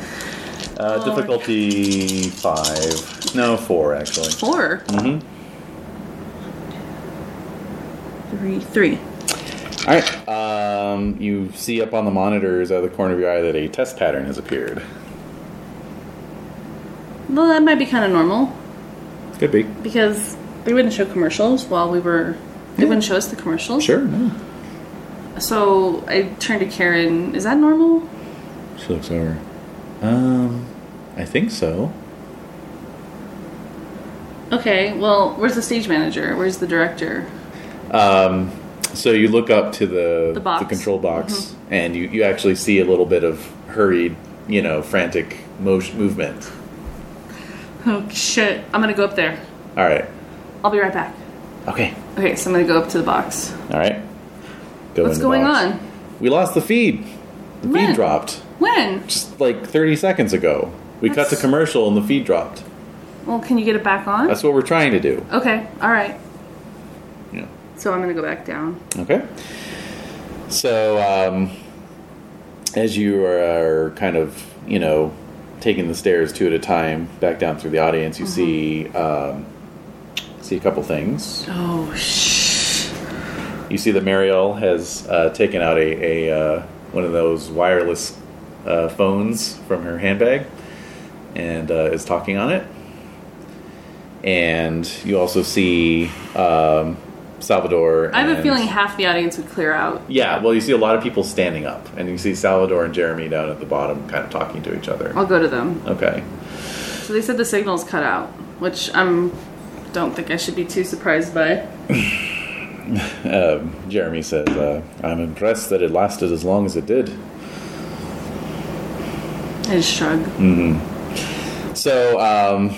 Speaker 5: Uh, difficulty five. No, four actually.
Speaker 6: 4
Speaker 5: Mhm.
Speaker 6: Three, three.
Speaker 5: All right. Um, you see up on the monitors out of the corner of your eye that a test pattern has appeared.
Speaker 6: Well, that might be kind of normal
Speaker 5: Could be.
Speaker 6: because they wouldn't show commercials while we were. They wouldn't show us the commercials.
Speaker 5: Sure. No.
Speaker 6: So I turned to Karen. Is that normal?
Speaker 5: She looks over. Um, I think so.
Speaker 6: Okay. Well, where's the stage manager? Where's the director?
Speaker 5: Um, so you look up to the
Speaker 6: The box. Mm-hmm.
Speaker 5: control box, and you, you actually see a little bit of hurried, you know, frantic motion, movement.
Speaker 6: Oh shit! I'm gonna go up there.
Speaker 5: All right.
Speaker 6: I'll be right back.
Speaker 5: Okay.
Speaker 6: Okay, so I'm gonna go up to the box.
Speaker 5: All right. Go
Speaker 6: What's
Speaker 5: in the
Speaker 6: going
Speaker 5: box.
Speaker 6: on?
Speaker 5: We lost the feed. The
Speaker 6: When?
Speaker 5: feed dropped
Speaker 6: When?
Speaker 5: just like 30 seconds ago. We cut
Speaker 6: That's-
Speaker 5: to commercial and the feed dropped.
Speaker 6: Well, can you get it back on?
Speaker 5: That's what we're trying to do.
Speaker 6: Okay. All right.
Speaker 5: Yeah.
Speaker 6: So I'm gonna go back down.
Speaker 5: Okay. So, um, as you are kind of, you know, taking the stairs two at a time back down through the audience, you see um, see a couple things.
Speaker 6: Oh shh.
Speaker 5: You see that Mariel has uh, taken out a, a uh, one of those wireless uh, phones from her handbag and uh, is talking on it. And you also see um, Salvador.
Speaker 6: I have a
Speaker 5: and-
Speaker 6: feeling half the audience would clear out.
Speaker 5: Yeah, well, you see a lot of people standing up, and you see Salvador and Jeremy down at the bottom, kind of talking to each other.
Speaker 6: I'll go to them.
Speaker 5: Okay.
Speaker 6: So they said the signal's cut out, which I'm don't think I should be too surprised by.
Speaker 5: Um, Jeremy says, uh, "I'm impressed that it lasted as long as it did."
Speaker 6: I just shrug.
Speaker 5: So, um,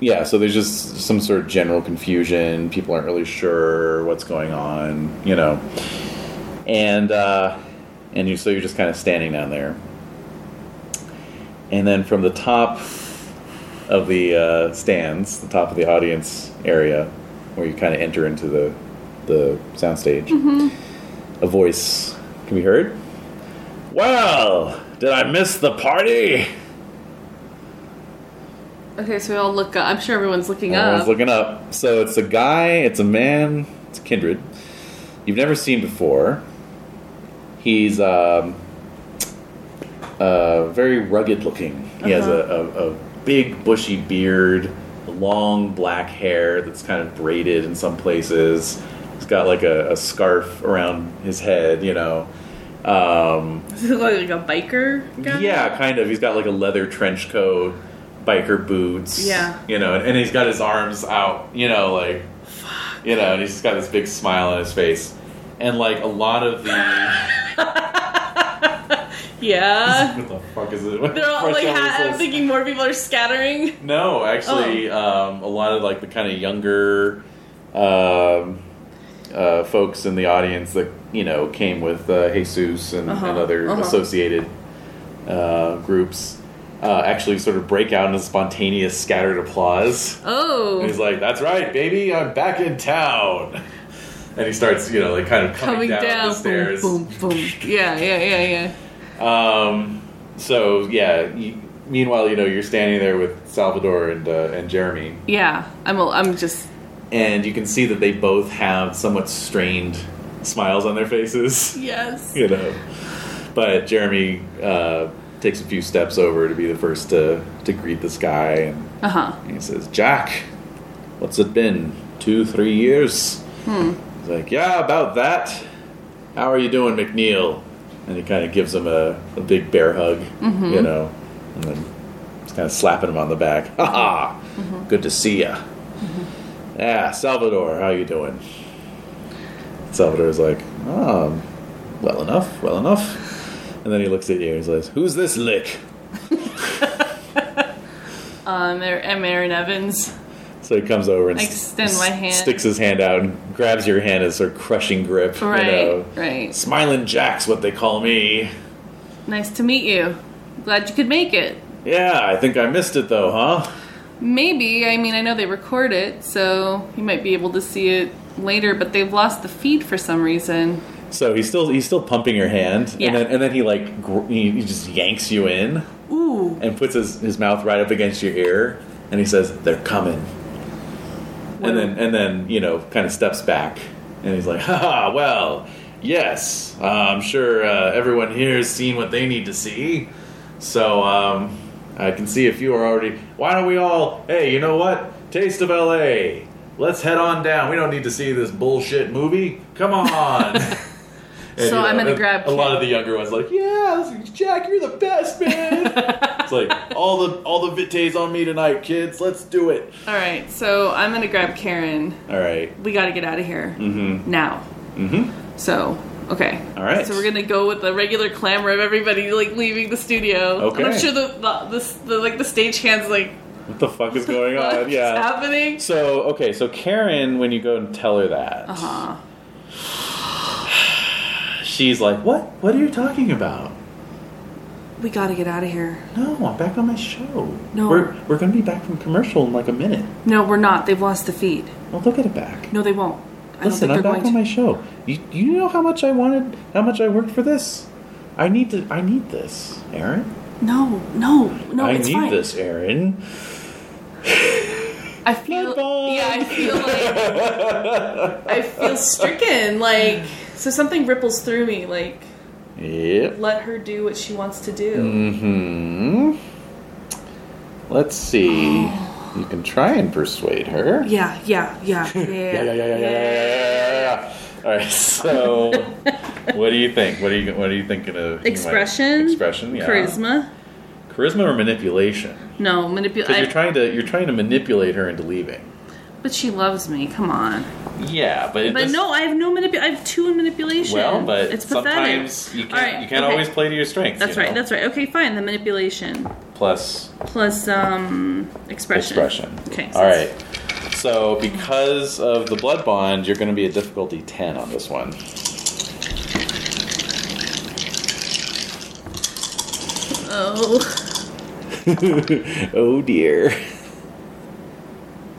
Speaker 5: yeah, so there's just some sort of general confusion. People aren't really sure what's going on, you know. And uh, and you so you're just kind of standing down there. And then from the top of the uh, stands, the top of the audience area, where you kind of enter into the the soundstage, a voice can be heard. Well, did I miss the party?
Speaker 6: Okay, so we all look up. I'm sure everyone's looking
Speaker 5: Everyone's
Speaker 6: up.
Speaker 5: looking up. So it's a guy, it's a man, it's kindred. You've never seen before. He's um, uh, very rugged looking. He has a,
Speaker 6: Uh-huh.
Speaker 5: a, a big bushy beard, long black hair that's kind of braided in some places. He's got like a, a scarf around his head, you know. Um,
Speaker 6: Does he look [laughs] like a biker guy?
Speaker 5: yeah, kind of. He's got like a leather trench coat, biker boots.
Speaker 6: Yeah.
Speaker 5: You know, and, and he's got his arms out, you know, like you know, and he's just got this big smile on his face. And like a lot of
Speaker 6: [laughs]
Speaker 5: the [laughs]
Speaker 6: Yeah.
Speaker 5: what the fuck is it? What
Speaker 6: They're all like,
Speaker 5: the hell is
Speaker 6: ha- I'm
Speaker 5: this?
Speaker 6: thinking more people are scattering.
Speaker 5: No, actually,
Speaker 6: Oh.
Speaker 5: um, a lot of like the kind of younger um, uh, folks in the audience that you know came with uh, Jesus and,
Speaker 6: Uh-huh,
Speaker 5: and other
Speaker 6: uh-huh.
Speaker 5: associated uh, groups uh, actually sort of break out into spontaneous scattered applause. And he's
Speaker 6: Oh.
Speaker 5: like, "That's right, baby, I'm back in town." And he starts, you know, like kind of coming,
Speaker 6: Coming
Speaker 5: down,
Speaker 6: down.
Speaker 5: the stairs.
Speaker 6: Boom, boom, boom. Yeah, yeah, yeah, yeah.
Speaker 5: Um, so yeah. You, meanwhile, you know, you're standing there with Salvador and uh, and Jeremy,
Speaker 6: Yeah. I'm, a, I'm just.
Speaker 5: and you can see that they both have somewhat strained smiles on their faces. [laughs]
Speaker 6: Yes.
Speaker 5: You know, but Jeremy uh, takes a few steps over to be the first to to greet this guy, and
Speaker 6: Uh huh.
Speaker 5: he says, "Jack, what's it been? Two, three years?" He's like, "Yeah, about that. How are you doing, McNeil?" And he kind of gives him a, a big bear hug, you know, and then just kind of slapping him on the back. [laughs] Ha ha! Good to see ya. Yeah, Salvador, how you doing? Salvador's like, um, well enough, well enough. And then he looks at you and says, "Who's this lick?"
Speaker 6: Um, I'm Aaron Evans.
Speaker 5: So he comes over and
Speaker 6: I
Speaker 5: st-
Speaker 6: extend my
Speaker 5: st-
Speaker 6: hand.
Speaker 5: sticks his hand out, and grabs your hand as a crushing grip. you
Speaker 6: Right,
Speaker 5: know.
Speaker 6: right.
Speaker 5: Smiling Jack's what they call me.
Speaker 6: Nice to meet you. Glad you could make it.
Speaker 5: Yeah, I think I missed it though, huh?
Speaker 6: Maybe. I mean, I know they record it, so you might be able to see it later, but they've lost the feed for some reason.
Speaker 5: So he's still he's still pumping your hand,
Speaker 6: Yeah.
Speaker 5: and then and then he like gr- he, he just yanks you in
Speaker 6: Ooh.
Speaker 5: and puts his, his mouth right up against your ear, and he says, "They're coming." And then and then you know kind of steps back, and he's like, "Ha ha! Well, yes, uh, I'm sure uh, everyone here has seen what they need to see, so um, I can see if you are already. Why don't we all? Hey, you know what? Taste of L.A. Let's head on down. We don't need to see this bullshit movie.
Speaker 6: [laughs]
Speaker 5: Come on." And,
Speaker 6: So I'm gonna
Speaker 5: and
Speaker 6: grab
Speaker 5: a lot
Speaker 6: Kit.
Speaker 5: of the younger ones. Like, yeah, this is- Jack, you're the best
Speaker 6: [laughs]
Speaker 5: man. It's like all the all the vites on me tonight, kids. Let's do it.
Speaker 6: All right, so I'm going to grab Karen.
Speaker 5: All right.
Speaker 6: We got to get out of here now. Mm-hmm. So, okay.
Speaker 5: All right.
Speaker 6: So we're going to go with the regular clamor of everybody like leaving the studio.
Speaker 5: Okay.
Speaker 6: And I'm sure the, the, the, the like the stagehands like
Speaker 5: What the
Speaker 6: [laughs]
Speaker 5: fuck is going on?
Speaker 6: what's
Speaker 5: Oh Yeah.
Speaker 6: happening?
Speaker 5: So okay, so Karen, when you go and tell her that,
Speaker 6: Uh-huh.
Speaker 5: she's like, "What? What are you talking about?
Speaker 6: We got to get out of here.
Speaker 5: No, I'm back on my show.
Speaker 6: No.
Speaker 5: we're we're gonna be back from commercial in like a minute.
Speaker 6: No, we're not. They've lost the feed.
Speaker 5: Well, they'll get it back.
Speaker 6: No, they won't. I
Speaker 5: Listen,
Speaker 6: don't think they're
Speaker 5: I'm back on
Speaker 6: going
Speaker 5: my
Speaker 6: to.
Speaker 5: show. You you know how much I wanted, how much I worked for this. I need to. I need this, Aaron.
Speaker 6: No, no, no.
Speaker 5: I
Speaker 6: it's
Speaker 5: need
Speaker 6: fine.
Speaker 5: this, Aaron.
Speaker 6: I feel.
Speaker 5: Blood
Speaker 6: Yeah, I feel like I feel stricken. Like so, something ripples through me. Like
Speaker 5: Yep.
Speaker 6: let her do what she wants to do.
Speaker 5: Mm. Hmm.
Speaker 6: [sighs]
Speaker 5: Let's see. You can try and persuade her.
Speaker 6: Yeah, yeah, yeah,
Speaker 5: [laughs]
Speaker 6: yeah, yeah,
Speaker 5: All right. So, [laughs] what do you think? What are you What are you thinking of? you might-
Speaker 6: Expression,
Speaker 5: Expression. Yeah.
Speaker 6: Charisma.
Speaker 5: Charisma or manipulation?
Speaker 6: No,
Speaker 5: Because you're
Speaker 6: manipulate.
Speaker 5: trying to you're trying to manipulate her into leaving.
Speaker 6: but she loves me. Come on.
Speaker 5: Yeah, but it
Speaker 6: But
Speaker 5: does-
Speaker 6: no, I have no manipulation. I have two in manipulation.
Speaker 5: Well, but
Speaker 6: it's pathetic.
Speaker 5: sometimes you can't
Speaker 6: All right,
Speaker 5: you can't
Speaker 6: okay.
Speaker 5: always play to your strengths.
Speaker 6: That's
Speaker 5: you
Speaker 6: right.
Speaker 5: know?
Speaker 6: That's right. Okay, fine. The manipulation
Speaker 5: plus
Speaker 6: plus um expression.
Speaker 5: expression.
Speaker 6: Okay. so
Speaker 5: All
Speaker 6: it's-
Speaker 5: right. So because of the blood bond, you're going to be a difficulty ten on this one.
Speaker 6: Oh,
Speaker 5: [laughs] oh dear.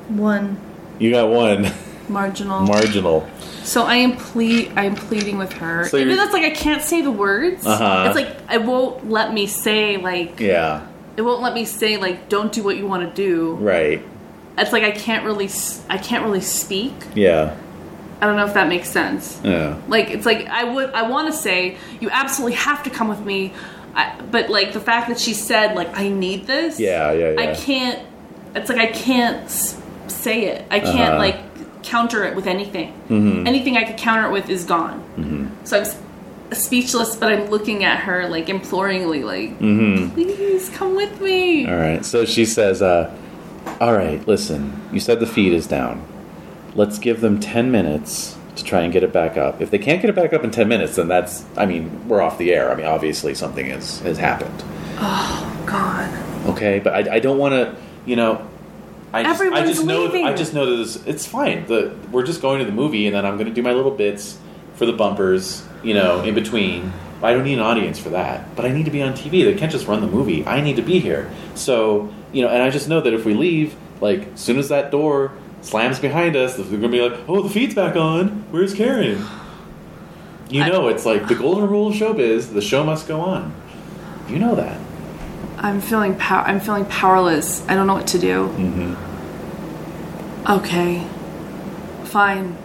Speaker 6: one
Speaker 5: You got one
Speaker 6: marginal.
Speaker 5: marginal.
Speaker 6: so I am ple- I am pleading with her.
Speaker 5: So
Speaker 6: Even
Speaker 5: you're-
Speaker 6: though that's like I can't say the words.
Speaker 5: Uh-huh.
Speaker 6: It's like it won't let me say like
Speaker 5: Yeah.
Speaker 6: it won't let me say like don't do what you want to do.
Speaker 5: Right.
Speaker 6: It's like I can't really s- I can't really speak.
Speaker 5: Yeah.
Speaker 6: I don't know if that makes sense.
Speaker 5: Yeah.
Speaker 6: Like it's like I would I want to say you absolutely have to come with me, I, but like the fact that she said like I need this.
Speaker 5: Yeah, yeah, yeah.
Speaker 6: I can't. It's like I can't s- say it. I can't
Speaker 5: Uh-huh. Mm-hmm.
Speaker 6: like counter it with anything. Anything I could counter it with is gone. So I'm s- speechless, but I'm looking at her like imploringly, like
Speaker 5: Mm-hmm.
Speaker 6: please come with me.
Speaker 5: Uh, All right. So she says, uh, "All right, listen. You said the feed is down. Let's give them 10 minutes to try and get it back up. If they can't get it back up in 10 minutes, then that's, I mean, we're off the air. I mean, obviously something has, has happened.
Speaker 6: God.
Speaker 5: Okay, but I, I don't want to, you know. I just, I
Speaker 6: Everyone's
Speaker 5: just know.
Speaker 6: leaving.
Speaker 5: I just know that this, it's fine. The, we're just going to the movie, and then I'm going to do my little bits for the bumpers, you know, in between. I don't need an audience for that, but I need to be on TV. They can't just run the movie. I need to be here. So, you know, and I just know that if we leave, like, as soon as that door slams behind us, they're going to be like, "Oh, the feed's back on. Where's Karen?" You
Speaker 6: I-
Speaker 5: know, it's like the golden rule of showbiz: the show must go on. You know that.
Speaker 6: I'm feeling pow- I'm feeling powerless. I don't know what to do.
Speaker 5: Mm-hmm.
Speaker 6: Okay. Fine.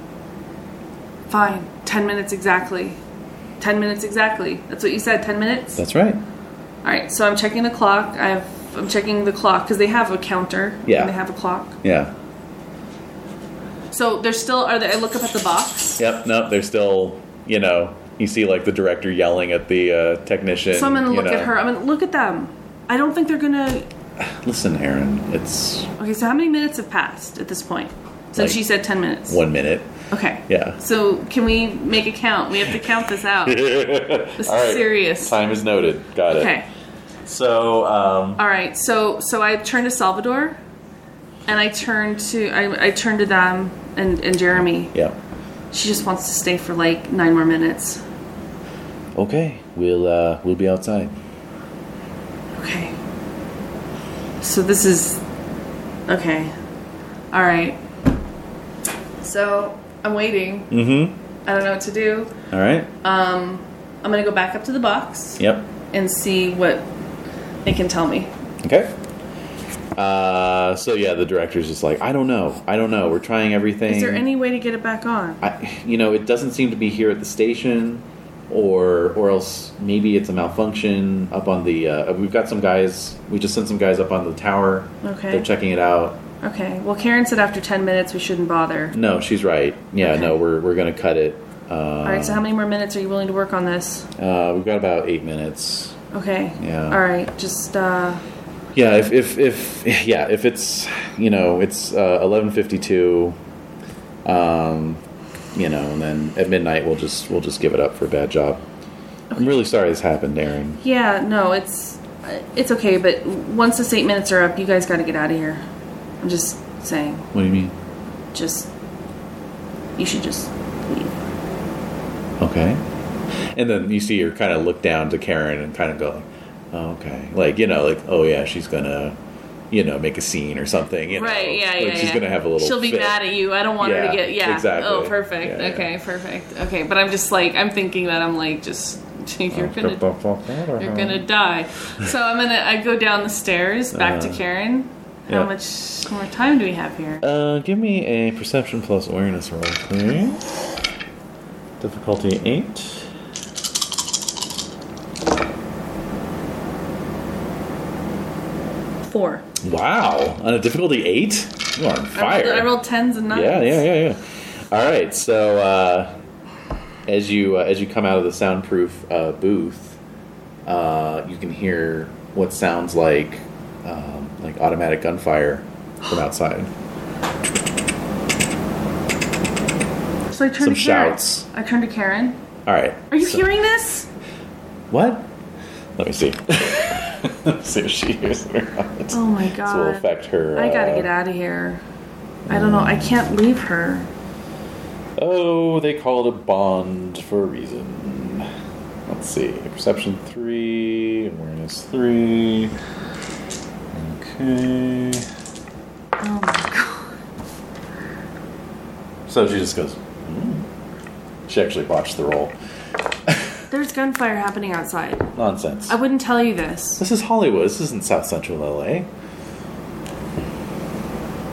Speaker 6: Fine. 10 minutes exactly. 10 minutes exactly. That's what you said, 10 minutes?
Speaker 5: That's right.
Speaker 6: All right, so I'm checking the clock. I've I'm checking the clock because they have a counter.
Speaker 5: Yeah.
Speaker 6: And they have a clock.
Speaker 5: Yeah.
Speaker 6: So there's still are they I look up at the box.
Speaker 5: Yep. No, they're still. You know, you see like the director yelling at the uh, technician.
Speaker 6: So I'm gonna
Speaker 5: you
Speaker 6: look
Speaker 5: know.
Speaker 6: at her. I'm gonna look at them. I don't think they're gonna
Speaker 5: Listen, Aaron. It's
Speaker 6: Okay, so how many minutes have passed at this point? Since
Speaker 5: Like-
Speaker 6: she said ten minutes.
Speaker 5: one minute.
Speaker 6: Okay.
Speaker 5: Yeah. [laughs]
Speaker 6: So can we make a count? We have to count this out. this is
Speaker 5: All right.
Speaker 6: serious.
Speaker 5: Time is noted. Got it.
Speaker 6: Okay.
Speaker 5: So, um,
Speaker 6: All right. So so I turn to Salvador, and I turn to I, I turn to them and and Jeremy.
Speaker 5: yeah.
Speaker 6: She just wants to stay for like nine more minutes.
Speaker 5: Okay, we'll uh, we'll be outside.
Speaker 6: Okay. So this is okay. All right. So I'm waiting. Mm-hmm. I don't know what to do.
Speaker 5: All right.
Speaker 6: I'm gonna go back up to the box
Speaker 5: yep.
Speaker 6: and see what they can tell me.
Speaker 5: Okay. Uh, so yeah, the director's just like, I don't know, I don't know. We're trying everything.
Speaker 6: Is there any way to get it back on?
Speaker 5: I, you know, it doesn't seem to be here at the station, or or else maybe it's a malfunction up on the. Uh, we've got some guys. We just sent some guys up on the tower.
Speaker 6: Okay.
Speaker 5: They're checking it out.
Speaker 6: Okay. Well, Karen said after ten minutes we shouldn't bother.
Speaker 5: No, she's right. Yeah,
Speaker 6: Okay.
Speaker 5: no, we're we're gonna cut it. Uh,
Speaker 6: All right. So how many more minutes are you willing to work on this?
Speaker 5: uh, we've got about eight minutes.
Speaker 6: Okay.
Speaker 5: Yeah.
Speaker 6: All right. Just uh,
Speaker 5: Yeah, if if, if yeah, if it's you know it's uh, eleven fifty two, um, you know, and then at midnight we'll just we'll just give it up for a bad job. I'm really sorry this happened, Aaron.
Speaker 6: yeah. No, it's it's okay. But once this eight minutes are up, you guys got to get out of here. I'm just saying.
Speaker 5: What do you mean?
Speaker 6: Just you should just leave.
Speaker 5: Okay. And then you see her kind of look down to Karen and kind of go, oh, okay. Like, you know, like, oh, yeah, she's going to, you know, make a scene or something. You know?
Speaker 6: Right. Yeah.
Speaker 5: Like,
Speaker 6: Yeah.
Speaker 5: She's
Speaker 6: yeah.
Speaker 5: going to have a little
Speaker 6: She'll be
Speaker 5: fit.
Speaker 6: mad at you. I don't want her
Speaker 5: Yeah,
Speaker 6: to get. Yeah.
Speaker 5: exactly.
Speaker 6: Oh, perfect.
Speaker 5: Yeah, yeah.
Speaker 6: okay. Perfect. Okay. But I'm just like I'm thinking that I'm like just [laughs] you're
Speaker 5: Oh,
Speaker 6: gonna you're gonna die. So I'm gonna I go down the stairs back to Karen. How
Speaker 5: Uh, yeah.
Speaker 6: much more time do we have here?
Speaker 5: Uh, give me a perception plus awareness roll, please. Difficulty 8.
Speaker 6: Four.
Speaker 5: Wow. On a difficulty 8? You are on
Speaker 6: I
Speaker 5: fire.
Speaker 6: rolled, I rolled tens and nines.
Speaker 5: Yeah, yeah, yeah, yeah. All right, so uh, as you uh, as you come out of the soundproof uh, booth, uh, you can hear what sounds like um, like automatic gunfire from outside.
Speaker 6: So I turned
Speaker 5: Some
Speaker 6: to Karen.
Speaker 5: shouts.
Speaker 6: I turned to Karen.
Speaker 5: All right,
Speaker 6: Are you
Speaker 5: so-
Speaker 6: hearing this?
Speaker 5: What? Let me see. [laughs] Let's see if she hears it or not.
Speaker 6: Oh my
Speaker 5: This will
Speaker 6: god.
Speaker 5: affect her.
Speaker 6: I gotta
Speaker 5: uh,
Speaker 6: get out of here. I don't know. I can't leave her.
Speaker 5: Oh, they call it a bond for a reason. Let's see. Perception 3, awareness 3. Okay.
Speaker 6: Oh my [laughs] god.
Speaker 5: So she just goes, "Hmm." She actually botched the roll.
Speaker 6: There's gunfire happening outside.
Speaker 5: Nonsense.
Speaker 6: I wouldn't tell you this.
Speaker 5: This is Hollywood. This isn't South Central LA.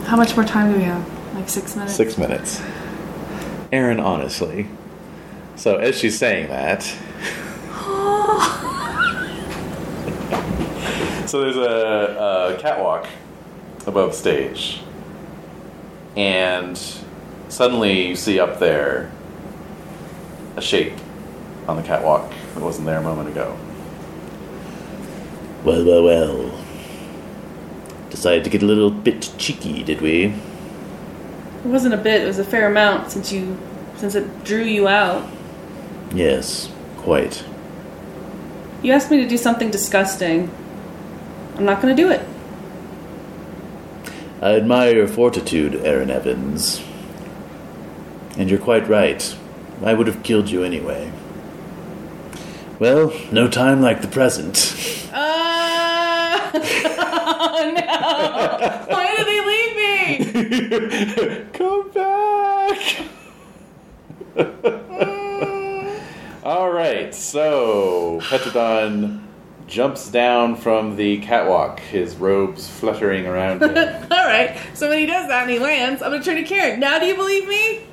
Speaker 6: How much more time do we have? Like six minutes?
Speaker 5: Six minutes. Aaron, honestly. So as she's saying that, so there's a, a catwalk above stage, and suddenly you see up there a shape on the catwalk that wasn't there a moment ago. Well, well, well. Decided to get a little bit cheeky, did we?
Speaker 6: [gasps] It wasn't a bit. It was a fair amount since you, since it drew you out.
Speaker 7: Yes, quite.
Speaker 6: You asked me to do something disgusting. I'm not going to do it.
Speaker 7: I admire your fortitude, Aaron Evans. And you're quite right. I would have killed you anyway. Well, no time like the present.
Speaker 6: Ah! oh [laughs] no! Why did they leave me?
Speaker 5: [laughs] Come back! [laughs] All right, so Petrodon jumps down from the catwalk, his robes fluttering around him.
Speaker 6: All right. So when he does that and he lands, I'm gonna turn to Karen. Now do you believe me?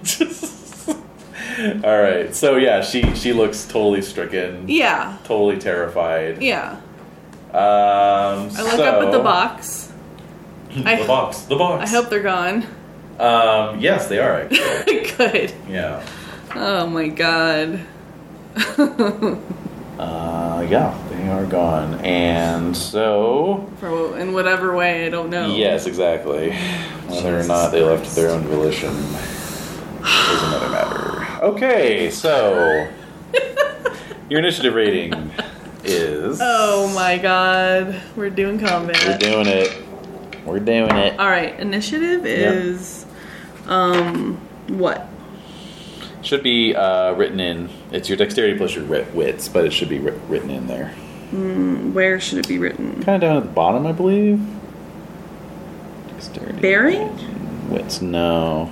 Speaker 5: All right, so yeah, she she looks totally stricken,
Speaker 6: Yeah.
Speaker 5: totally terrified.
Speaker 6: Yeah.
Speaker 5: Um,
Speaker 6: I look up at the box. I,
Speaker 5: The box. The
Speaker 6: I
Speaker 5: box.
Speaker 6: hope they're gone. [laughs]
Speaker 5: Um, yes, they are. actually.
Speaker 6: Good.
Speaker 5: yeah.
Speaker 6: Oh my god. [laughs]
Speaker 5: Uh, yeah, they are gone, and so
Speaker 6: For in whatever way, I don't know.
Speaker 5: Yes, exactly. Whether or not they left of their own volition is another matter. Okay, so your initiative rating is.
Speaker 6: Oh my god. We're doing
Speaker 5: We're
Speaker 6: combat.
Speaker 5: doing it. We're doing it.
Speaker 6: All right. Initiative is um what?
Speaker 5: Should be uh, written in. It's your dexterity plus your wit- wits, but it should be writ- written in there.
Speaker 6: Where should it be written?
Speaker 5: Kind of down at the bottom, I believe. Dexterity.
Speaker 6: Bearing?
Speaker 5: Wits, no.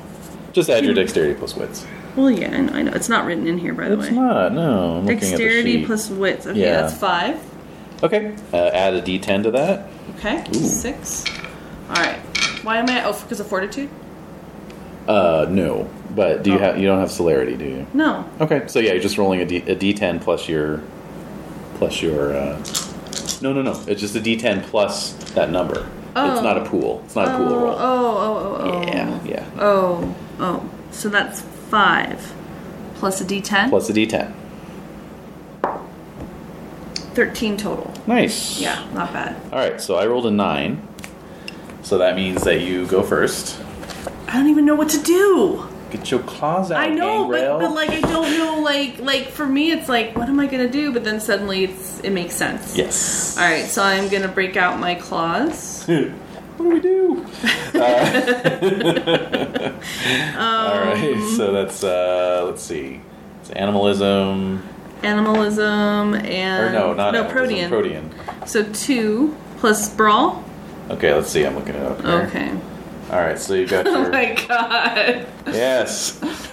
Speaker 5: Just add
Speaker 6: Hmm.
Speaker 5: your dexterity plus wits.
Speaker 6: Well, yeah, I know. I know. It's not written in here, by the
Speaker 5: It's
Speaker 6: way.
Speaker 5: not, no. I'm looking at the
Speaker 6: Dexterity
Speaker 5: sheet.
Speaker 6: plus wits. Okay,
Speaker 5: Yeah.
Speaker 6: that's five.
Speaker 5: Okay. Uh, add a d10 to that.
Speaker 6: Okay, six. All right. Why am I? Oh, because of fortitude?
Speaker 5: Uh, no. But do you
Speaker 6: Oh.
Speaker 5: have? You don't have celerity, do you?
Speaker 6: No.
Speaker 5: Okay. So yeah, you're just rolling a, D, a d10 plus your, plus your. Uh, no, no, no. It's just a d10 plus that number. It's not a pool. It's not a pool roll.
Speaker 6: Oh, oh, oh, oh.
Speaker 5: Yeah, yeah.
Speaker 6: Oh, oh. So that's five plus a d10.
Speaker 5: Plus a d10.
Speaker 6: Thirteen total.
Speaker 5: Nice.
Speaker 6: Yeah, not bad.
Speaker 5: All right. So I rolled a nine. So that means that you go first.
Speaker 6: I don't even know what to do.
Speaker 5: Get your claws out.
Speaker 6: I know,
Speaker 5: Gangrel.
Speaker 6: but, but like I don't know. Like like for me, it's like what am I gonna do? But then suddenly it's it makes sense.
Speaker 5: Yes.
Speaker 6: All right, so I'm gonna break out my
Speaker 5: [laughs]
Speaker 6: claws.
Speaker 5: What do we [laughs] do?
Speaker 6: Um,
Speaker 5: All right, so that's uh, let's see, it's animalism
Speaker 6: Animalism and
Speaker 5: or no, not
Speaker 6: no
Speaker 5: animalism,
Speaker 6: protean.
Speaker 5: Protean.
Speaker 6: So two plus brawl.
Speaker 5: Okay, let's see. I'm looking it up. Here.
Speaker 6: Okay.
Speaker 5: All right, so you
Speaker 6: [laughs]
Speaker 5: got your
Speaker 6: Oh my god.
Speaker 5: yes. [laughs]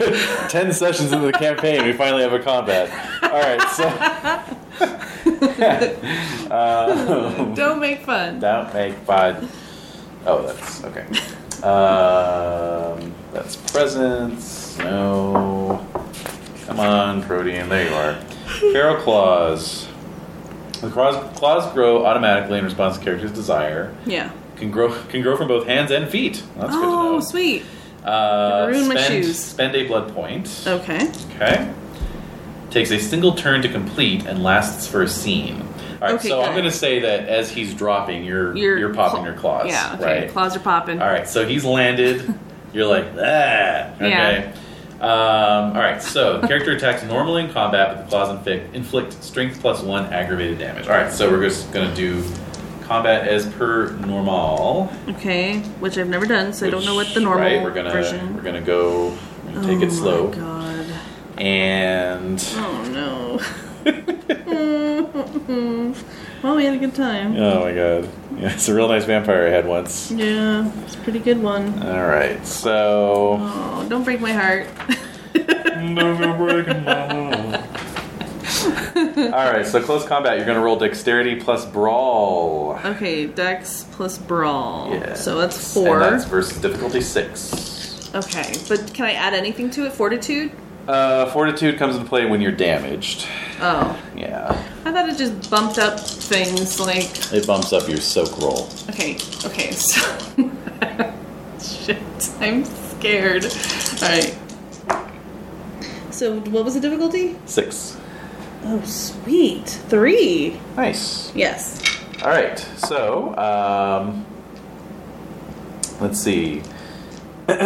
Speaker 5: Ten sessions into the campaign, we finally have a combat. All right, so [laughs]
Speaker 6: Don't make fun.
Speaker 5: Um, don't make fun. Oh, that's okay. Um, that's presence. No. Come on, Protean. There you are. Feral claws. The claws, claws grow automatically in response to character's desire.
Speaker 6: Yeah.
Speaker 5: Can grow can grow from both hands and feet. That's good to know.
Speaker 6: Oh, sweet.
Speaker 5: Uh,
Speaker 6: Ruin my
Speaker 5: spend,
Speaker 6: shoes. Oh.
Speaker 5: Spend a blood point.
Speaker 6: Okay.
Speaker 5: Okay. Takes a single turn to complete and lasts for a scene. All right,
Speaker 6: Okay,
Speaker 5: so
Speaker 6: got
Speaker 5: I'm
Speaker 6: it.
Speaker 5: going to say that as he's dropping, you're you're, popping
Speaker 6: cla-
Speaker 5: your claws.
Speaker 6: Yeah. Okay.
Speaker 5: right.
Speaker 6: Claws are popping.
Speaker 5: All right, so
Speaker 6: [laughs]
Speaker 5: he's landed. You're like, ah, okay. Um, all right, so character attacks normally in combat, but the claws inflict, inflict strength plus one aggravated damage. All right, so we're just gonna do combat as per normal.
Speaker 6: Okay. Which I've never done, so I don't know
Speaker 5: which-
Speaker 6: what the normal
Speaker 5: right, we're gonna,
Speaker 6: version.
Speaker 5: We're gonna go we're gonna take
Speaker 6: oh
Speaker 5: it slow
Speaker 6: My god.
Speaker 5: and
Speaker 6: Oh
Speaker 5: [laughs]
Speaker 6: no. well, we had a good time.
Speaker 5: oh my god, yeah, it's a real nice vampire I had once.
Speaker 6: Yeah, it's a pretty good one.
Speaker 5: All right,
Speaker 6: [laughs]
Speaker 5: so
Speaker 6: Oh, don't break my heart.
Speaker 5: all right, so close combat. You're gonna roll dexterity plus brawl.
Speaker 6: Okay, Dex plus Brawl.
Speaker 5: Yeah.
Speaker 6: So that's
Speaker 5: And
Speaker 6: four.
Speaker 5: that's versus difficulty six.
Speaker 6: okay, but can I add anything to it? Fortitude?
Speaker 5: Uh, fortitude comes into play when you're damaged.
Speaker 6: Oh.
Speaker 5: Yeah.
Speaker 6: I thought it just bumped up things like
Speaker 5: It bumps up your soak roll.
Speaker 6: okay, okay, [laughs] so shit, I'm scared. Alright. So what was the difficulty?
Speaker 5: Six.
Speaker 6: Oh sweet. Three.
Speaker 5: Nice.
Speaker 6: Yes.
Speaker 5: All right. So, um, let's see. [clears throat] All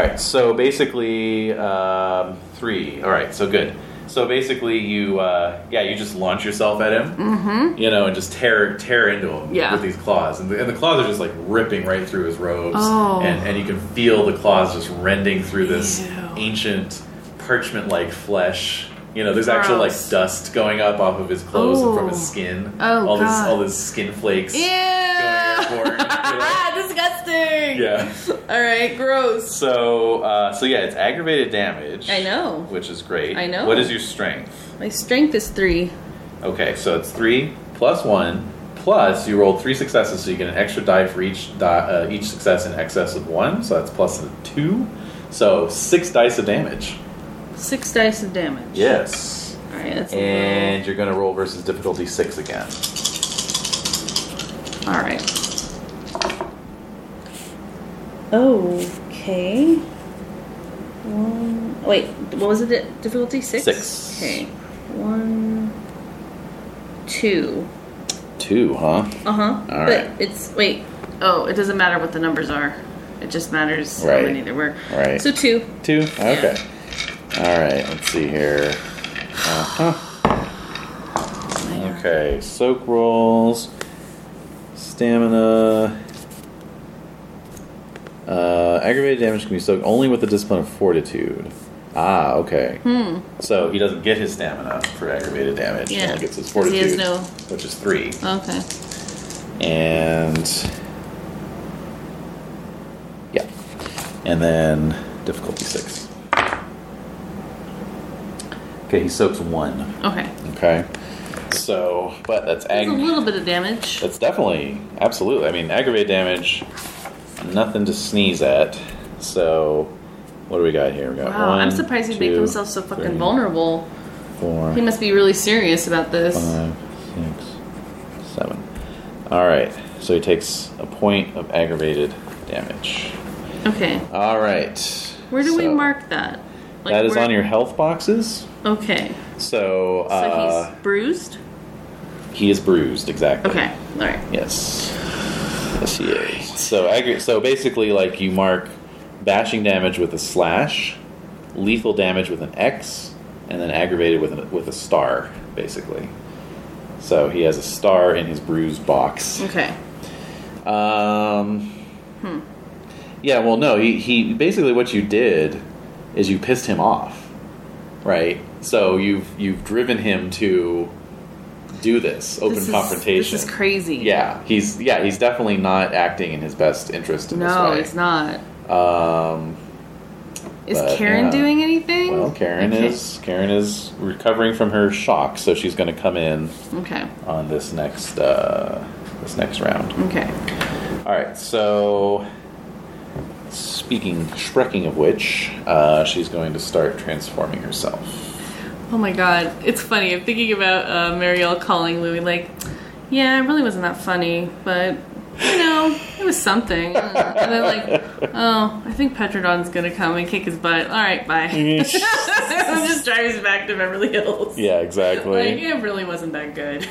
Speaker 5: right. So basically, um, three. All right. So good. So basically, you uh, yeah, you just launch yourself at him, mm-hmm. you know, and just tear tear into him
Speaker 6: Yeah.
Speaker 5: with these claws, and the, and the claws are just like ripping right through his robes,
Speaker 6: Oh.
Speaker 5: and and you can feel the claws just rending through this
Speaker 6: Ew.
Speaker 5: ancient parchment like flesh. You know, there's actual like
Speaker 6: Gross.
Speaker 5: dust going up off of his clothes and from his
Speaker 6: Oh.
Speaker 5: skin.
Speaker 6: Oh,
Speaker 5: all this
Speaker 6: God.
Speaker 5: all this skin flakes.
Speaker 6: Ew! [laughs]
Speaker 5: airborne, you know?
Speaker 6: Disgusting.
Speaker 5: Yeah.
Speaker 6: All right. Gross.
Speaker 5: So, uh, so yeah, it's aggravated damage.
Speaker 6: I know.
Speaker 5: Which is great.
Speaker 6: I know.
Speaker 5: What is your strength?
Speaker 6: My strength is three.
Speaker 5: Okay, so it's three plus one plus you rolled three successes, so you get an extra die for each die, uh, each success in excess of one. So that's plus a two. So six dice of damage.
Speaker 6: Six dice of damage.
Speaker 5: Yes.
Speaker 6: All right. That's a
Speaker 5: And you're gonna roll versus difficulty six again.
Speaker 6: little. All right. Okay. One. Wait. What was it? Difficulty six.
Speaker 5: Six.
Speaker 6: Okay. One. Two.
Speaker 5: Two, huh?
Speaker 6: Uh huh.
Speaker 5: All
Speaker 6: But
Speaker 5: right.
Speaker 6: it's wait. Oh, it doesn't matter what the numbers are. It just matters
Speaker 5: Right.
Speaker 6: how many there were.
Speaker 5: Right.
Speaker 6: So two.
Speaker 5: Two. Okay. All right. Let's see here. Uh-huh. Okay, soak rolls, stamina. Uh, aggravated damage can be soaked only with the discipline of fortitude. Ah, okay. Hmm. So he doesn't get his stamina for aggravated damage. He
Speaker 6: Yeah,
Speaker 5: only gets his
Speaker 6: 'cause
Speaker 5: fortitude,
Speaker 6: he has no-
Speaker 5: which is three.
Speaker 6: Okay.
Speaker 5: And yeah, and then difficulty six. Okay, he soaks one.
Speaker 6: Okay.
Speaker 5: Okay, so but that's
Speaker 6: That's
Speaker 5: ag.
Speaker 6: a little bit of damage.
Speaker 5: That's definitely absolutely. I mean, aggravated damage, nothing to sneeze at. So, what do we got here? We got
Speaker 6: Wow,
Speaker 5: one,
Speaker 6: Oh, I'm surprised he made
Speaker 5: two,
Speaker 6: himself so fucking
Speaker 5: three,
Speaker 6: vulnerable.
Speaker 5: four,
Speaker 6: He must be really serious about this.
Speaker 5: five, six, seven. All right. So he takes a point of aggravated damage.
Speaker 6: Okay.
Speaker 5: All right.
Speaker 6: Where do we
Speaker 5: so
Speaker 6: mark that? Like,
Speaker 5: that is
Speaker 6: where-
Speaker 5: on your health boxes.
Speaker 6: Okay.
Speaker 5: So,
Speaker 6: So
Speaker 5: uh,
Speaker 6: he's bruised.
Speaker 5: he is bruised exactly.
Speaker 6: Okay. All right.
Speaker 5: Yes. Yes, he is. So, aggr- so basically, like you mark bashing damage with a slash, lethal damage with an X, and then aggravated with an, with a star, basically. So he has a star in his bruise box.
Speaker 6: Okay.
Speaker 5: Um,
Speaker 6: Hmm.
Speaker 5: Yeah, well, no. He, he basically what you did is you pissed him off, right? So you've you've driven him to do this open
Speaker 6: This is-
Speaker 5: confrontation.
Speaker 6: This is crazy.
Speaker 5: Yeah, he's yeah he's definitely not acting in his best interest in
Speaker 6: No,
Speaker 5: this
Speaker 6: it's
Speaker 5: way.
Speaker 6: not.
Speaker 5: Um,
Speaker 6: Is
Speaker 5: But,
Speaker 6: Karen
Speaker 5: Uh, yeah.
Speaker 6: doing anything?
Speaker 5: well, Karen
Speaker 6: Okay.
Speaker 5: is Karen is recovering from her shock, so she's going to come in
Speaker 6: Okay.
Speaker 5: on this next uh, this next round.
Speaker 6: Okay.
Speaker 5: All right, so speaking shrekking of which, uh, she's going to start transforming herself.
Speaker 6: Oh my god, it's funny. I'm thinking about uh, Marielle calling Louie like, "Yeah, it really wasn't that funny, but you know, it was
Speaker 5: [laughs]
Speaker 6: something." And then like, "Oh, I think Petrodon's gonna come and kick his butt. All right,
Speaker 5: [laughs]
Speaker 6: bye." I'm [laughs] just drives back to Beverly Hills.
Speaker 5: Yeah,
Speaker 6: Like,
Speaker 5: exactly.
Speaker 6: it really wasn't that
Speaker 5: [laughs]
Speaker 6: good.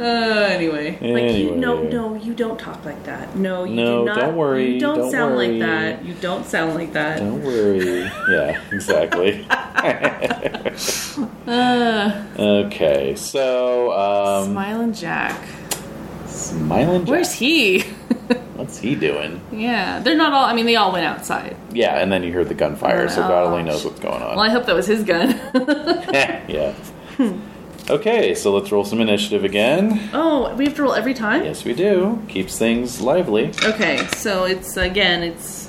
Speaker 6: [laughs] uh, anyway. Like, you, no,
Speaker 5: Anyway.
Speaker 6: no, you don't talk like that. No, you
Speaker 5: No,
Speaker 6: do not.
Speaker 5: don't worry,
Speaker 6: You don't,
Speaker 5: don't
Speaker 6: sound
Speaker 5: worry.
Speaker 6: like that. You don't sound like that.
Speaker 5: Don't worry. Yeah, [laughs] exactly.
Speaker 6: Uh,
Speaker 5: Okay, so um,
Speaker 6: Smiling Jack.
Speaker 5: smiling. Jack.
Speaker 6: Where's he?
Speaker 5: What's he doing?
Speaker 6: yeah, they're not all. I mean, they all went outside.
Speaker 5: Yeah, and then you heard the gunfire, so God only
Speaker 6: Gosh.
Speaker 5: knows what's going on.
Speaker 6: Well, I hope that was his gun.
Speaker 5: [laughs] yeah. Okay, so let's roll some initiative again.
Speaker 6: oh, we have to roll every time.
Speaker 5: Yes, we do. Keeps things lively.
Speaker 6: Okay, so it's again, it's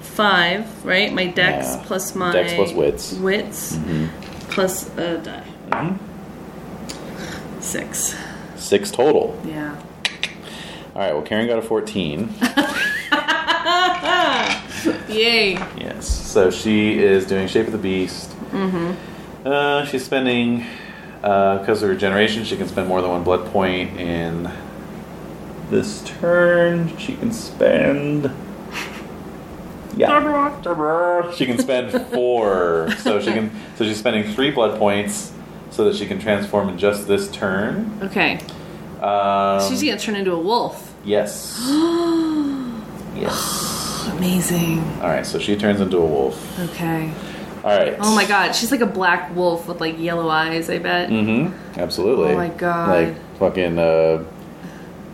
Speaker 6: five, right? My dex
Speaker 5: Yeah.
Speaker 6: plus my
Speaker 5: Dex plus wits. Mm-hmm.
Speaker 6: wits plus a die.
Speaker 5: Mm-hmm.
Speaker 6: Six.
Speaker 5: Six total.
Speaker 6: Yeah.
Speaker 5: All right, well, Karen got a 14.
Speaker 6: Yay.
Speaker 5: yes, so she is doing Shape of the Beast. Mm-hmm. Uh, she's spending, because of her generation, she can spend more than one blood point in this turn. She can spend. Yeah. She can spend four, so she can. So she's spending three blood points, so that she can transform in just this turn.
Speaker 6: Okay,
Speaker 5: Um,
Speaker 6: [gasps] she's gonna turn into a wolf.
Speaker 5: yes. Yes.
Speaker 6: Amazing.
Speaker 5: All right, so she turns into a wolf.
Speaker 6: Okay.
Speaker 5: All right.
Speaker 6: Oh my god, she's like a black wolf with like yellow eyes, I bet.
Speaker 5: Mm-hmm. Absolutely.
Speaker 6: Oh my God.
Speaker 5: Like fucking uh,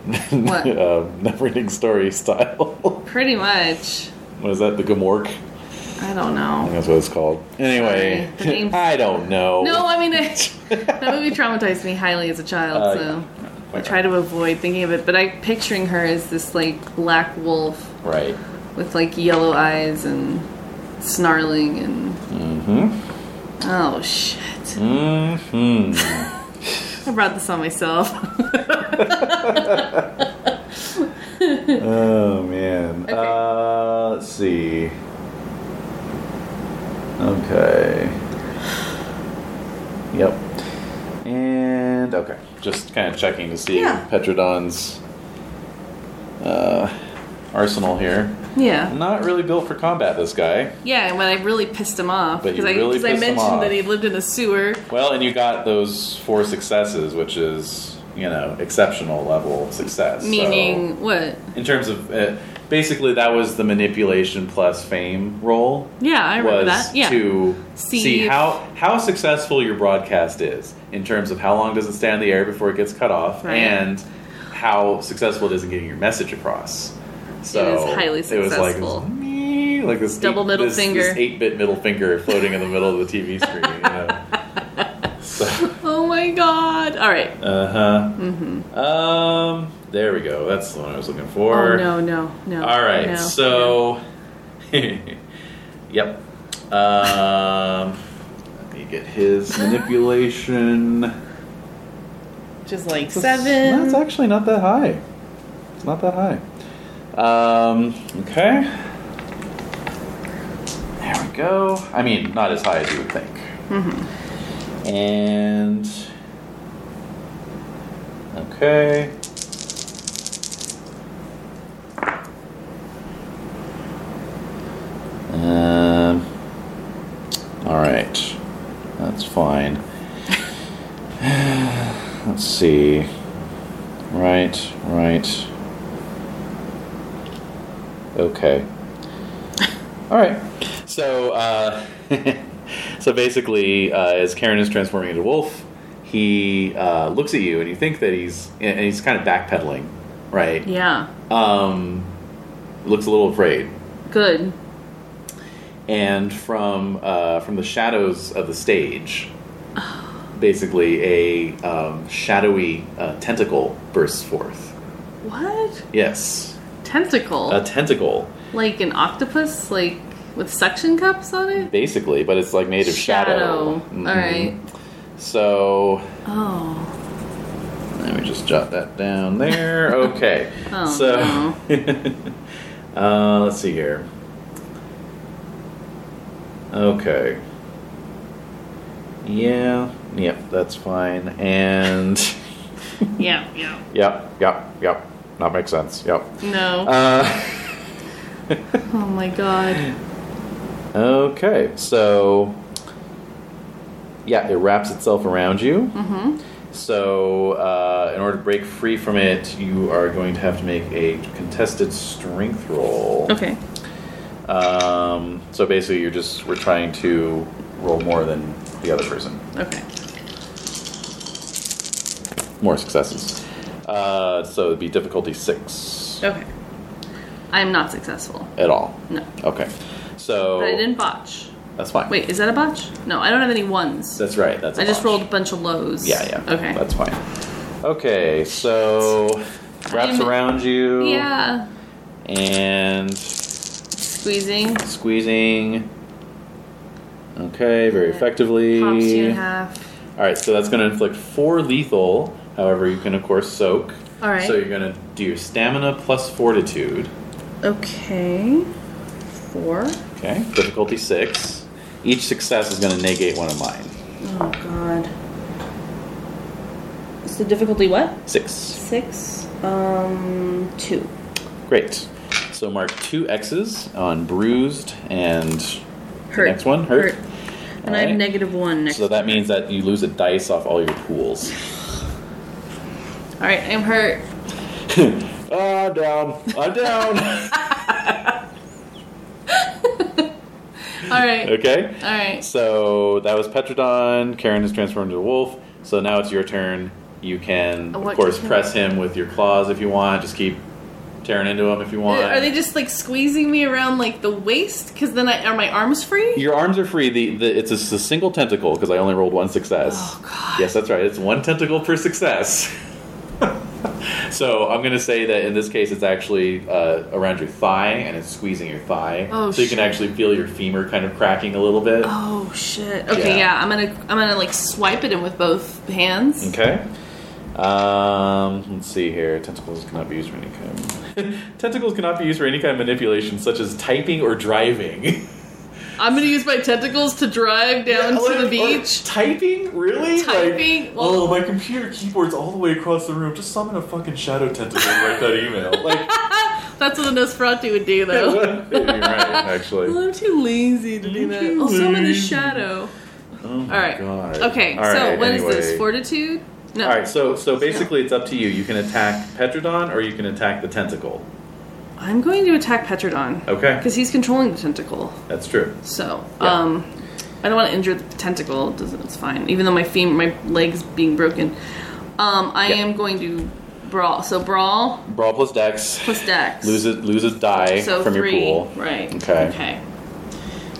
Speaker 5: [laughs]
Speaker 6: What?
Speaker 5: uh, never-ending story style. [laughs]
Speaker 6: Pretty much.
Speaker 5: what is that? The Gamork.
Speaker 6: I don't know.
Speaker 5: I think that's what it's called. Anyway,
Speaker 6: Sorry, the name's-
Speaker 5: [laughs] I don't know.
Speaker 6: No, I mean, [laughs] I, that movie traumatized me highly as a child,
Speaker 5: Uh,
Speaker 6: so I
Speaker 5: Right.
Speaker 6: try to avoid thinking of it. But I picturing her as this like black wolf
Speaker 5: Right.
Speaker 6: with like yellow eyes and snarling and. Oh shit!
Speaker 5: Mm-hmm.
Speaker 6: [laughs] I brought this on myself.
Speaker 5: Oh man.
Speaker 6: Okay.
Speaker 5: Uh, let's see. Okay. Yep. And okay, just kind of checking to see
Speaker 6: Yeah.
Speaker 5: Petrodon's uh, arsenal here.
Speaker 6: yeah,
Speaker 5: Not really built for combat, this guy.
Speaker 6: yeah. When I really pissed him off
Speaker 5: But you
Speaker 6: because I,
Speaker 5: really
Speaker 6: 'cause I
Speaker 5: pissed him
Speaker 6: mentioned
Speaker 5: off.
Speaker 6: that he lived in a sewer.
Speaker 5: Well, and you got those four successes, which is you know exceptional level success. so-
Speaker 6: Meaning what?
Speaker 5: in terms of uh, basically that was the manipulation plus fame role.
Speaker 6: Yeah, I remember
Speaker 5: was
Speaker 6: that. Yeah.
Speaker 5: to
Speaker 6: See
Speaker 5: see,
Speaker 6: if-
Speaker 5: how how successful your broadcast is in terms of how long does it stay on the air before it gets cut off,
Speaker 6: Right.
Speaker 5: and how successful it is in getting your message across. So
Speaker 6: is highly
Speaker 5: It was
Speaker 6: successful.
Speaker 5: like me, like this
Speaker 6: Double
Speaker 5: eight-
Speaker 6: middle
Speaker 5: this-
Speaker 6: finger.
Speaker 5: this eight bit middle finger floating in the middle of the TV screen.
Speaker 6: [laughs]
Speaker 5: You know? so.
Speaker 6: Oh my god! All right.
Speaker 5: Uh huh. Mm-hmm. Um, there we go. That's the one I was looking for.
Speaker 6: oh no, no, no.
Speaker 5: All right.
Speaker 6: no,
Speaker 5: so, [laughs] yep. Um, let me get his manipulation.
Speaker 6: no. just like
Speaker 5: That's
Speaker 6: seven.
Speaker 5: actually not that high. It's not that high. Um, okay. There we go. I mean, not as high as you would think. And. Okay. Um, all right. That's fine. [sighs] Let's see. Right, right. Okay. All right. So, uh, [laughs] so basically, uh, as Karen is transforming into wolf, he uh, looks at you, and you think that he's and he's kind of backpedaling, right?
Speaker 6: Yeah.
Speaker 5: Um, looks a little afraid,
Speaker 6: Good.
Speaker 5: and from uh, from the shadows of the stage, basically a um, shadowy uh, tentacle bursts forth.
Speaker 6: What?
Speaker 5: Yes,
Speaker 6: Tentacle?
Speaker 5: a tentacle,
Speaker 6: like an octopus? Like with suction cups on it?
Speaker 5: basically, but it's like made of shadow. Mhm.
Speaker 6: All right.
Speaker 5: So
Speaker 6: Oh.
Speaker 5: let me just jot that down there. Okay.
Speaker 6: Oh,
Speaker 5: so [laughs] uh, let's see here. Okay. Yeah. Yep. That's fine. And.
Speaker 6: Yeah, yeah.
Speaker 5: Yep, yep, yep. That makes sense. Yep.
Speaker 6: No.
Speaker 5: Uh, [laughs]
Speaker 6: oh my god.
Speaker 5: okay, so yeah, it wraps itself around you. Mm-hmm. So, uh, in order to break free from it, you are going to have to make a contested strength roll.
Speaker 6: Okay.
Speaker 5: Um, so basically, you're just we're trying to roll more than the other person.
Speaker 6: Okay.
Speaker 5: More successes. Uh, so it'd be difficulty six
Speaker 6: Okay. I'm not successful.
Speaker 5: at all.
Speaker 6: No.
Speaker 5: Okay. So
Speaker 6: But I didn't botch.
Speaker 5: that's fine.
Speaker 6: Wait, is that a botch? No, I don't have any ones.
Speaker 5: That's right. That's.
Speaker 6: I
Speaker 5: a
Speaker 6: just
Speaker 5: launch.
Speaker 6: rolled a bunch of lows.
Speaker 5: Yeah, yeah.
Speaker 6: Okay.
Speaker 5: That's fine. Okay, so wraps
Speaker 6: I'm-
Speaker 5: around you.
Speaker 6: yeah.
Speaker 5: And
Speaker 6: Squeezing.
Speaker 5: squeezing. Okay, very effectively.
Speaker 6: Pops you in half.
Speaker 5: All right, so that's going to inflict four lethal. However, you can of course soak.
Speaker 6: All right.
Speaker 5: So you're going to do your stamina plus fortitude.
Speaker 6: Okay. Four.
Speaker 5: Okay. Difficulty six. Each success is going to negate one of mine.
Speaker 6: Oh god. Is the difficulty what?
Speaker 5: Six.
Speaker 6: Six. Um two.
Speaker 5: Great. So mark two X's on bruised and
Speaker 6: Hurt.
Speaker 5: next one, hurt.
Speaker 6: And
Speaker 5: All
Speaker 6: I have
Speaker 5: right.
Speaker 6: negative one next.
Speaker 5: So that means that you lose a dice off all your pools.
Speaker 6: Alright, I'm hurt.
Speaker 5: Ah, down. I'm down.
Speaker 6: All right.
Speaker 5: [laughs] Okay?
Speaker 6: All right.
Speaker 5: So that was Petrodon. Karen is transformed into a wolf. So now it's your turn. You can, of
Speaker 6: What
Speaker 5: course,
Speaker 6: can I-
Speaker 5: press him with your claws if you want. Just keep tearing into him if you want.
Speaker 6: Are they just like squeezing me around like the waist? Because then I are my arms free?
Speaker 5: your arms are free. The, the it's a, s- a single tentacle because I only rolled one success.
Speaker 6: Oh, God.
Speaker 5: Yes, that's right. It's one tentacle per success. [laughs] so I'm gonna say that in this case, it's actually uh, around your thigh and it's squeezing your thigh.
Speaker 6: Oh,
Speaker 5: so you
Speaker 6: shit.
Speaker 5: can actually feel your femur kind of cracking a little bit.
Speaker 6: Oh shit. Okay, yeah.
Speaker 5: Yeah.
Speaker 6: I'm gonna I'm gonna like swipe at him with both hands.
Speaker 5: Okay. Um, let's see here. Tentacles cannot be used for any kind. Of [laughs] Tentacles cannot be used for any kind of manipulation, such as typing or driving. [laughs]
Speaker 6: I'm gonna use my tentacles to drive down
Speaker 5: Like,
Speaker 6: to the
Speaker 5: or
Speaker 6: beach.
Speaker 5: typing, really? Like,
Speaker 6: Typing? Well-
Speaker 5: oh, my computer keyboard's all the way across the room. Just summon a fucking shadow tentacle and write that
Speaker 6: [laughs]
Speaker 5: email. Like, [laughs]
Speaker 6: That's what a Nosferatu would do though.
Speaker 5: you're right, actually.
Speaker 6: Well, I'm too lazy to do that. I'll summon a shadow. All right.
Speaker 5: Oh God.
Speaker 6: Oh Okay.
Speaker 5: All
Speaker 6: so
Speaker 5: right,
Speaker 6: what is
Speaker 5: anyway.
Speaker 6: this? Fortitude? No.
Speaker 5: All right, so so basically, it's up to you. You can attack Petrodon or you can attack the tentacle.
Speaker 6: I'm going to attack Petrodon.
Speaker 5: Okay,
Speaker 6: Because he's controlling the tentacle.
Speaker 5: that's true.
Speaker 6: So,
Speaker 5: Yeah.
Speaker 6: um, I don't want to injure the tentacle. it Doesn't it's fine. Even though my femur, my legs being broken, um, I
Speaker 5: Yeah.
Speaker 6: am going to brawl. So brawl
Speaker 5: Brawl plus Dex.
Speaker 6: plus dex.
Speaker 5: Lose it, lose a die
Speaker 6: So
Speaker 5: from
Speaker 6: three.
Speaker 5: your pool.
Speaker 6: Right.
Speaker 5: Okay.
Speaker 6: Okay.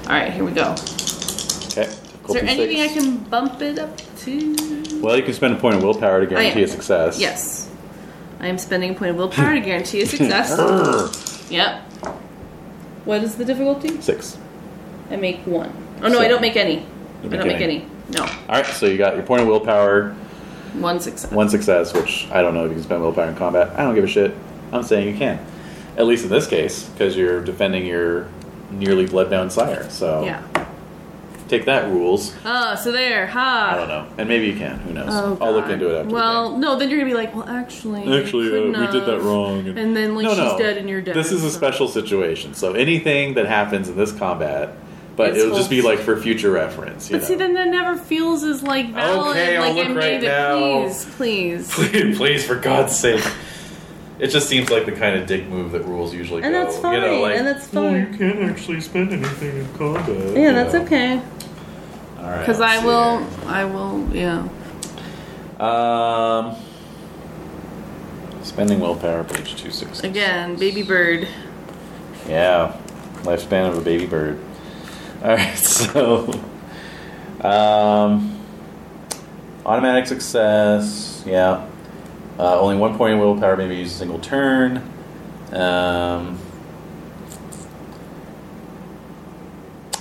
Speaker 6: All right. Here we go.
Speaker 5: Okay.
Speaker 6: Is there anything I can bump it up to?
Speaker 5: Well, you can spend a point of willpower to
Speaker 6: I
Speaker 5: guarantee
Speaker 6: am.
Speaker 5: a success.
Speaker 6: Yes. I am spending a point of willpower to guarantee
Speaker 5: [laughs]
Speaker 6: a success. yep. What is the difficulty?
Speaker 5: Six.
Speaker 6: I make one. Oh no,
Speaker 5: So-
Speaker 6: I don't make any. I
Speaker 5: make
Speaker 6: don't make
Speaker 5: any.
Speaker 6: any. No,
Speaker 5: All right, so you got your point of willpower,
Speaker 6: one success.
Speaker 5: one success, which I don't know if you can spend willpower in combat. I don't give a shit. I'm saying you can. At least in this case, because you're defending your nearly bloodbound sire. So
Speaker 6: Yeah.
Speaker 5: take that, rules.
Speaker 6: Oh, so there, ha.
Speaker 5: I don't know. And maybe you can. Who knows?
Speaker 6: Oh,
Speaker 5: I'll look
Speaker 6: God.
Speaker 5: into it after. the
Speaker 6: Well,
Speaker 5: game.
Speaker 6: no, then you're gonna be like, well, actually, I
Speaker 5: Actually,
Speaker 6: couldn't
Speaker 5: uh, we did that
Speaker 6: have.
Speaker 5: wrong.
Speaker 6: And then like she's dead and you're dead.
Speaker 5: This is a
Speaker 6: so-
Speaker 5: special situation. So anything that happens in this combat, but
Speaker 6: It's
Speaker 5: it'll just be
Speaker 6: full-
Speaker 5: like for future reference. You
Speaker 6: But see,
Speaker 5: know.
Speaker 6: then that never feels as like valid.
Speaker 5: Okay, I'll
Speaker 6: like I
Speaker 5: look
Speaker 6: made it.
Speaker 5: right now.
Speaker 6: Please, please.
Speaker 5: please, [laughs] please, for
Speaker 6: [laughs]
Speaker 5: God's sake. It just seems like the kind of dick move that rules usually
Speaker 6: And
Speaker 5: go.
Speaker 6: that's fine.
Speaker 5: You know, like,
Speaker 6: and that's fine.
Speaker 5: can't actually spend anything in combat.
Speaker 6: yeah, that's okay.
Speaker 5: All right.
Speaker 6: Because
Speaker 5: let's
Speaker 6: I
Speaker 5: see
Speaker 6: will.
Speaker 5: here.
Speaker 6: I will. Yeah.
Speaker 5: Um, spending willpower, page two sixty.
Speaker 6: Again, baby bird.
Speaker 5: Yeah, lifespan of a baby bird. [laughs] All right, so um, automatic success. Yeah, uh, only one point in willpower. Maybe use a single turn. Um,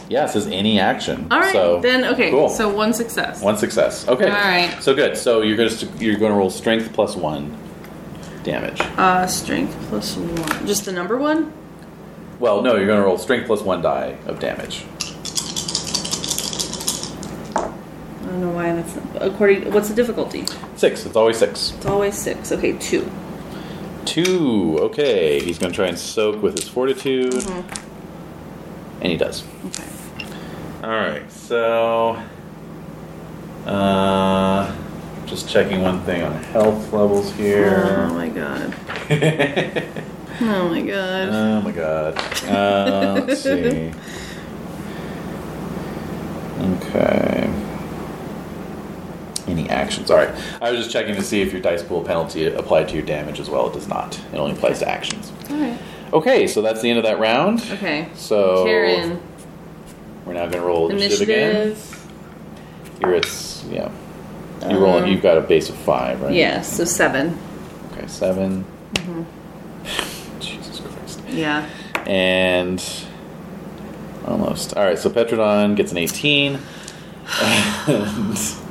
Speaker 5: yeah, it says any action.
Speaker 6: All right.
Speaker 5: so,
Speaker 6: then okay.
Speaker 5: Cool.
Speaker 6: So one success.
Speaker 5: one success. Okay.
Speaker 6: All right.
Speaker 5: So good. So you're gonna st- you're gonna roll strength plus one damage.
Speaker 6: Uh, strength plus one. Just the number one.
Speaker 5: Well, no, you're gonna roll strength plus one die of damage.
Speaker 6: I don't know why that's not, according. What's the difficulty?
Speaker 5: Six. It's always six.
Speaker 6: It's always six. Okay, two.
Speaker 5: Two. Okay. He's going to try and soak with his fortitude. And he does.
Speaker 6: Mm-hmm. Okay.
Speaker 5: All right. So. Uh, just checking one thing on health levels
Speaker 6: Oh
Speaker 5: here.
Speaker 6: my god.
Speaker 5: oh
Speaker 6: Oh my god.
Speaker 5: my god. Uh, let's see. Okay. Any actions? All right. I was just checking to see if your dice pool penalty applied to your damage as well. It does not. It only applies to actions.
Speaker 6: Alright.
Speaker 5: Okay, so that's the end of that round.
Speaker 6: Okay.
Speaker 5: So
Speaker 6: Karen,
Speaker 5: we're now gonna roll initiative, again.
Speaker 6: initiative.
Speaker 5: You're at s- yeah. You're rolling. You've got a base of five, right?
Speaker 6: Yeah, so seven.
Speaker 5: Okay, 7
Speaker 6: Mm-hmm.
Speaker 5: [sighs] Jesus Christ.
Speaker 6: Yeah.
Speaker 5: And almost. All right. So Petrodon gets an eighteen. And,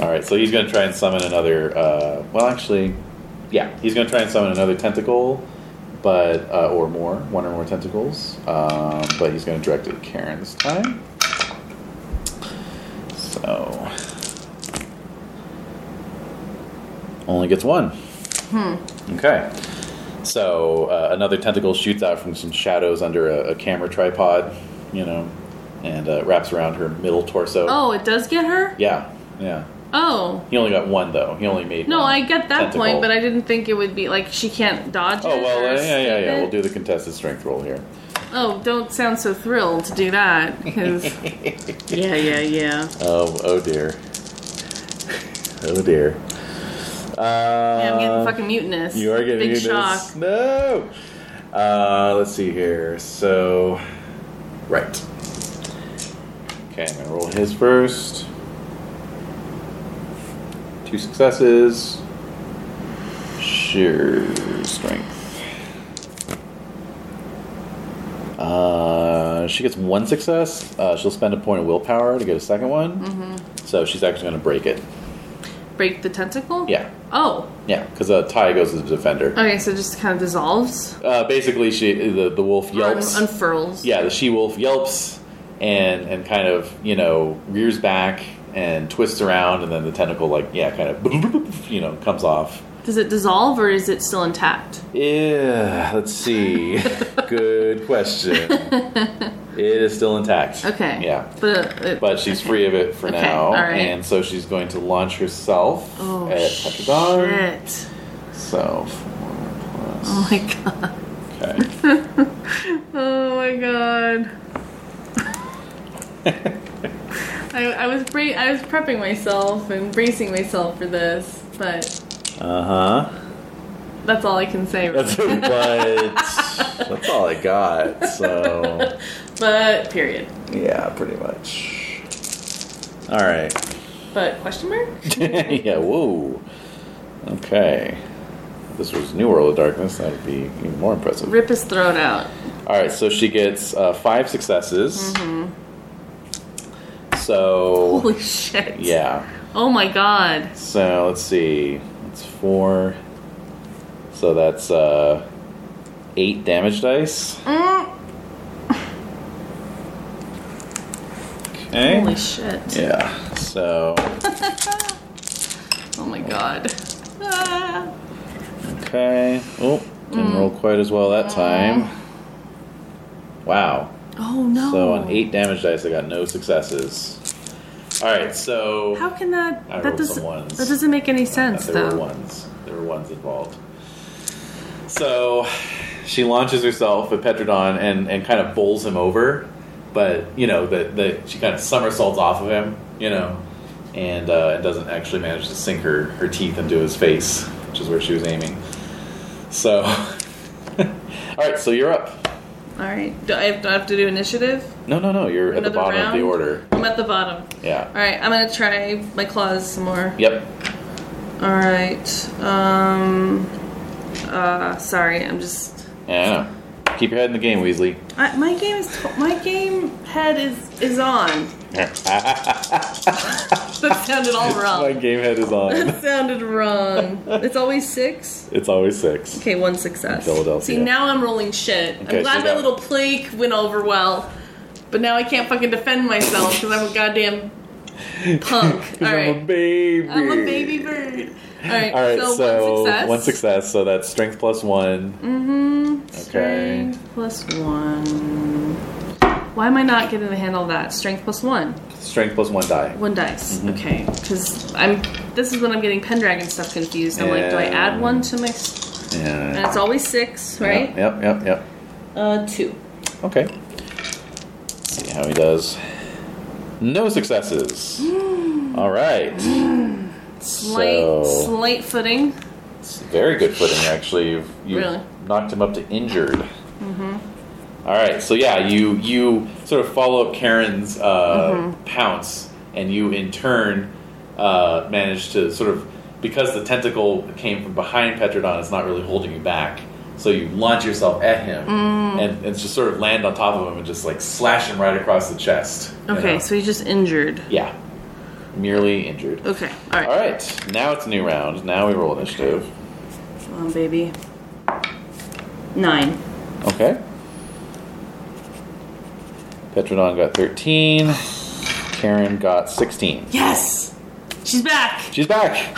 Speaker 5: All right. So he's gonna try and summon another. Uh, well, actually, yeah, he's gonna try and summon another tentacle, but uh, or more, one or more tentacles. Um, but he's gonna direct it at Karen this time. So only gets one. Okay. So uh, another tentacle shoots out from some shadows under a, a camera tripod, you know, and uh, wraps around her middle torso.
Speaker 6: Oh, it does get her?
Speaker 5: Yeah, yeah.
Speaker 6: Oh.
Speaker 5: He only got one though. He only made
Speaker 6: No,
Speaker 5: one
Speaker 6: I get that
Speaker 5: tentacle.
Speaker 6: point, but I didn't think it would be like she can't dodge
Speaker 5: Oh
Speaker 6: it.
Speaker 5: well,
Speaker 6: or
Speaker 5: yeah, yeah, yeah, yeah.
Speaker 6: escape
Speaker 5: We'll
Speaker 6: it.
Speaker 5: do the contested strength roll here.
Speaker 6: Oh, don't sound so thrilled to do that.
Speaker 5: [laughs]
Speaker 6: 'cause- yeah, yeah, yeah.
Speaker 5: Oh, oh dear. [laughs] oh dear. Uh,
Speaker 6: yeah, I'm getting fucking mutinous.
Speaker 5: You are getting
Speaker 6: big
Speaker 5: mutinous.
Speaker 6: shock.
Speaker 5: No. Uh, let's see here. So, right. Okay, I'm gonna roll his first. Two successes. Sheer strength. Uh, she gets one success. Uh, she'll spend a point of willpower to get a second one.
Speaker 6: Mm-hmm.
Speaker 5: So she's actually gonna break it.
Speaker 6: Break the tentacle.
Speaker 5: Yeah,
Speaker 6: Oh.
Speaker 5: yeah, because uh, tie goes to the defender.
Speaker 6: Okay, so it just kind of dissolves.
Speaker 5: Uh, basically, she the, the wolf
Speaker 6: Or un-
Speaker 5: yelps.
Speaker 6: unfurls.
Speaker 5: yeah, the she wolf yelps and and kind of you know rears back and twists around, and then the tentacle like yeah, kind of you know comes off.
Speaker 6: Does it dissolve or is it still intact?
Speaker 5: Yeah, let's [laughs] see. Good question. it is still intact.
Speaker 6: Okay.
Speaker 5: Yeah.
Speaker 6: But, uh, it,
Speaker 5: But she's free of it for
Speaker 6: Okay,
Speaker 5: now,
Speaker 6: all right.
Speaker 5: and so she's going to launch herself
Speaker 6: oh
Speaker 5: at Heptagon.
Speaker 6: shit!
Speaker 5: So four plus.
Speaker 6: Oh my [laughs] god!
Speaker 5: Okay.
Speaker 6: Oh my
Speaker 5: [laughs]
Speaker 6: god! I, I was bra- I was prepping myself and bracing myself for this, but
Speaker 5: [laughs] Uh huh.
Speaker 6: that's all I can say. Really.
Speaker 5: That's but that's all I got. So
Speaker 6: But period.
Speaker 5: yeah, pretty much. All right. [laughs]
Speaker 6: But question mark?
Speaker 5: yeah. Whoa. Okay. If this was New World of Darkness. That would be even more impressive.
Speaker 6: Rip his throat out. [laughs]
Speaker 5: All right. So she gets uh, five successes. So
Speaker 6: Holy shit!
Speaker 5: yeah.
Speaker 6: Oh my god!
Speaker 5: So let's see. It's four. So that's uh, eight damage dice. Okay.
Speaker 6: Holy shit!
Speaker 5: yeah. So
Speaker 6: Oh my god! Ah.
Speaker 5: okay. Oh, didn't roll quite as well that time. Wow.
Speaker 6: Oh no!
Speaker 5: So on eight damage dice, I got no successes. All right. So
Speaker 6: How can that?
Speaker 5: I
Speaker 6: that
Speaker 5: rolled some
Speaker 6: doesn't.
Speaker 5: ones.
Speaker 6: That doesn't make any sense,
Speaker 5: there
Speaker 6: though.
Speaker 5: were ones. There were ones involved. So she launches herself at Petrodon and, and kind of bowls him over, but you know that the, she kind of somersaults off of him, you know, and uh, doesn't actually manage to sink her, her teeth into his face, which is where she was aiming. So, [laughs] all right, so you're up.
Speaker 6: All right. Do I have, do I have to do initiative?
Speaker 5: No, no, no, you're at the
Speaker 6: Another
Speaker 5: bottom of the
Speaker 6: round?
Speaker 5: order.
Speaker 6: I'm at the bottom. All
Speaker 5: Yeah.
Speaker 6: right. I'm gonna try my claws some more.
Speaker 5: Yep.
Speaker 6: All [laughs] right. Um. Uh. Sorry. I'm just.
Speaker 5: Yeah. Keep your head in the game, Weasley.
Speaker 6: I, my game is. My game head is is
Speaker 5: [laughs]
Speaker 6: on. that sounded all
Speaker 5: My
Speaker 6: wrong.
Speaker 5: game head is on.
Speaker 6: That sounded wrong. It's always six.
Speaker 5: [laughs] it's always six.
Speaker 6: Okay, one success.
Speaker 5: Philadelphia.
Speaker 6: See, now I'm rolling shit.
Speaker 5: Okay,
Speaker 6: I'm glad
Speaker 5: so you
Speaker 6: my
Speaker 5: got-
Speaker 6: little plague went over well, but now I can't fucking defend myself because I'm a goddamn
Speaker 5: [laughs]
Speaker 6: punk. All
Speaker 5: I'm a
Speaker 6: right,
Speaker 5: baby.
Speaker 6: I'm a baby bird. All right,
Speaker 5: All right, so,
Speaker 6: one success. Mm-hmm.
Speaker 5: one success, So that's strength plus one. Okay.
Speaker 6: Strength plus one. Why am I not getting the handle of that? Strength plus one.
Speaker 5: Strength plus one die.
Speaker 6: One dice.
Speaker 5: Mm-hmm.
Speaker 6: Okay, because I'm. This is when I'm getting Pendragon stuff confused. I'm like, do I
Speaker 5: Yeah.
Speaker 6: add one to my? s- And
Speaker 5: Yeah.
Speaker 6: it's always six, right?
Speaker 5: Yep. Yep. Yep.
Speaker 6: Uh, two.
Speaker 5: Okay. Let's see how he does.
Speaker 6: [gasps]
Speaker 5: No successes. All right.
Speaker 6: Slight,
Speaker 5: So
Speaker 6: slight footing.
Speaker 5: it's very good footing, actually. You've, you've
Speaker 6: Really?
Speaker 5: knocked him up to injured. Mm-hmm. right. So yeah, you you sort of follow up Karen's uh,
Speaker 6: Mm-hmm.
Speaker 5: pounce, and you in turn uh, manage to sort of because the tentacle came from behind Petrodon, it's not really holding you back. So you launch yourself at him,
Speaker 6: Mm.
Speaker 5: and, and just sort of land on top of him and just like slash him right across the chest. you
Speaker 6: Okay,
Speaker 5: know?
Speaker 6: so he's just injured.
Speaker 5: yeah, merely injured.
Speaker 6: Okay, all right.
Speaker 5: All right, now it's a new round. Now we roll initiative.
Speaker 6: Come on, baby. Nine.
Speaker 5: Okay. Petrodon got 13. Karen got 16.
Speaker 6: Yes! She's back!
Speaker 5: She's back.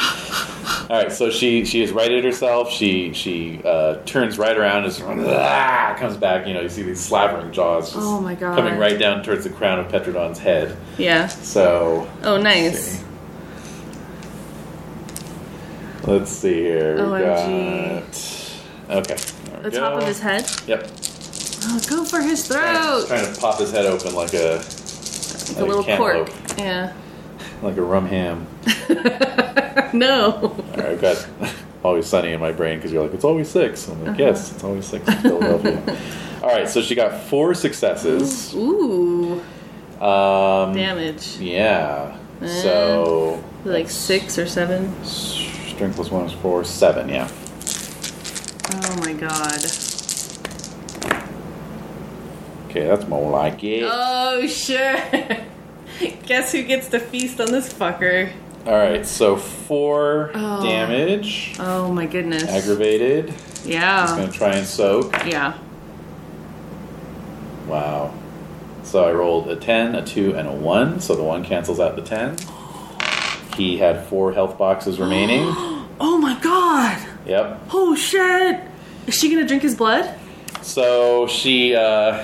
Speaker 5: All right, so she she has righted herself. She she uh, turns right around and just, "Ah," comes back. You know, you see these slavering jaws just
Speaker 6: Oh my God.
Speaker 5: coming right down towards the crown of Petrodon's head.
Speaker 6: Yeah.
Speaker 5: So
Speaker 6: Oh, nice.
Speaker 5: Let's see here. We
Speaker 6: OMG.
Speaker 5: got- Okay. there we
Speaker 6: The top
Speaker 5: go.
Speaker 6: of his head.
Speaker 5: Yep.
Speaker 6: Oh, go for his
Speaker 5: Trying,
Speaker 6: throat.
Speaker 5: trying to pop his head open like a
Speaker 6: Like a
Speaker 5: Oh, you
Speaker 6: little
Speaker 5: can't
Speaker 6: cork.
Speaker 5: look.
Speaker 6: Yeah.
Speaker 5: like a rum ham.
Speaker 6: No.
Speaker 5: All right, I've got always sunny in my brain because you're like it's always six. I'm like yes, it's always six in Philadelphia. All right, so she got four successes.
Speaker 6: Ooh.
Speaker 5: Um,
Speaker 6: Damage.
Speaker 5: Yeah. So
Speaker 6: Like six or seven.
Speaker 5: strength plus one is four, seven. Yeah.
Speaker 6: Oh my god.
Speaker 5: Okay, that's more like it.
Speaker 6: Oh sure. [laughs] Guess who gets to feast on this fucker?
Speaker 5: All right, so four
Speaker 6: Oh.
Speaker 5: damage,
Speaker 6: Oh my goodness.
Speaker 5: aggravated. He's
Speaker 6: Yeah.
Speaker 5: gonna try and soak.
Speaker 6: Yeah.
Speaker 5: Wow. So I rolled a 10, a 2, and a 1. So the 1 cancels out the 10. He had 4 health boxes remaining.
Speaker 6: Oh my god.
Speaker 5: yep.
Speaker 6: Oh shit. Is she gonna drink his blood?
Speaker 5: So she uh,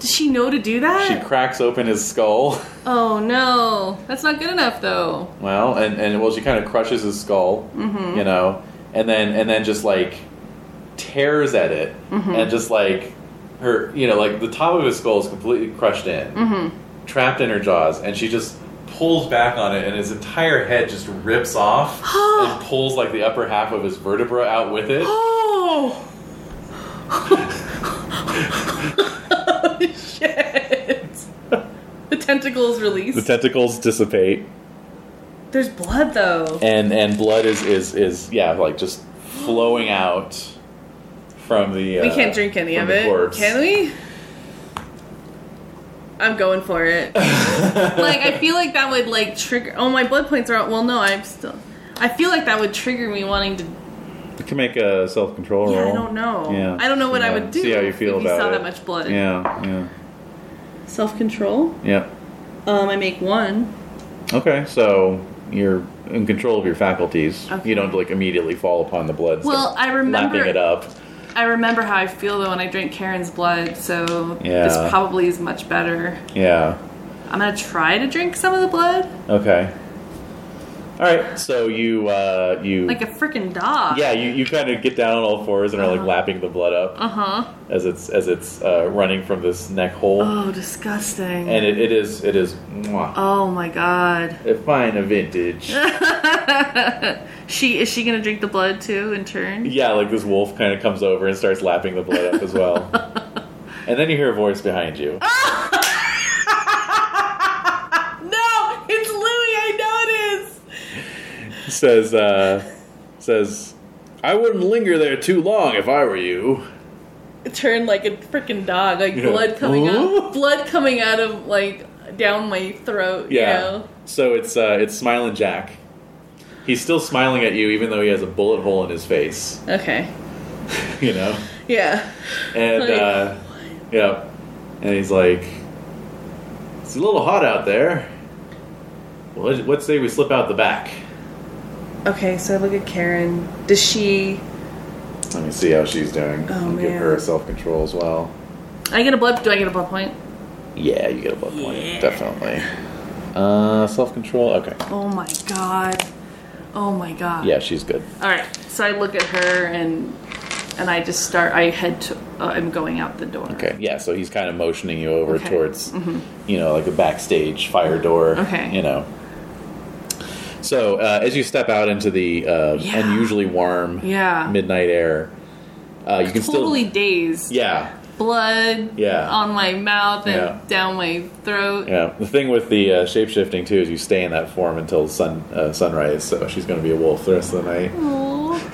Speaker 6: Does she know to do that?
Speaker 5: she cracks open his skull.
Speaker 6: oh no. That's not good enough though.
Speaker 5: Well, and, and well, she kind of crushes his skull, you know, and then and then just like tears at it, and just like her, you know, like the top of his skull is completely crushed in, trapped in her jaws, and she just pulls back on it, and his entire head just rips off and pulls like the upper half of his vertebra out with it.
Speaker 6: Oh. shit. The tentacles release.
Speaker 5: The tentacles dissipate,
Speaker 6: There's blood though.
Speaker 5: and and blood is is is yeah, like just flowing out from the. Uh,
Speaker 6: We can't drink any
Speaker 5: from
Speaker 6: of
Speaker 5: the
Speaker 6: it,
Speaker 5: corpse.
Speaker 6: can we? I'm going for it. like I feel like that would like trigger. Oh, my blood points are out. Well, no, I'm still. I feel like that would trigger me wanting to.
Speaker 5: You can make a self control
Speaker 6: Yeah,
Speaker 5: roll.
Speaker 6: I don't know.
Speaker 5: Yeah.
Speaker 6: I don't know what I
Speaker 5: Yeah.
Speaker 6: would do
Speaker 5: See how you feel
Speaker 6: if
Speaker 5: about
Speaker 6: you saw
Speaker 5: it.
Speaker 6: that much blood.
Speaker 5: Yeah, yeah,
Speaker 6: Self control.
Speaker 5: yeah.
Speaker 6: Um, I make one.
Speaker 5: Okay, so you're in control of your faculties.
Speaker 6: Okay.
Speaker 5: You don't like immediately fall upon the blood.
Speaker 6: Well,
Speaker 5: start
Speaker 6: I remember.
Speaker 5: lapping it up.
Speaker 6: I remember how I feel though when I drink Karen's blood, so this
Speaker 5: Yeah.
Speaker 6: probably is much better.
Speaker 5: Yeah.
Speaker 6: I'm gonna try to drink some of the blood,
Speaker 5: Okay. All right. So you uh, you
Speaker 6: like a freaking dog.
Speaker 5: yeah you, you kind of get down on all fours and are like
Speaker 6: Uh-huh.
Speaker 5: lapping the blood up
Speaker 6: Uh huh.
Speaker 5: as it's as it's uh, running from this neck hole.
Speaker 6: Oh, disgusting.
Speaker 5: And it, it is it is mwah,
Speaker 6: Oh my god.
Speaker 5: a Eh, fine a vintage.
Speaker 6: She is she gonna drink the blood too in turn?
Speaker 5: Yeah, like this wolf kind of comes over and starts lapping the blood up as well. and then you hear a voice behind you.
Speaker 6: No, it's Louie. I know it is.
Speaker 5: says, uh, says, I wouldn't linger there too long if I were you.
Speaker 6: Turn like a freaking dog, like
Speaker 5: Yeah.
Speaker 6: blood coming
Speaker 5: Ooh.
Speaker 6: out, blood coming out of like down my throat.
Speaker 5: Yeah.
Speaker 6: You know?
Speaker 5: So it's uh, it's smiling Jack. He's still smiling at you, even though he has a bullet hole in his face. [laughs]
Speaker 6: Okay.
Speaker 5: You know,
Speaker 6: Yeah.
Speaker 5: and
Speaker 6: Like,
Speaker 5: uh, yeah, and he's like, it's a little hot out there. Well, let's- let's say we slip out the back.
Speaker 6: Okay, so I look at Karen. Does she?
Speaker 5: Let me see how she's doing.
Speaker 6: Oh,
Speaker 5: I'll Give
Speaker 6: man.
Speaker 5: her a self control as well.
Speaker 6: I get a blood. Do I get a blood point?
Speaker 5: Yeah, you get a blood point, definitely. Uh, self control. Okay.
Speaker 6: Oh my god. Oh my god.
Speaker 5: Yeah, she's good.
Speaker 6: All right. So I look at her and and I just start. I head to. Uh, I'm going out the door.
Speaker 5: Okay. Yeah, so he's kind of motioning you over
Speaker 6: Okay. Mm-hmm.
Speaker 5: towards, you know, like a backstage fire door.
Speaker 6: Okay.
Speaker 5: You know. So uh, as you step out into the uh,
Speaker 6: Yeah.
Speaker 5: unusually warm
Speaker 6: Yeah.
Speaker 5: midnight air, uh, you can
Speaker 6: Totally
Speaker 5: still
Speaker 6: dazed.
Speaker 5: yeah
Speaker 6: Blood.
Speaker 5: Yeah.
Speaker 6: On my mouth and
Speaker 5: Yeah.
Speaker 6: down my throat.
Speaker 5: yeah. The thing with the uh, shape shifting too is you stay in that form until sun uh, sunrise. So she's going to be a wolf the rest of the night.
Speaker 6: Aw.
Speaker 5: [laughs]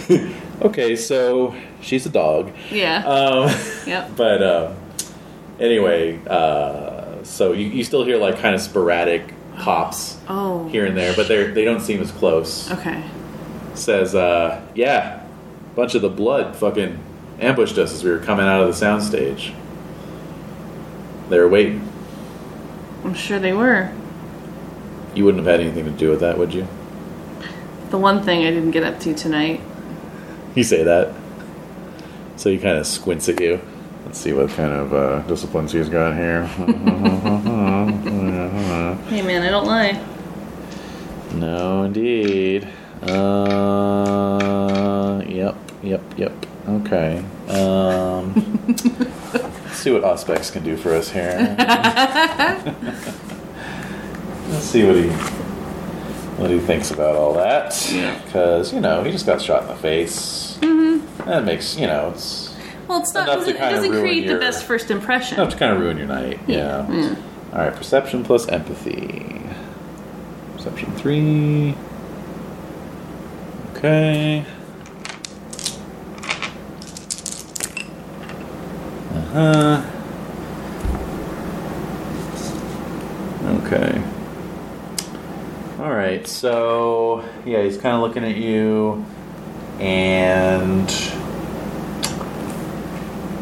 Speaker 5: Okay, so she's a dog.
Speaker 6: Yeah.
Speaker 5: Um,
Speaker 6: yep.
Speaker 5: [laughs] But um, anyway, uh, so you, you still hear like kind of sporadic pops
Speaker 6: Oh.
Speaker 5: here and there, but they they don't seem as close.
Speaker 6: Okay.
Speaker 5: Says, uh, yeah, bunch of the blood fucking ambushed us as we were coming out of the soundstage. They were waiting.
Speaker 6: I'm sure they were.
Speaker 5: You wouldn't have had anything to do with that, would you?
Speaker 6: The one thing I didn't get up to tonight.
Speaker 5: You say that. So he kind of squints at you. Let's see what kind of uh, disciplines he's got here.
Speaker 6: Hey man, I don't lie.
Speaker 5: No, indeed. Uh, Yep, yep. Okay. Um, let's see what Auspex can do for us here. let's see what he what he thinks about all that.
Speaker 7: Yeah.
Speaker 5: Because you know he just got shot in the face. That makes you know it's
Speaker 6: Well, it's not
Speaker 5: Enough to
Speaker 6: doesn't, it
Speaker 5: kinda
Speaker 6: doesn't
Speaker 5: ruin
Speaker 6: create
Speaker 5: your- Oh.
Speaker 6: the best first impression.
Speaker 5: enough to kind of ruin your night. Yeah. All right. Perception plus empathy. Perception three. Okay. Uh huh. Okay. All right. So yeah, he's kind of looking at you, and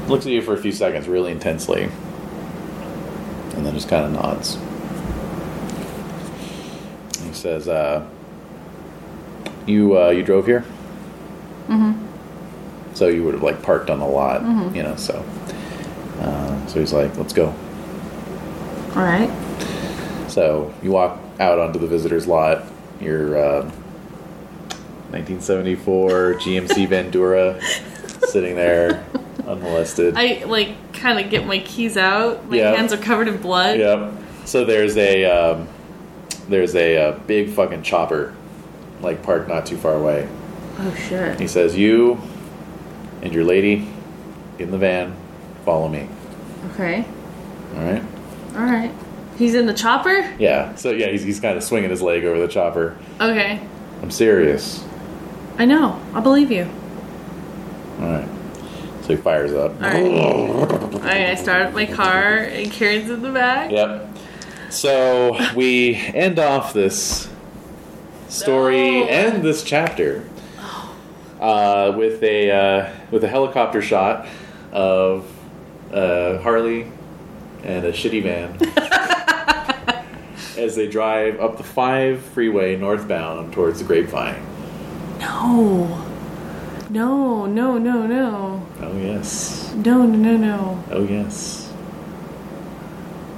Speaker 5: looks at you for a few seconds, really intensely, and then just kind of nods. He says, uh, "You uh, you drove here, mm-hmm. so you would have like parked on the lot, you know." So, uh, so he's like, "Let's go."
Speaker 6: All right.
Speaker 5: So you walk out onto the visitor's lot. Your uh, 1974 GMC Bandura sitting there unmolested.
Speaker 6: I like kind of get my keys out. My
Speaker 5: Yeah.
Speaker 6: hands are covered in blood.
Speaker 5: Yep. So there's a um, there's a, uh big fucking chopper, like parked not too far away.
Speaker 6: Oh shit.
Speaker 5: He says, "You and your lady in the van, follow me."
Speaker 6: Okay.
Speaker 5: All right.
Speaker 6: All right. He's in the chopper.
Speaker 5: Yeah. So yeah, he's, he's kind of swinging his leg over the chopper.
Speaker 6: Okay.
Speaker 5: I'm serious.
Speaker 6: I know. I believe you.
Speaker 5: All right. So he fires up.
Speaker 6: All
Speaker 5: [laughs]
Speaker 6: right. All right. I start up my car, and Karen's in the back.
Speaker 5: Yep. So we end off this story
Speaker 6: No.
Speaker 5: and this chapter uh, with a uh, with a helicopter shot of uh, Harley and a shitty van as they drive up the five freeway northbound towards the Grapevine.
Speaker 6: No. No. No. No. No.
Speaker 5: Oh yes.
Speaker 6: No. No. No. No.
Speaker 5: Oh yes.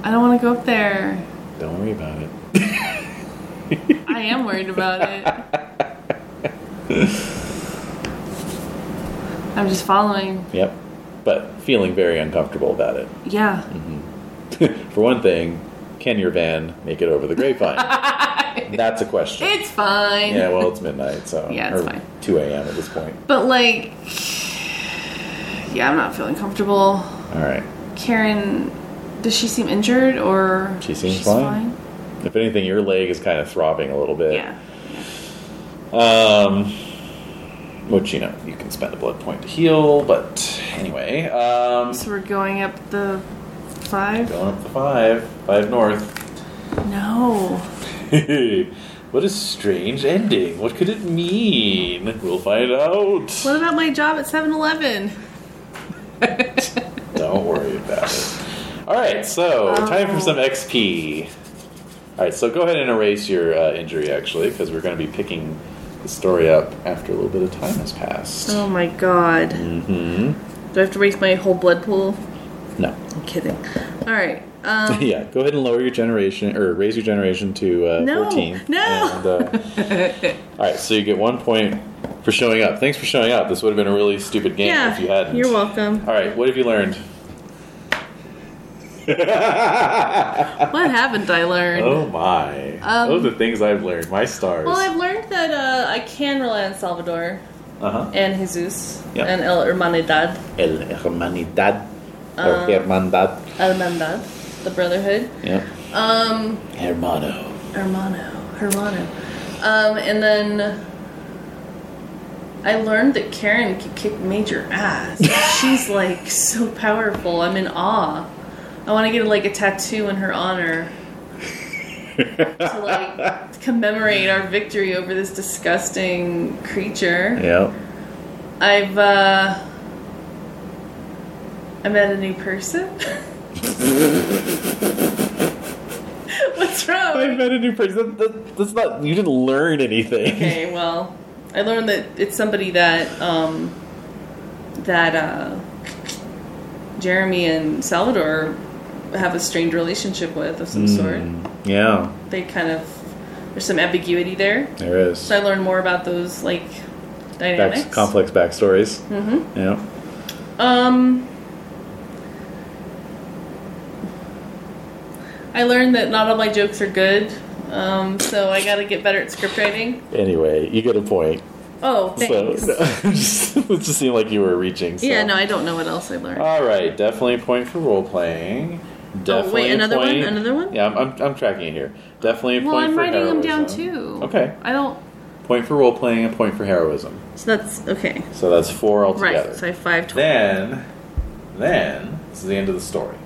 Speaker 6: I don't want to go up there.
Speaker 5: Don't worry about it.
Speaker 6: I am worried about
Speaker 5: [laughs]
Speaker 6: it. I'm just following.
Speaker 5: Yep. But feeling very uncomfortable about it.
Speaker 6: Yeah.
Speaker 5: For one thing, can your van make it over
Speaker 6: [laughs]
Speaker 5: the grapevine? That's a question.
Speaker 6: It's fine.
Speaker 5: yeah, well, it's midnight, so
Speaker 6: Yeah, it's
Speaker 5: or
Speaker 6: fine.
Speaker 5: 2 a.m. at this point.
Speaker 6: But like, yeah, I'm not feeling comfortable.
Speaker 5: All
Speaker 7: [laughs]
Speaker 5: right.
Speaker 6: Karen, does she seem injured or
Speaker 5: She seems
Speaker 6: she's
Speaker 5: fine. If anything, your leg is kind of throbbing a little bit.
Speaker 6: Yeah.
Speaker 5: Um, which you know you can spend a blood point to heal, but anyway, um,
Speaker 6: So we're going up the five.
Speaker 5: going up the five, five north. [laughs]
Speaker 6: No.
Speaker 5: what a strange ending. What could it mean? We'll find out.
Speaker 6: What about my job at 7-Eleven?
Speaker 5: Don't worry about it. All right, so time for some XP. All right, so go ahead and erase your uh, injury actually, because we're going to be picking the story up after a little bit of time has passed.
Speaker 6: Oh my god. Do I have to raise my whole blood pool?
Speaker 5: Mm-hmm. No.
Speaker 6: I'm kidding. All right. Um,
Speaker 5: [laughs] yeah, go ahead and lower your generation or raise your generation to uh,
Speaker 6: No,
Speaker 5: 14. Um,
Speaker 6: no.
Speaker 5: And, uh, all right, so you get one point for showing up. Thanks for showing up. This would have been a really stupid game
Speaker 6: yeah.
Speaker 5: if you hadn't.
Speaker 6: You're welcome.
Speaker 5: All right, what have you learned?
Speaker 6: What haven't I learned?
Speaker 5: Oh my!
Speaker 6: Um,
Speaker 5: Those are the things I've learned. My stars.
Speaker 6: Well, I've learned that uh, I can rely on Salvador
Speaker 5: Uh-huh.
Speaker 6: and Jesus
Speaker 5: Yeah.
Speaker 6: and El Hermanidad,
Speaker 7: El Hermanidad. Or Hermandad.
Speaker 6: El Hermandad, the Brotherhood,
Speaker 5: Yep.
Speaker 7: Hermano.
Speaker 6: Hermano, Hermano. Um, and then I learned that Karen could kick major ass. She's like so powerful. I'm in awe. I want to get like a tattoo in her honor to like commemorate our victory over this disgusting creature.
Speaker 7: Yep.
Speaker 6: I've uh I met a new person. [laughs] What's
Speaker 5: I
Speaker 6: wrong?
Speaker 5: met a new person. That, that, that's not. You didn't learn anything.
Speaker 7: [laughs]
Speaker 1: [laughs]
Speaker 6: Okay, well, I learned that it's somebody that um that uh Jeremy and Salvador have a strained relationship with of some
Speaker 1: Hmm.
Speaker 6: sort.
Speaker 5: Yeah,
Speaker 6: They kind of there's some ambiguity there.
Speaker 5: there is.
Speaker 6: So I learned more about those like
Speaker 7: dynamics.
Speaker 1: back, complex backstories. Mm-hmm. Yeah.
Speaker 7: Um, I learned that not all my jokes are good, um, so I got to get better at script writing.
Speaker 1: Anyway, you get a
Speaker 5: [laughs]
Speaker 1: point.
Speaker 7: Oh, thanks.
Speaker 1: So no, just- it just seemed like you were reaching. So.
Speaker 7: Yeah, no, I don't know what else I learned.
Speaker 5: All right, definitely a point for role playing.
Speaker 6: Oh,
Speaker 5: Definitely a
Speaker 7: another one?
Speaker 5: point-
Speaker 7: Another one?
Speaker 5: Yeah, I'm, I'm, I'm tracking it here. Definitely a
Speaker 7: well,
Speaker 5: point
Speaker 7: I'm
Speaker 5: for
Speaker 7: writing them
Speaker 5: heroism.
Speaker 7: down too.
Speaker 5: Okay,
Speaker 7: I don't.
Speaker 5: point for role playing, a point for heroism.
Speaker 7: So that's okay.
Speaker 5: So that's four altogether.
Speaker 7: Right. So I have five. Tw-
Speaker 5: then, then this is the end of the story.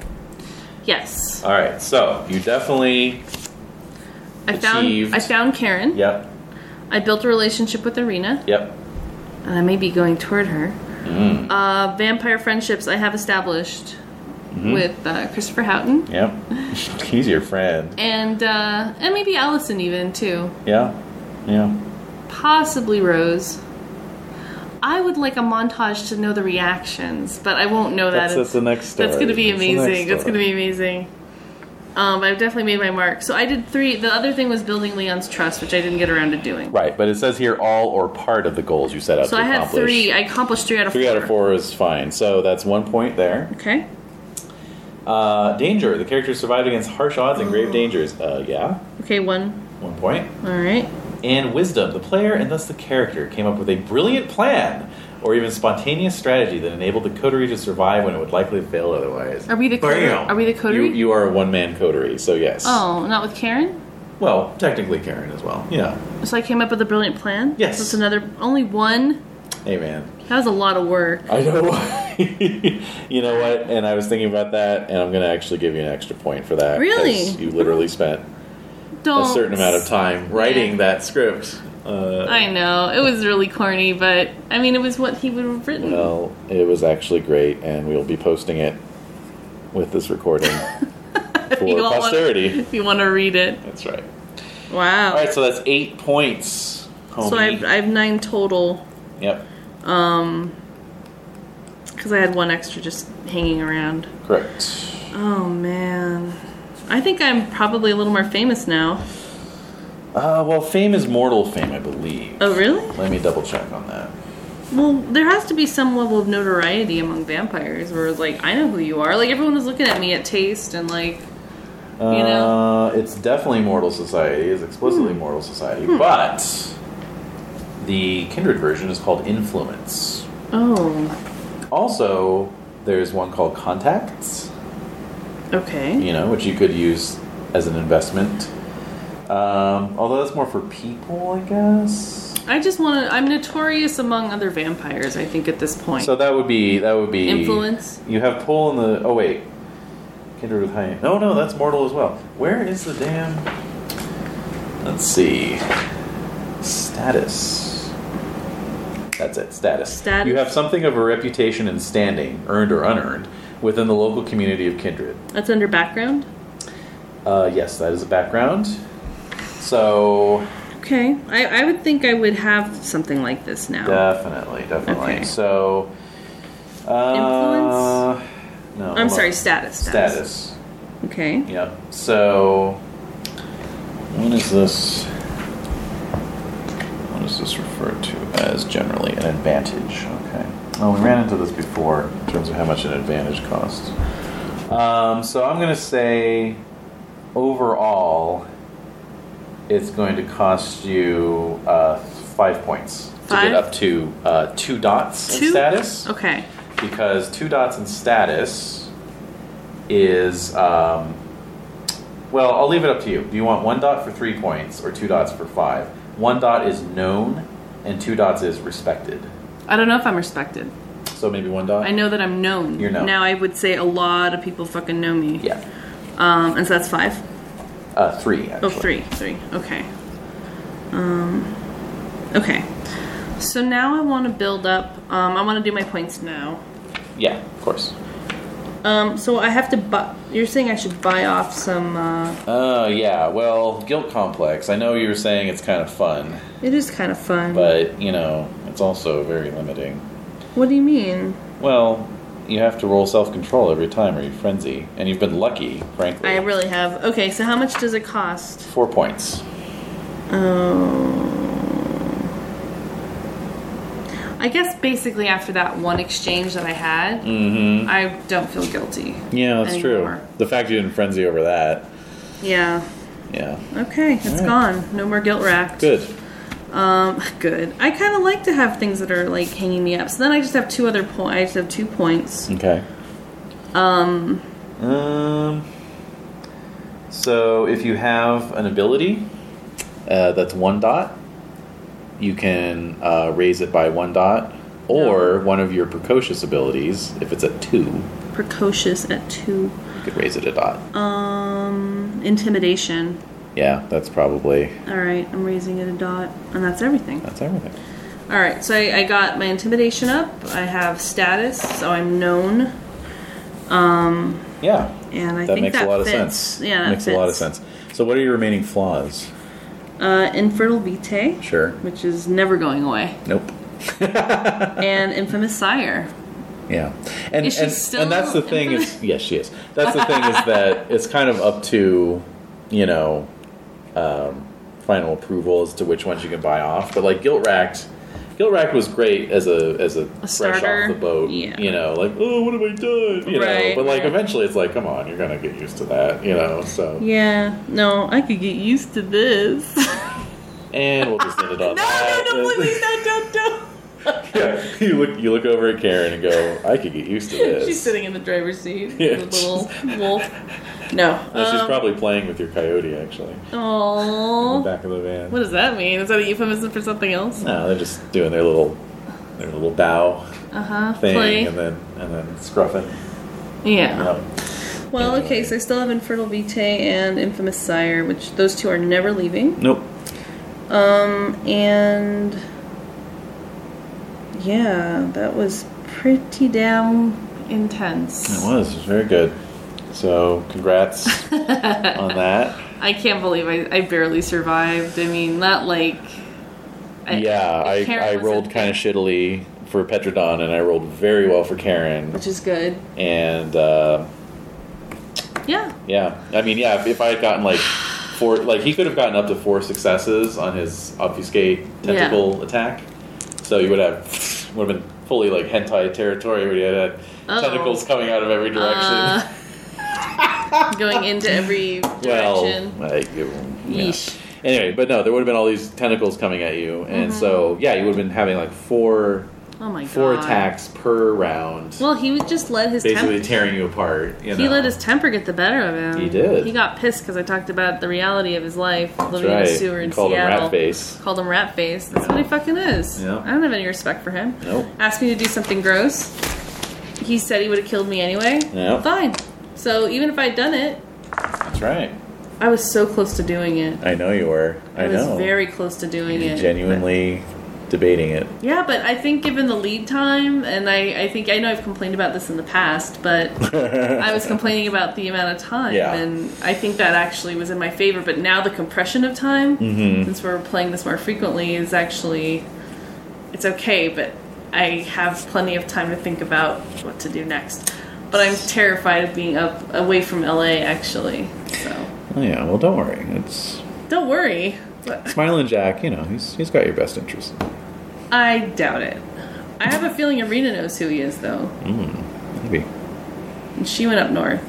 Speaker 7: yes.
Speaker 5: All right, so you definitely,
Speaker 7: I found.
Speaker 5: achieved.
Speaker 7: I found Karen.
Speaker 5: yep,
Speaker 7: I built a relationship with Arena,
Speaker 5: yep,
Speaker 7: and I may be going toward her.
Speaker 5: Mm.
Speaker 7: Uh, vampire friendships I have established
Speaker 5: Mm-hmm.
Speaker 7: with uh, Christopher Houghton.
Speaker 5: yep. [laughs] He's your friend.
Speaker 7: and uh, and maybe Allison even too,
Speaker 5: Yeah, yeah.
Speaker 7: possibly Rose. I would like a montage to know the reactions, but I won't know that.
Speaker 5: That's, that's the next story.
Speaker 7: That's gonna be
Speaker 5: the next
Speaker 7: amazing. That's
Speaker 5: story.
Speaker 7: gonna be amazing. Um, I've definitely made my mark. So I did three. The other thing was building Leon's trust, which I didn't get around to doing.
Speaker 5: Right, but it says here all or part of the goals you set out
Speaker 7: So
Speaker 5: to
Speaker 7: I had
Speaker 5: accomplish.
Speaker 7: three. I accomplished three out of
Speaker 5: Three
Speaker 7: four.
Speaker 5: out of four is fine. So that's one point there.
Speaker 7: Okay.
Speaker 5: Uh, danger. The character survived against harsh odds and grave dangers. Uh, yeah,
Speaker 7: Okay. One.
Speaker 5: one point.
Speaker 7: All right.
Speaker 5: And wisdom. The player and thus the character came up with a brilliant plan or even spontaneous strategy that enabled the coterie to survive when it would likely fail otherwise.
Speaker 7: Are we the
Speaker 5: Bam!
Speaker 7: coterie- are we the coterie?
Speaker 5: You, you are a one man coterie, so yes.
Speaker 7: Oh, not with Karen.
Speaker 5: Well, technically Karen as well. Yeah.
Speaker 7: So I came up with a brilliant plan.
Speaker 5: Yes.
Speaker 7: So it's another. Only one.
Speaker 5: Hey man.
Speaker 7: That was a lot of work.
Speaker 5: I know. [laughs] you know what? And I was thinking about that, and I'm going to actually give you an extra point for that.
Speaker 7: Really?
Speaker 5: 'cause You literally spent
Speaker 7: Don't.
Speaker 5: a certain amount of time writing that script. Uh,
Speaker 7: I know it was really corny, but I mean, it was what he would have written.
Speaker 5: well, it was actually great, and we'll be posting it with this
Speaker 7: [laughs]
Speaker 5: recording
Speaker 7: You
Speaker 5: for
Speaker 7: don't wanna-
Speaker 5: posterity.
Speaker 7: if you want to read it,
Speaker 5: That's right.
Speaker 7: wow.
Speaker 5: All right, so that's eight points. Homie.
Speaker 7: so I've, I've nine total
Speaker 5: yep,
Speaker 7: because I had one extra just hanging around.
Speaker 5: correct.
Speaker 7: Oh man, I think I'm probably a little more famous now.
Speaker 5: Uh, well, fame is mortal fame, I believe.
Speaker 7: Oh really?
Speaker 5: Let me double check on that.
Speaker 7: Well, there has to be some level of notoriety among vampires, where it's like I know who you are. Like everyone was looking at me at taste and like You know?
Speaker 5: Uh, it's definitely Mortal Society. It's explicitly
Speaker 7: Hmm.
Speaker 5: Mortal Society, but the Kindred version is called Influence.
Speaker 7: oh
Speaker 5: Also, there's one called Contacts,
Speaker 7: okay
Speaker 5: you know, which you could use as an investment. Um, although that's more for people, I guess.
Speaker 7: I just want to. I'm notorious among other vampires. I think at this point.
Speaker 5: So that would be that would be
Speaker 7: Influence?
Speaker 5: You have pull in the. Oh wait, Kindred with high. No, no, that's mortal as well. Where is the damn? Let's see. Status. That's it. Status.
Speaker 7: Status.
Speaker 5: You have something of a reputation and standing, earned or unearned, within the local community of Kindred.
Speaker 7: That's under background.
Speaker 5: Uh, yes, that is a background. So
Speaker 7: Okay, I, I would think I would have something like this now.
Speaker 5: definitely, definitely.
Speaker 7: Okay.
Speaker 5: So. Uh,
Speaker 7: Influence?
Speaker 5: No. hold
Speaker 7: I'm
Speaker 5: on.
Speaker 7: sorry, status, status.
Speaker 5: Status.
Speaker 7: Okay.
Speaker 5: Yep. So, when is this? What is this referred to as generally an advantage? Okay. Oh, we ran into this before in terms of how much an advantage costs. Um, so I'm going to say, overall, it's going to cost you uh, five points to
Speaker 7: Five?
Speaker 5: get up to uh, two dots
Speaker 7: Two?
Speaker 5: in status
Speaker 7: Okay.
Speaker 5: because two dots in status is um, well i'll leave it up to you do you want one dot for three points or two dots for five one dot is known and two dots is respected
Speaker 7: I don't know if I'm respected.
Speaker 5: so maybe one dot
Speaker 7: I know that I'm known.
Speaker 5: You're known.
Speaker 7: Now I would say a lot of people fucking know me.
Speaker 5: yeah
Speaker 7: Um, and so that's five.
Speaker 5: uh, three actually.
Speaker 7: Oh, three, three. Okay. Um, okay. So now I want to build up. Um, I want to do my points now.
Speaker 5: yeah of course
Speaker 7: Um, so I have to buy. You're saying I should buy off some. Uh,
Speaker 5: oh yeah well guilt complex i know you were saying it's kind of fun
Speaker 7: it is kind of fun.
Speaker 5: but you know it's also very limiting
Speaker 7: what do you mean?
Speaker 5: well you have to roll self-control every time or you frenzy and you've been lucky frankly
Speaker 7: I really have. Okay, so how much does it cost?
Speaker 5: four
Speaker 7: Um,
Speaker 5: points
Speaker 7: Oh. I guess basically after that one exchange that I had, I don't feel guilty.
Speaker 5: Mm-hmm. Yeah, that's
Speaker 7: Anymore.
Speaker 5: true. The fact you didn't frenzy over that.
Speaker 7: Yeah.
Speaker 5: Yeah.
Speaker 7: Okay, it's
Speaker 5: right.
Speaker 7: gone. No more guilt racked.
Speaker 5: Good.
Speaker 7: Um, good. I kind of like to have things that are like hanging me up. So then I just have two other points. I just have two points.
Speaker 5: Okay. Um. Um. So if you have an ability, uh, that's one dot. You can uh, raise it by one dot, or one of your precocious abilities. If it's at two,
Speaker 7: Precocious at two.
Speaker 5: you could raise it a dot.
Speaker 7: Um, intimidation.
Speaker 5: yeah, that's probably
Speaker 7: All right, I'm raising it a dot, and that's everything.
Speaker 5: that's everything.
Speaker 7: All right, so I, I got my intimidation up. I have status, so I'm known, Um,
Speaker 5: Yeah,
Speaker 7: and I
Speaker 5: that
Speaker 7: think
Speaker 5: makes
Speaker 7: that
Speaker 5: a lot
Speaker 7: fits.
Speaker 5: of sense.
Speaker 7: Yeah, that
Speaker 5: makes a lot of
Speaker 7: fits.
Speaker 5: sense. So what are your remaining flaws?
Speaker 7: Uh, infertile vitae,
Speaker 5: Sure.
Speaker 7: which is never going away,
Speaker 5: Nope.
Speaker 7: [laughs]
Speaker 5: [laughs]
Speaker 7: and infamous sire.
Speaker 5: Yeah, and
Speaker 7: Is she
Speaker 5: and,
Speaker 7: still
Speaker 5: and that's the thing is
Speaker 7: [laughs] infamous?
Speaker 5: yes she is. That's the thing is that it's kind of up to you know um, final approval as to which ones you can buy off. But like guilt racked, guilt racked was great as a as a, fresh
Speaker 7: starter?
Speaker 5: off the boat.
Speaker 7: Yeah.
Speaker 5: You know, like oh what have I done? You know,
Speaker 7: Right,
Speaker 5: but like
Speaker 7: right.
Speaker 5: eventually it's like come on, you're gonna get used to that. You know, so
Speaker 7: Yeah, no, I could get used to this. [laughs] no,
Speaker 5: and we'll just end it on
Speaker 7: [laughs] no,
Speaker 5: that.
Speaker 7: no, please, no, don't, don't.
Speaker 5: yeah, [laughs] you look you look over at Karen and go, I could get used to this.
Speaker 7: She's sitting in the driver's seat,
Speaker 5: [laughs] Yeah.
Speaker 7: the little wolf. No.
Speaker 5: No, she's
Speaker 7: um,
Speaker 5: probably playing with your coyote actually. in
Speaker 7: aw.
Speaker 5: the back of the van.
Speaker 7: What does that mean? Is that a euphemism for something else?
Speaker 5: No, they're just doing their little their little bow
Speaker 7: Uh huh.
Speaker 5: thing
Speaker 7: Play.
Speaker 5: and then and then scruffing.
Speaker 7: Yeah.
Speaker 5: No.
Speaker 7: Well, okay, so I still have Infernal Vitae and Infamous Sire, which those two are never leaving.
Speaker 5: Nope.
Speaker 7: Um, and yeah, that was pretty damn intense.
Speaker 5: It was, it was very good. So congrats
Speaker 7: [laughs]
Speaker 5: on that.
Speaker 7: I can't believe I, I barely survived. I mean, not like. I-
Speaker 5: yeah, I,
Speaker 7: Karen
Speaker 5: I
Speaker 7: wasn't-
Speaker 5: rolled kind of shittily for Petrodon and I rolled very well for Karen.
Speaker 7: Which is good.
Speaker 5: And uh,
Speaker 7: Yeah.
Speaker 5: yeah, I mean, yeah, if, if I had gotten like four, like he could have gotten up to four successes on his obfuscate tentacle attack. So you would have [laughs] would have been fully like hentai territory where you had, had
Speaker 7: Uh-oh.
Speaker 5: tentacles coming out of every direction.
Speaker 7: Oh. Uh, going into every
Speaker 5: [laughs] well,
Speaker 7: direction.
Speaker 5: like, it- yeah.
Speaker 7: Yeesh.
Speaker 5: Anyway, but no, there would have been all these tentacles coming at you, and so yeah, you would have been having like four
Speaker 7: oh my god.
Speaker 5: four attacks per round,
Speaker 7: Well, he would just let his temper.
Speaker 5: basically tearing you apart. You
Speaker 7: He
Speaker 5: know.
Speaker 7: let his temper get the better of him.
Speaker 5: He did.
Speaker 7: He got pissed because I talked about the reality of his life
Speaker 5: That's
Speaker 7: living
Speaker 5: right.
Speaker 7: in a sewer in
Speaker 5: You called him
Speaker 7: Seattle.
Speaker 5: rat face.
Speaker 7: Called him rat face. That's what he fucking is.
Speaker 5: Yeah.
Speaker 7: I don't have any respect for him.
Speaker 5: Nope.
Speaker 7: Asked me to do something gross. He said he would have killed me anyway.
Speaker 5: Yeah.
Speaker 7: Fine. So even if I'd done it,
Speaker 5: That's right.
Speaker 7: I was so close to doing it.
Speaker 5: I know you were. I,
Speaker 7: was
Speaker 5: know.
Speaker 7: very close to doing it.
Speaker 5: genuinely debating it.
Speaker 7: Yeah, but I think given the lead time, and I, I think I know I've complained about this in the past, but I was complaining about the amount of time,
Speaker 5: Yeah.
Speaker 7: and I think that actually was in my favor. But now the compression of time, since we're playing this more frequently, is actually it's okay. But I have plenty of time to think about what to do next. But I'm terrified of being up away from LA, actually. So
Speaker 5: Oh, yeah. Well, don't worry. It's
Speaker 7: don't worry. But-
Speaker 5: Smiling Jack. You know, he's he's got your best interest.
Speaker 7: I doubt it. I have a feeling Arena knows who he is, though.
Speaker 5: Maybe.
Speaker 7: And she went up north.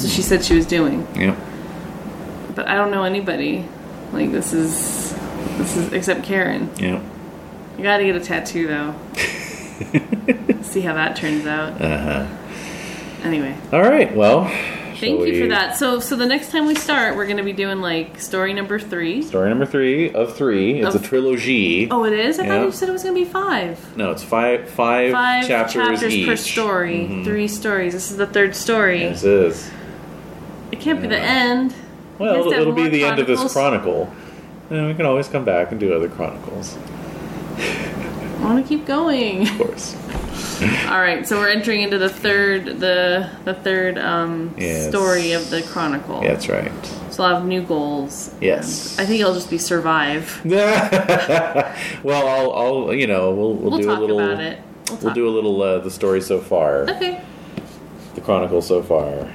Speaker 7: So she said she was doing.
Speaker 5: Yeah.
Speaker 7: But I don't know anybody. Like this is this is except Karen.
Speaker 5: Yeah.
Speaker 7: I gotta get a tattoo though. See how that turns out. Uh-huh. Anyway.
Speaker 5: All right. Well.
Speaker 7: Thank you for that. So so the next time we start we're gonna be doing like story number three.
Speaker 5: Story number three of three. It's
Speaker 7: Of-
Speaker 5: a trilogy.
Speaker 7: Oh it is? I
Speaker 5: Yeah.
Speaker 7: thought you said it was gonna be five.
Speaker 5: No, it's five five
Speaker 7: Five
Speaker 5: chapters,
Speaker 7: chapters,
Speaker 5: each. Mm-hmm.
Speaker 7: per story. Three stories. This is the third story.
Speaker 5: This is.
Speaker 7: It can't be the
Speaker 5: Yeah.
Speaker 7: end.
Speaker 5: Well,
Speaker 7: guys
Speaker 5: it'll,
Speaker 7: have
Speaker 5: it'll be
Speaker 7: more
Speaker 5: the end of this
Speaker 7: chronicles?
Speaker 5: chronicle. And we can always come back and do other chronicles,
Speaker 7: I wanna keep going. [laughs]
Speaker 5: of course.
Speaker 7: All right, so we're entering into the third, the the third um,
Speaker 5: Yes.
Speaker 7: story of the chronicle.
Speaker 5: Yeah, that's right.
Speaker 7: So I'll have new goals.
Speaker 5: Yes. [laughs]
Speaker 7: I think it'll just be survive.
Speaker 5: well, I'll, I'll, you know, we'll we'll,
Speaker 7: We'll
Speaker 5: do
Speaker 7: talk
Speaker 5: a little.
Speaker 7: about it. We'll
Speaker 5: We'll,
Speaker 7: talk.
Speaker 5: do a little uh, the story so far,
Speaker 7: Okay,
Speaker 5: the chronicle so far.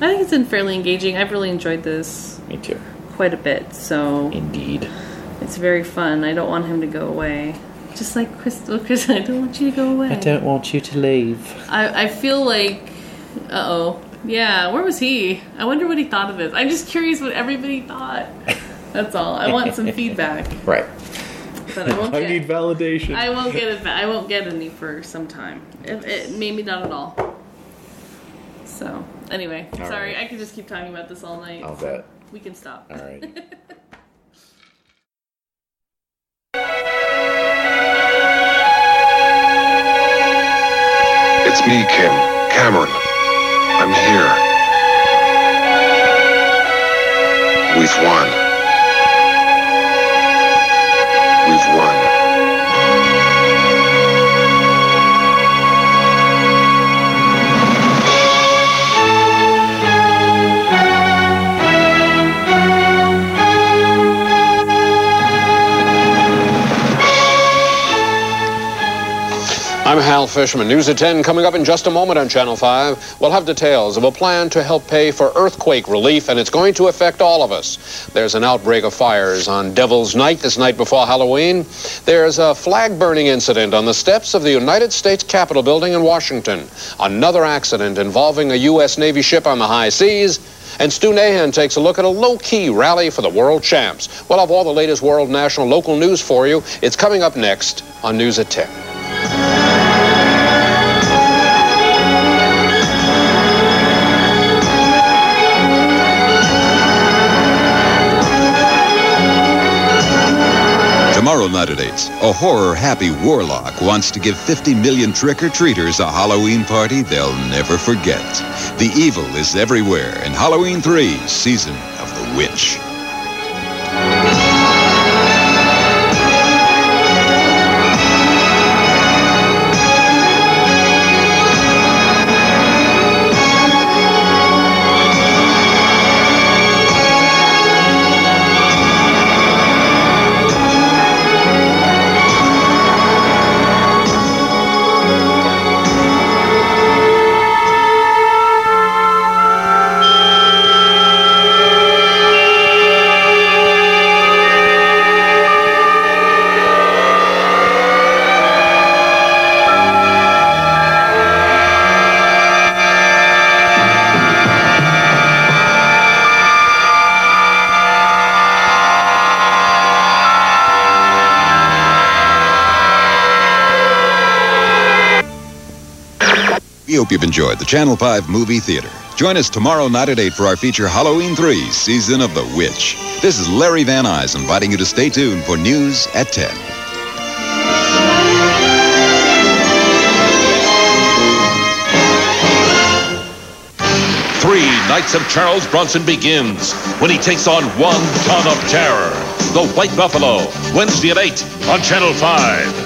Speaker 7: I think it's been fairly engaging. I've really enjoyed this
Speaker 5: Me too.
Speaker 7: quite a bit, so
Speaker 5: Indeed.
Speaker 7: it's very fun. I don't want him to go away. Just like Crystal, [laughs] Chris, I don't want you to go away.
Speaker 5: I don't want you to leave.
Speaker 7: I, I feel like, uh oh, yeah. Where was he? I wonder what he thought of this. I'm just curious what everybody thought. That's all. I want some feedback,
Speaker 5: Right.
Speaker 7: but I won't
Speaker 5: I need
Speaker 7: get.
Speaker 5: validation.
Speaker 7: I won't get it. I won't get any for some time. If it, maybe not at all. So anyway,
Speaker 5: All
Speaker 7: sorry.
Speaker 5: right.
Speaker 7: I could just keep talking about this all night.
Speaker 5: I'll bet.
Speaker 7: We can stop.
Speaker 5: All right.
Speaker 8: It's me, Kim. Cameron. I'm here. We've won. We've won.
Speaker 9: I'm Hal Fishman. News at 10 coming up in just a moment on Channel 5. We'll have details of a plan to help pay for earthquake relief, and it's going to affect all of us. There's an outbreak of fires on Devil's Night this night before Halloween. There's a flag burning incident on the steps of the United States Capitol building in Washington. Another accident involving a U.S. Navy ship on the high seas. And Stu Nahan takes a look at a low key rally for the world champs. We'll have all the latest world, national, local news for you. It's coming up next on News at 10.
Speaker 10: Tomorrow night at 8, a horror-happy warlock wants to give 50 million trick-or-treaters a Halloween party they'll never forget. The evil is everywhere in Halloween 3, Season of the Witch. We hope you've enjoyed the Channel 5 Movie Theater. Join us tomorrow night at 8 for our feature Halloween 3, Season of the Witch. This is Larry Van Eyes inviting you to stay tuned for news at 10.
Speaker 11: Three Knights of Charles Bronson begins when he takes on one ton of terror. The White Buffalo, Wednesday at 8 on Channel 5.